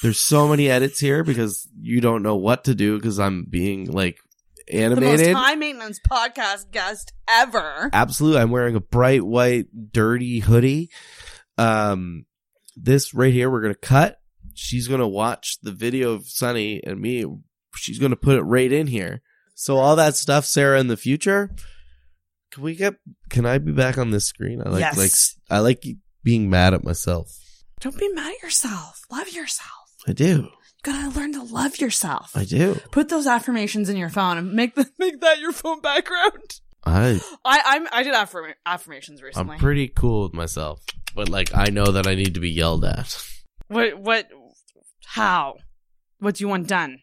S9: There's so many edits here because you don't know what to do because I'm being like
S12: The
S9: animated.
S12: most high maintenance podcast guest ever.
S9: Absolutely. I'm wearing a bright white, dirty hoodie. Um, this right here, we're going to cut. She's going to watch the video of Sunny and me. She's going to put it right in here. So all that stuff, Sarah, in the future, can we get, can I be back on this screen? I like,
S12: Yes.
S9: like, I like being mad at myself.
S12: Don't be mad at yourself. Love yourself.
S9: I do.
S12: You gotta learn to love yourself.
S9: I do.
S12: Put those affirmations in your phone and make the, make that your phone background.
S9: I,
S12: I I'm, I did affirm, affirmations
S9: I'm
S12: recently.
S9: pretty cool with myself, but like, I know that I need to be yelled at.
S12: What what? How? What do you want done?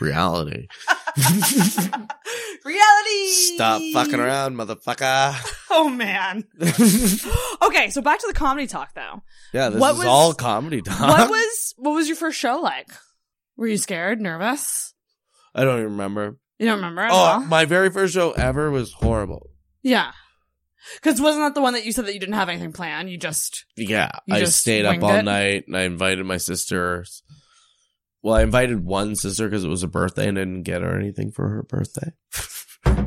S9: Reality.
S12: Reality.
S9: Stop fucking around, motherfucker.
S12: Oh man. okay, so back to the comedy talk though.
S9: Yeah, this
S12: What
S9: is
S12: was-
S9: all comedy talk.
S12: What was what was your first show like? Were you scared, nervous?
S9: I don't even remember.
S12: You don't remember at all?
S9: Oh, my very first show ever was horrible.
S12: Yeah. Because wasn't that the one that you said that you didn't have anything planned? You just
S9: Yeah,
S12: You
S9: I
S12: just
S9: stayed up
S12: winged
S9: all
S12: it?
S9: night and I invited my sister. Well, I invited one sister because it was her birthday and I didn't get her anything for her birthday.
S12: so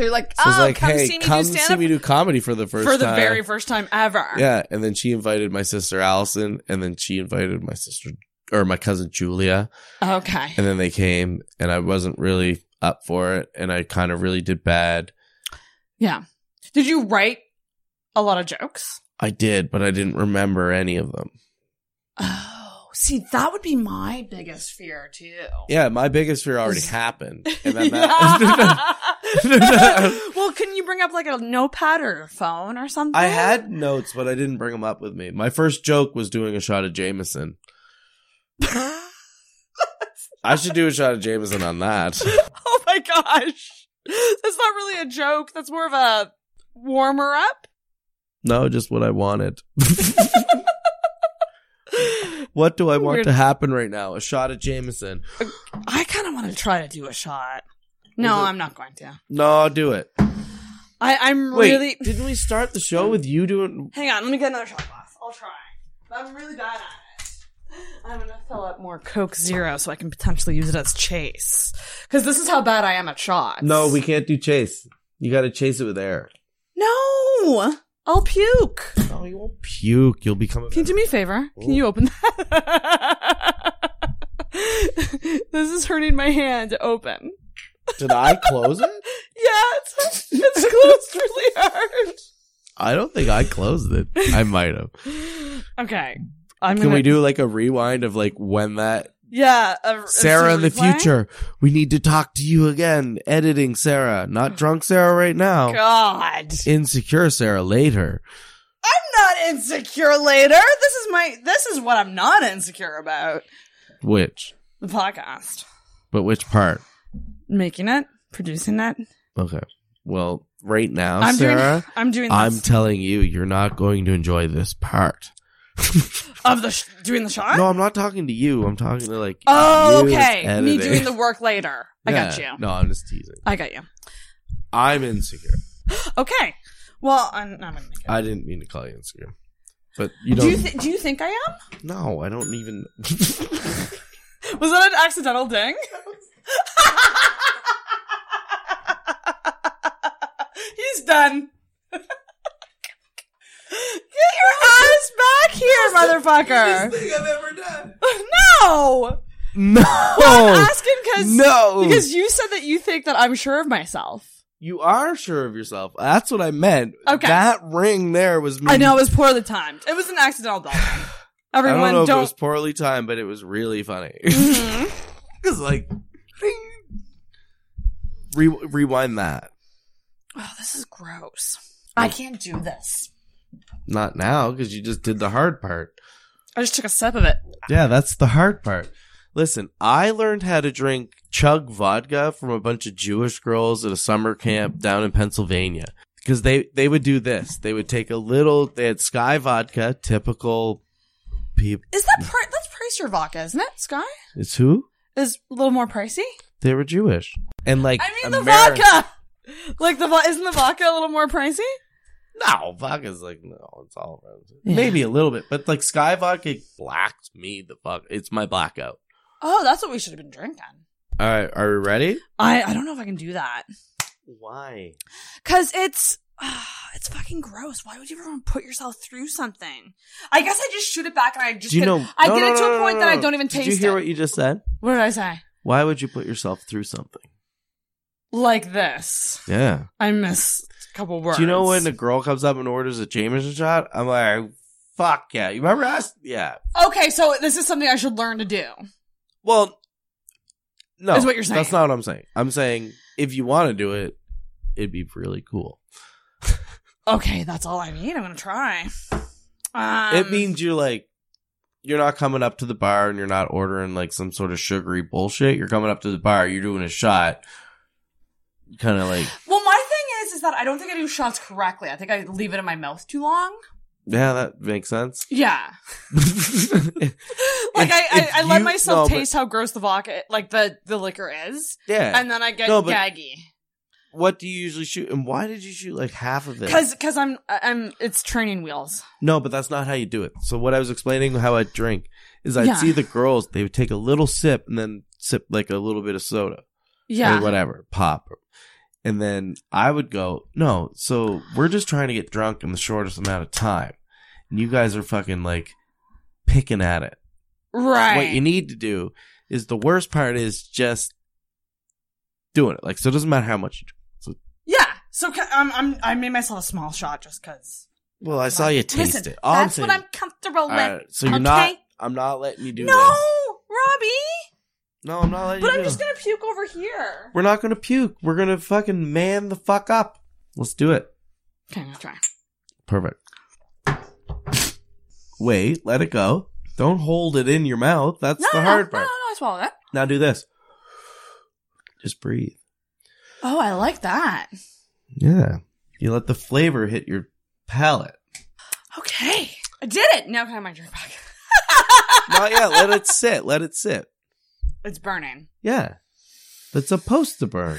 S12: you're like,
S9: So I was
S12: oh,
S9: like,
S12: come
S9: hey,
S12: see me
S9: come
S12: do
S9: see
S12: stand
S9: me do comedy for the
S12: up
S9: first
S12: for the
S9: time.
S12: very first time ever.
S9: Yeah, and then she invited my sister Allison, and then she invited my sister or my cousin Julia.
S12: Okay.
S9: And then they came, and I wasn't really. up for it, and I kind of really did bad.
S16: Yeah.
S12: Did you write a lot of jokes?
S9: I did, but I didn't remember any of them.
S12: Oh, see, that would be my biggest fear too.
S9: Yeah, my biggest fear already happened, and then that.
S12: well, couldn't you bring up like a notepad or a phone or something?
S9: I had notes, but I didn't bring them up with me. My first joke was doing a shot of Jameson. I should do a shot of Jameson on that.
S12: Oh my gosh. That's not really a joke. That's more of a warmer up.
S9: No, just what I wanted. what do I want
S12: Weird.
S9: to happen right now? A shot of Jameson.
S12: I kind of want to try to do a shot. No, I'm not going to.
S9: No, do it.
S12: I, I'm
S9: Wait,
S12: really.
S9: Didn't we start the show with you doing?
S12: Hang on, let me get another shot glass. I'll try. I'm really bad at it. I'm gonna fill up more Coke Zero so I can potentially use it as chase. Because this is how bad I am at shots.
S9: No, we can't do chase. You got to chase it with air.
S12: No! I'll puke.
S9: Puke. You'll become a.
S12: Can you do me a favor? Can you open that? this is hurting my hand to open.
S9: Did I close it?
S12: Yeah, it's, it's closed really hard.
S9: I don't think I closed it. I might have.
S12: Okay. I'm
S9: Can
S12: gonna,
S9: we do like a rewind of like when that
S12: Yeah. a- a
S9: Sarah in the
S12: replay?
S9: future? We need to talk to you again. Editing Sarah, not drunk Sarah right now.
S12: God.
S9: Insecure Sarah later.
S12: I'm not insecure later. This is my this is what I'm not insecure about.
S9: Which,
S12: The podcast.
S9: but which part?
S12: Making it, producing it.
S9: Okay. Well, right now,
S12: I'm doing-
S9: Sarah,
S12: I'm doing
S9: I'm
S12: this.
S9: telling you, you're not going to enjoy this part.
S12: Of the sh- doing the shot?
S9: No, I'm not talking to you. I'm talking to like.
S12: oh,
S9: you as
S12: okay. Me
S9: editing.
S12: doing the work later. I got
S9: Yeah.
S12: you.
S9: No, I'm just teasing.
S12: I got you.
S9: I'm insecure.
S12: Okay. Well, I'm, I'm gonna
S9: I didn't mean to call you insecure, but you don't.
S12: do you th- do you think I am?
S9: no, I don't even.
S12: Was that an accidental ding? He's done. Get your ass back here, motherfucker! Thing I've ever done. no,
S9: no.
S12: I'm asking because
S9: No.
S12: because you said that you think that I'm sure of myself.
S9: You are sure of yourself. That's what I meant.
S12: Okay.
S9: That ring there was. Me.
S12: I know it was poorly timed. It was an accidental ding. Everyone,
S9: I don't know
S12: don't.
S9: if it was poorly timed, but it was really funny.
S12: Mm-hmm.
S9: It's like, re- rewind that.
S12: oh, this is gross. I can't do this.
S9: Not now, because you just did the hard part.
S12: I just took a sip of it.
S9: Yeah, that's the hard part. Listen, I learned how to drink chug vodka from a bunch of Jewish girls at a summer camp down in Pennsylvania because they they would do this. They would take a little. They had Sky vodka, typical. People,
S12: Is that pri- that's pricier vodka, isn't it, Sky?
S9: it's who
S12: Is a little more pricey.
S9: they were Jewish and like.
S12: I mean the
S9: Ameri-
S12: vodka. Like the vo- isn't the vodka a little more pricey?
S9: No, vodka's like no, it's all relative. Maybe a little bit, but like Sky vodka blacked me the fuck. It's my blackout.
S12: Oh, that's what we should have been drinking.
S9: All right, are we ready?
S12: I I don't know if I can do that
S9: Why?
S12: because it's ah, it's fucking gross. Why would you ever want to put yourself through something? I guess I just shoot it back and I just
S9: Do you
S12: get-
S9: know?
S12: I
S9: no,
S12: get
S9: no,
S12: it to
S9: no,
S12: a
S9: no,
S12: point
S9: no,
S12: that I
S9: no.
S12: don't even
S9: Did
S12: taste
S9: you hear
S12: it.
S9: what you just said?
S12: what did I say?
S9: Why would you put yourself through something?
S12: Like this?
S9: Yeah.
S12: I missed a couple words.
S9: Do you know when a girl comes up and orders a Jameson shot? I'm like, fuck yeah. You remember us? Yeah.
S12: Okay, so this is something I should learn to do.
S9: Well, No.
S12: Is what you're
S9: That's
S12: saying.
S9: not what I'm saying. I'm saying if you want to do it, it'd be really cool.
S12: Okay, that's all I need. I'm gonna try. Um,
S9: it means you're like, you're not coming up to the bar and you're not ordering like some sort of sugary bullshit. You're coming up to the bar, you're doing a shot. Kind of like,
S12: Well, my thing is, is that I don't think I do shots correctly. I think I leave it in my mouth too long.
S9: yeah, that makes sense.
S12: Yeah. like I, I,
S9: if
S12: I let
S9: you-
S12: myself
S9: no, but-
S12: taste how gross the vodka, like the the liquor is.
S9: Yeah.
S12: And then I get
S9: No, but-
S12: gaggy
S9: What do you usually shoot? And why did you shoot like half of it?
S12: because because I'm I'm it's training wheels.
S9: No, but that's not how you do it. So what I was explaining how I drink is I'd
S12: Yeah.
S9: see the girls, they would take a little sip and then sip like a little bit of soda.
S12: Yeah.
S9: Or whatever, pop. And then I would go, no, so we're just trying to get drunk in the shortest amount of time. And you guys are fucking like picking at it.
S12: Right.
S9: What you need to do is the worst part is just doing it. Like, so it doesn't matter how much you do. So,
S12: Yeah. So ca- I'm, I'm, I made myself a small shot just because.
S9: well, I saw you taste
S12: Listen,
S9: it. All
S12: that's
S9: I'm
S12: what
S9: saying-
S12: I'm comfortable with.
S9: Alright, so you're
S12: okay?
S9: not. I'm not letting you do
S12: No,
S9: this.
S12: Robbie.
S9: No, I'm not letting
S12: But
S9: you
S12: I'm
S9: do
S12: just
S9: it.
S12: gonna puke over here.
S9: We're not gonna puke. We're gonna fucking man the fuck up. Let's do it.
S12: Okay, I'll try.
S9: Perfect. Wait, let it go. Don't hold it in your mouth. That's
S12: No,
S9: the
S12: no,
S9: hard
S12: no, no,
S9: part.
S12: no, I swallowed it.
S9: Now do this. Just breathe.
S12: Oh, I like that.
S9: Yeah. You let the flavor hit your palate.
S12: Okay, I did it. Now can I have my drink back?
S9: Not yet. Let it sit. Let it sit.
S12: It's burning.
S9: Yeah. That's supposed to burn.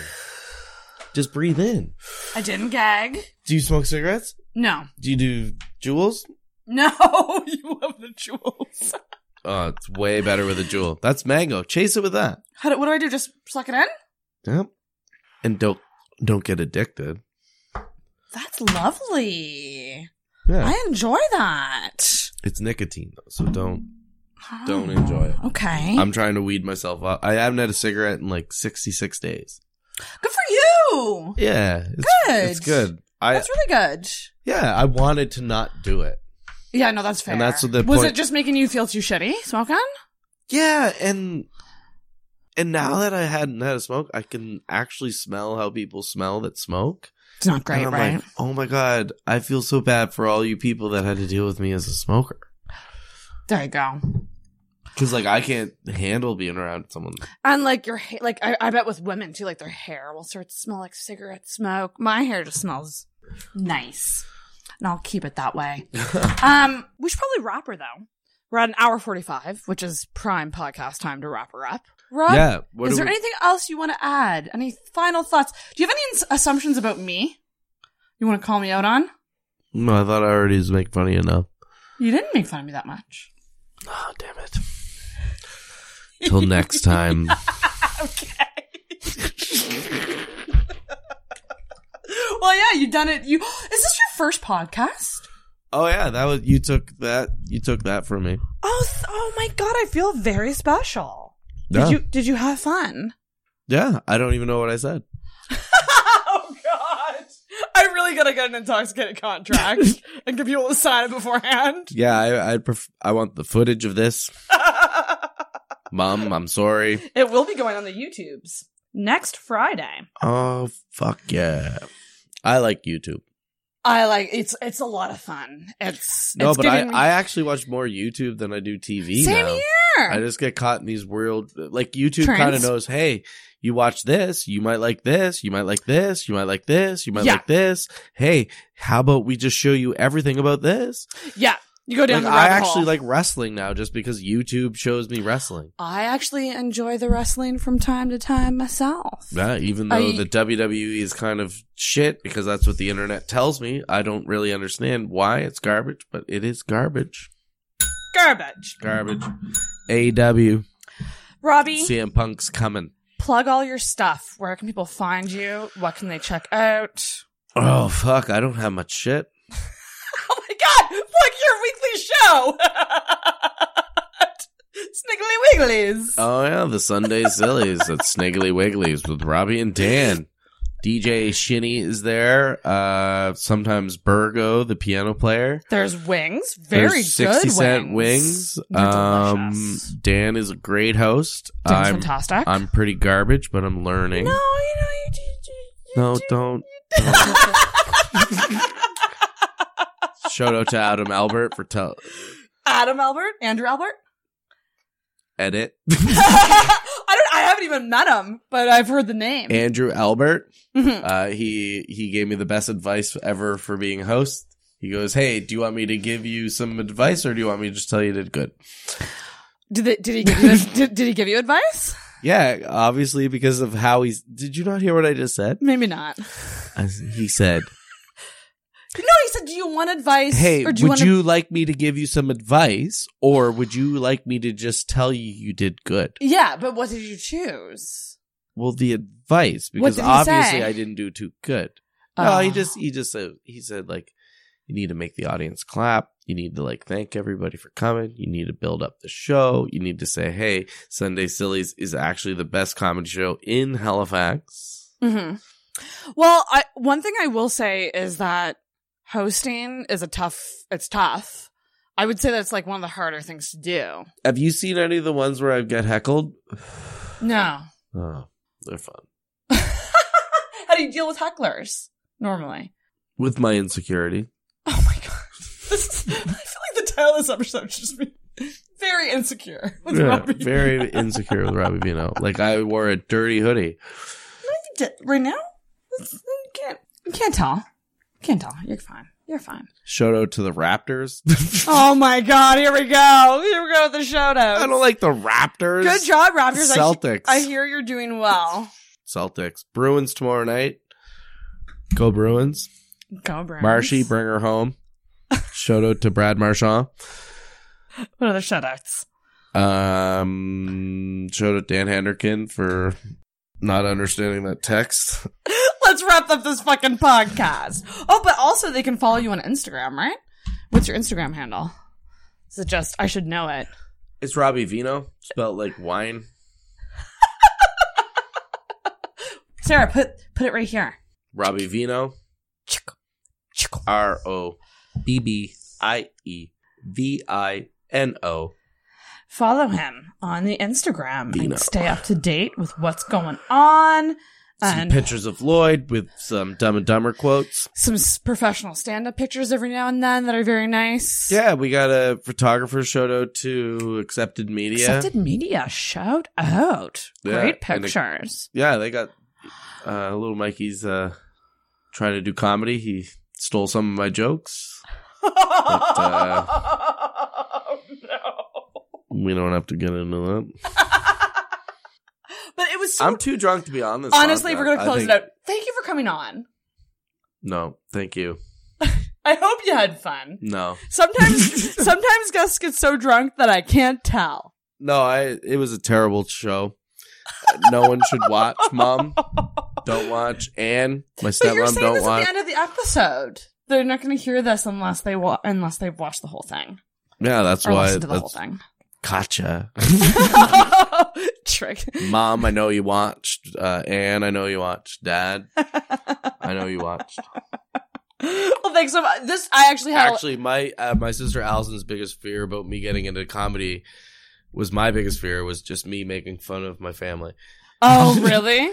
S9: Just breathe in.
S12: I didn't gag.
S9: Do you smoke cigarettes?
S12: No,
S9: Do you do jewels?
S12: no, you love the jewels.
S9: Oh, it's way better with a jewel. That's mango. Chase it with that.
S12: How do, what do I do? Just suck it in?
S9: Yep. And don't don't get addicted.
S12: That's lovely.
S9: Yeah.
S12: I enjoy that. Hmm.
S9: It's nicotine though, so don't don't enjoy it.
S12: Okay.
S9: I'm trying to weed myself up. I haven't had a cigarette in like 66 days.
S12: Good for you.
S9: Yeah, it's
S12: Good.
S9: It's good. I
S12: That's really good.
S9: yeah, I wanted to not do it.
S12: Yeah, no, that's fair.
S9: And that's what the
S12: was
S9: point-
S12: it just making you feel too shitty smoking?
S9: Yeah, and and now that I hadn't had a smoke, I can actually smell how people smell that smoke.
S12: It's not great,
S9: And I'm
S12: right?
S9: like, oh my god, I feel so bad for all you people that had to deal with me as a smoker
S12: There you go.
S9: because like I can't handle being around someone.
S12: And like your hair, like I, I bet with women too, like their hair will start to smell like cigarette smoke. My hair just smells nice, and I'll keep it that way. um, we should probably wrap her though. We're at an hour forty-five, which is prime podcast time to wrap her up. Rob,
S9: Yeah, what do
S12: is there
S9: we-
S12: anything else you want to add? Any final thoughts? Do you have any ins- assumptions about me? You want to call me out on?
S9: No, I thought I already was making fun of you now.
S12: You didn't make fun of me that much.
S9: Oh damn it! Till next time.
S12: Well, yeah, you done it. You is this your first podcast?
S9: Oh yeah, that was you took that you took that from me.
S12: Oh, th- oh my god, I feel very special.
S9: Yeah.
S12: Did you did you have fun?
S9: Yeah, I don't even know what I said.
S12: oh god. I really gotta get an intoxicated contract and get people to sign it beforehand.
S9: Yeah, I I, pref- I want the footage of this. Mom, I'm sorry.
S12: It will be going on the YouTubes next Friday.
S9: Oh fuck yeah, I like YouTube.
S12: I like it's it's a lot of fun. It's
S9: No,
S12: it's
S9: but I,
S12: giving-
S9: I actually watch more YouTube than I do TV.
S12: Same
S9: now.
S12: here.
S9: I just get caught in these world like YouTube
S12: Trends.
S9: kind of knows. Hey, you watch this, you might like this, you might like this, you might like this, you might
S12: Yeah.
S9: like this. Hey, how about we just show you everything about this?
S12: yeah, you go down
S9: Like,
S12: the
S9: I
S12: rabbit
S9: actually
S12: hole.
S9: like wrestling now just because YouTube shows me wrestling.
S12: I actually enjoy the wrestling from time to time myself.
S9: Yeah, even though
S12: I-
S9: the WWE is kind of shit because that's what the internet tells me. I don't really understand why it's garbage, but it is garbage.
S12: Garbage.
S9: Garbage. AW
S12: Robbie,
S9: CM Punk's coming.
S12: plug all your stuff. Where can people find you? What can they check out?
S9: Oh fuck, I don't have much shit.
S12: Oh my god! Plug your weekly show! Sniggly Wigglies!
S9: Oh yeah, the Sunday Sillies at Sniggly Wigglies with Robbie and Dan. DJ Shinny is there. Uh sometimes Burgo, the piano player.
S12: There's wings. Very
S9: There's
S12: good
S9: 60 cent
S12: wings.
S9: wings.
S12: They're
S9: Um,
S12: delicious.
S9: Dan is a great host.
S12: Dan's
S9: I'm
S12: fantastic.
S9: I'm pretty garbage, but I'm learning.
S12: No,
S9: No,
S12: you know, you
S9: don't. Shout out to Adam Albert for tell
S12: Adam Albert, Andrew Albert.
S9: edit.
S12: I don't. I haven't even met him, but I've heard the name.
S9: Andrew Albert.
S12: Mhm.
S9: Uh, he he gave me the best advice ever for being a host. He goes, "Hey, do you want me to give you some advice, or do you want me to just tell you you did good?"
S12: did, they, did he give you this, did, did he give you advice?
S9: Yeah, obviously because of how he's. Did you not hear what I just said?
S12: Maybe not.
S9: I s- He said,
S12: No, he said, "Do you want advice?
S9: "Hey,
S12: or
S9: would
S12: do you want
S9: you like me to give you some advice, or would you like me to just tell you you did good?"
S12: Yeah, but what did you choose?
S9: Well, the advice
S12: What
S9: because
S12: did he
S9: obviously
S12: say?
S9: I didn't do too good.
S12: Oh.
S9: No, he just he just said he said like You need to make the audience clap. You need to like thank everybody for coming. You need to build up the show. You need to say, hey, Sunday Sillies is actually the best comedy show in Halifax.
S12: hmm Well, I, one thing I will say is that hosting is a tough. It's tough. I would say that's like one of the harder things to do.
S9: Have you seen any of the ones where I get heckled?
S12: No.
S9: Oh, they're fun.
S12: How do you deal with hecklers normally?
S9: With my insecurity.
S12: Oh This is, I feel like the title of this episode should just be very insecure. With
S9: Yeah,
S12: Robbie.
S9: very insecure with Robbie Vino. Like I wore a dirty hoodie.
S12: Right now, It's- you can't you can't tell. Can't tell. You're fine. You're fine.
S9: Shout out to the Raptors.
S12: Oh my god! Here we go. Here we go with the shout out.
S9: I don't like the Raptors.
S12: Good job, Raptors.
S9: Celtics.
S12: I, he- I hear you're doing well.
S9: Celtics. Bruins tomorrow night. Go Bruins.
S12: Go Browns.
S9: Marshy, bring her home. Shout out to Brad Marchand.
S12: What other shout outs?
S9: Um, shout out Dan Henderkin for not understanding that text.
S12: Let's wrap up this fucking podcast. Oh, but also they can follow you on Instagram, right? What's your Instagram handle? Is it just I should know it?
S9: It's Robbie Vino, spelled like wine.
S12: Sarah, put put it right here.
S9: Robbie Vino. R O B B I E V I N O.
S12: Follow him on the Instagram
S9: Vino.
S12: and stay up to date with what's going on
S9: Some
S12: and
S9: pictures of Lloyd with some Dumb and Dumber quotes.
S12: some s- professional stand up pictures every now and then that are very nice.
S9: Yeah, we got a photographer shout out to Accepted Media.
S12: Accepted media shout out.
S9: Yeah,
S12: Great
S9: and it-
S12: pictures.
S9: Yeah, they got uh, little Mikey's uh, trying to do comedy. He stole some of my jokes. But, uh, We don't have to get into that.
S12: But it was so
S9: I'm too drunk to be on this.
S12: Honestly, we're
S9: podcast,
S12: going to
S9: I
S12: close
S9: think.
S12: it out. Thank you for coming on.
S9: No, thank you.
S12: I hope you had fun.
S9: No,
S12: Sometimes sometimes Gus gets so drunk that I can't tell.
S9: no. I. It was a terrible show. no one should watch. Mom, don't watch. Anne, my
S12: But you're
S9: stepmom,
S12: saying
S9: don't
S12: this at
S9: watch.
S12: the end of the episode. They're not going to hear this unless they wa- unless they've watched the whole thing.
S9: Yeah, that's
S12: or
S9: why.
S12: listen to the whole
S9: that's-
S12: thing. Oh,
S9: Gotcha.
S12: Trick.
S9: Mom, I know you watched. Uh, Anne, I know you watched. Dad, I know you watched.
S12: Well, thanks so much. This I actually had. a-
S9: Actually, my uh, my sister Allison's biggest fear about me getting into comedy was my biggest fear was just me making fun of my family.
S12: oh, really?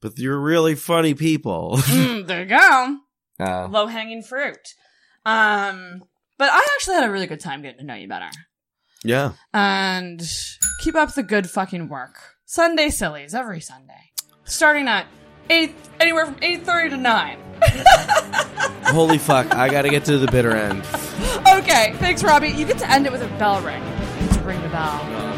S9: But you're really funny people.
S12: Mm, there you go.
S9: Uh,
S12: Low hanging fruit. Um, but I actually had a really good time getting to know you better.
S9: yeah.
S12: And keep up the good fucking work. Sunday sillies every Sunday, starting at eight, anywhere from eight thirty to nine.
S9: Holy fuck! I got to get to the bitter end.
S12: Okay, thanks, Robbie. You get to end it with a bell ring. You get to ring the bell.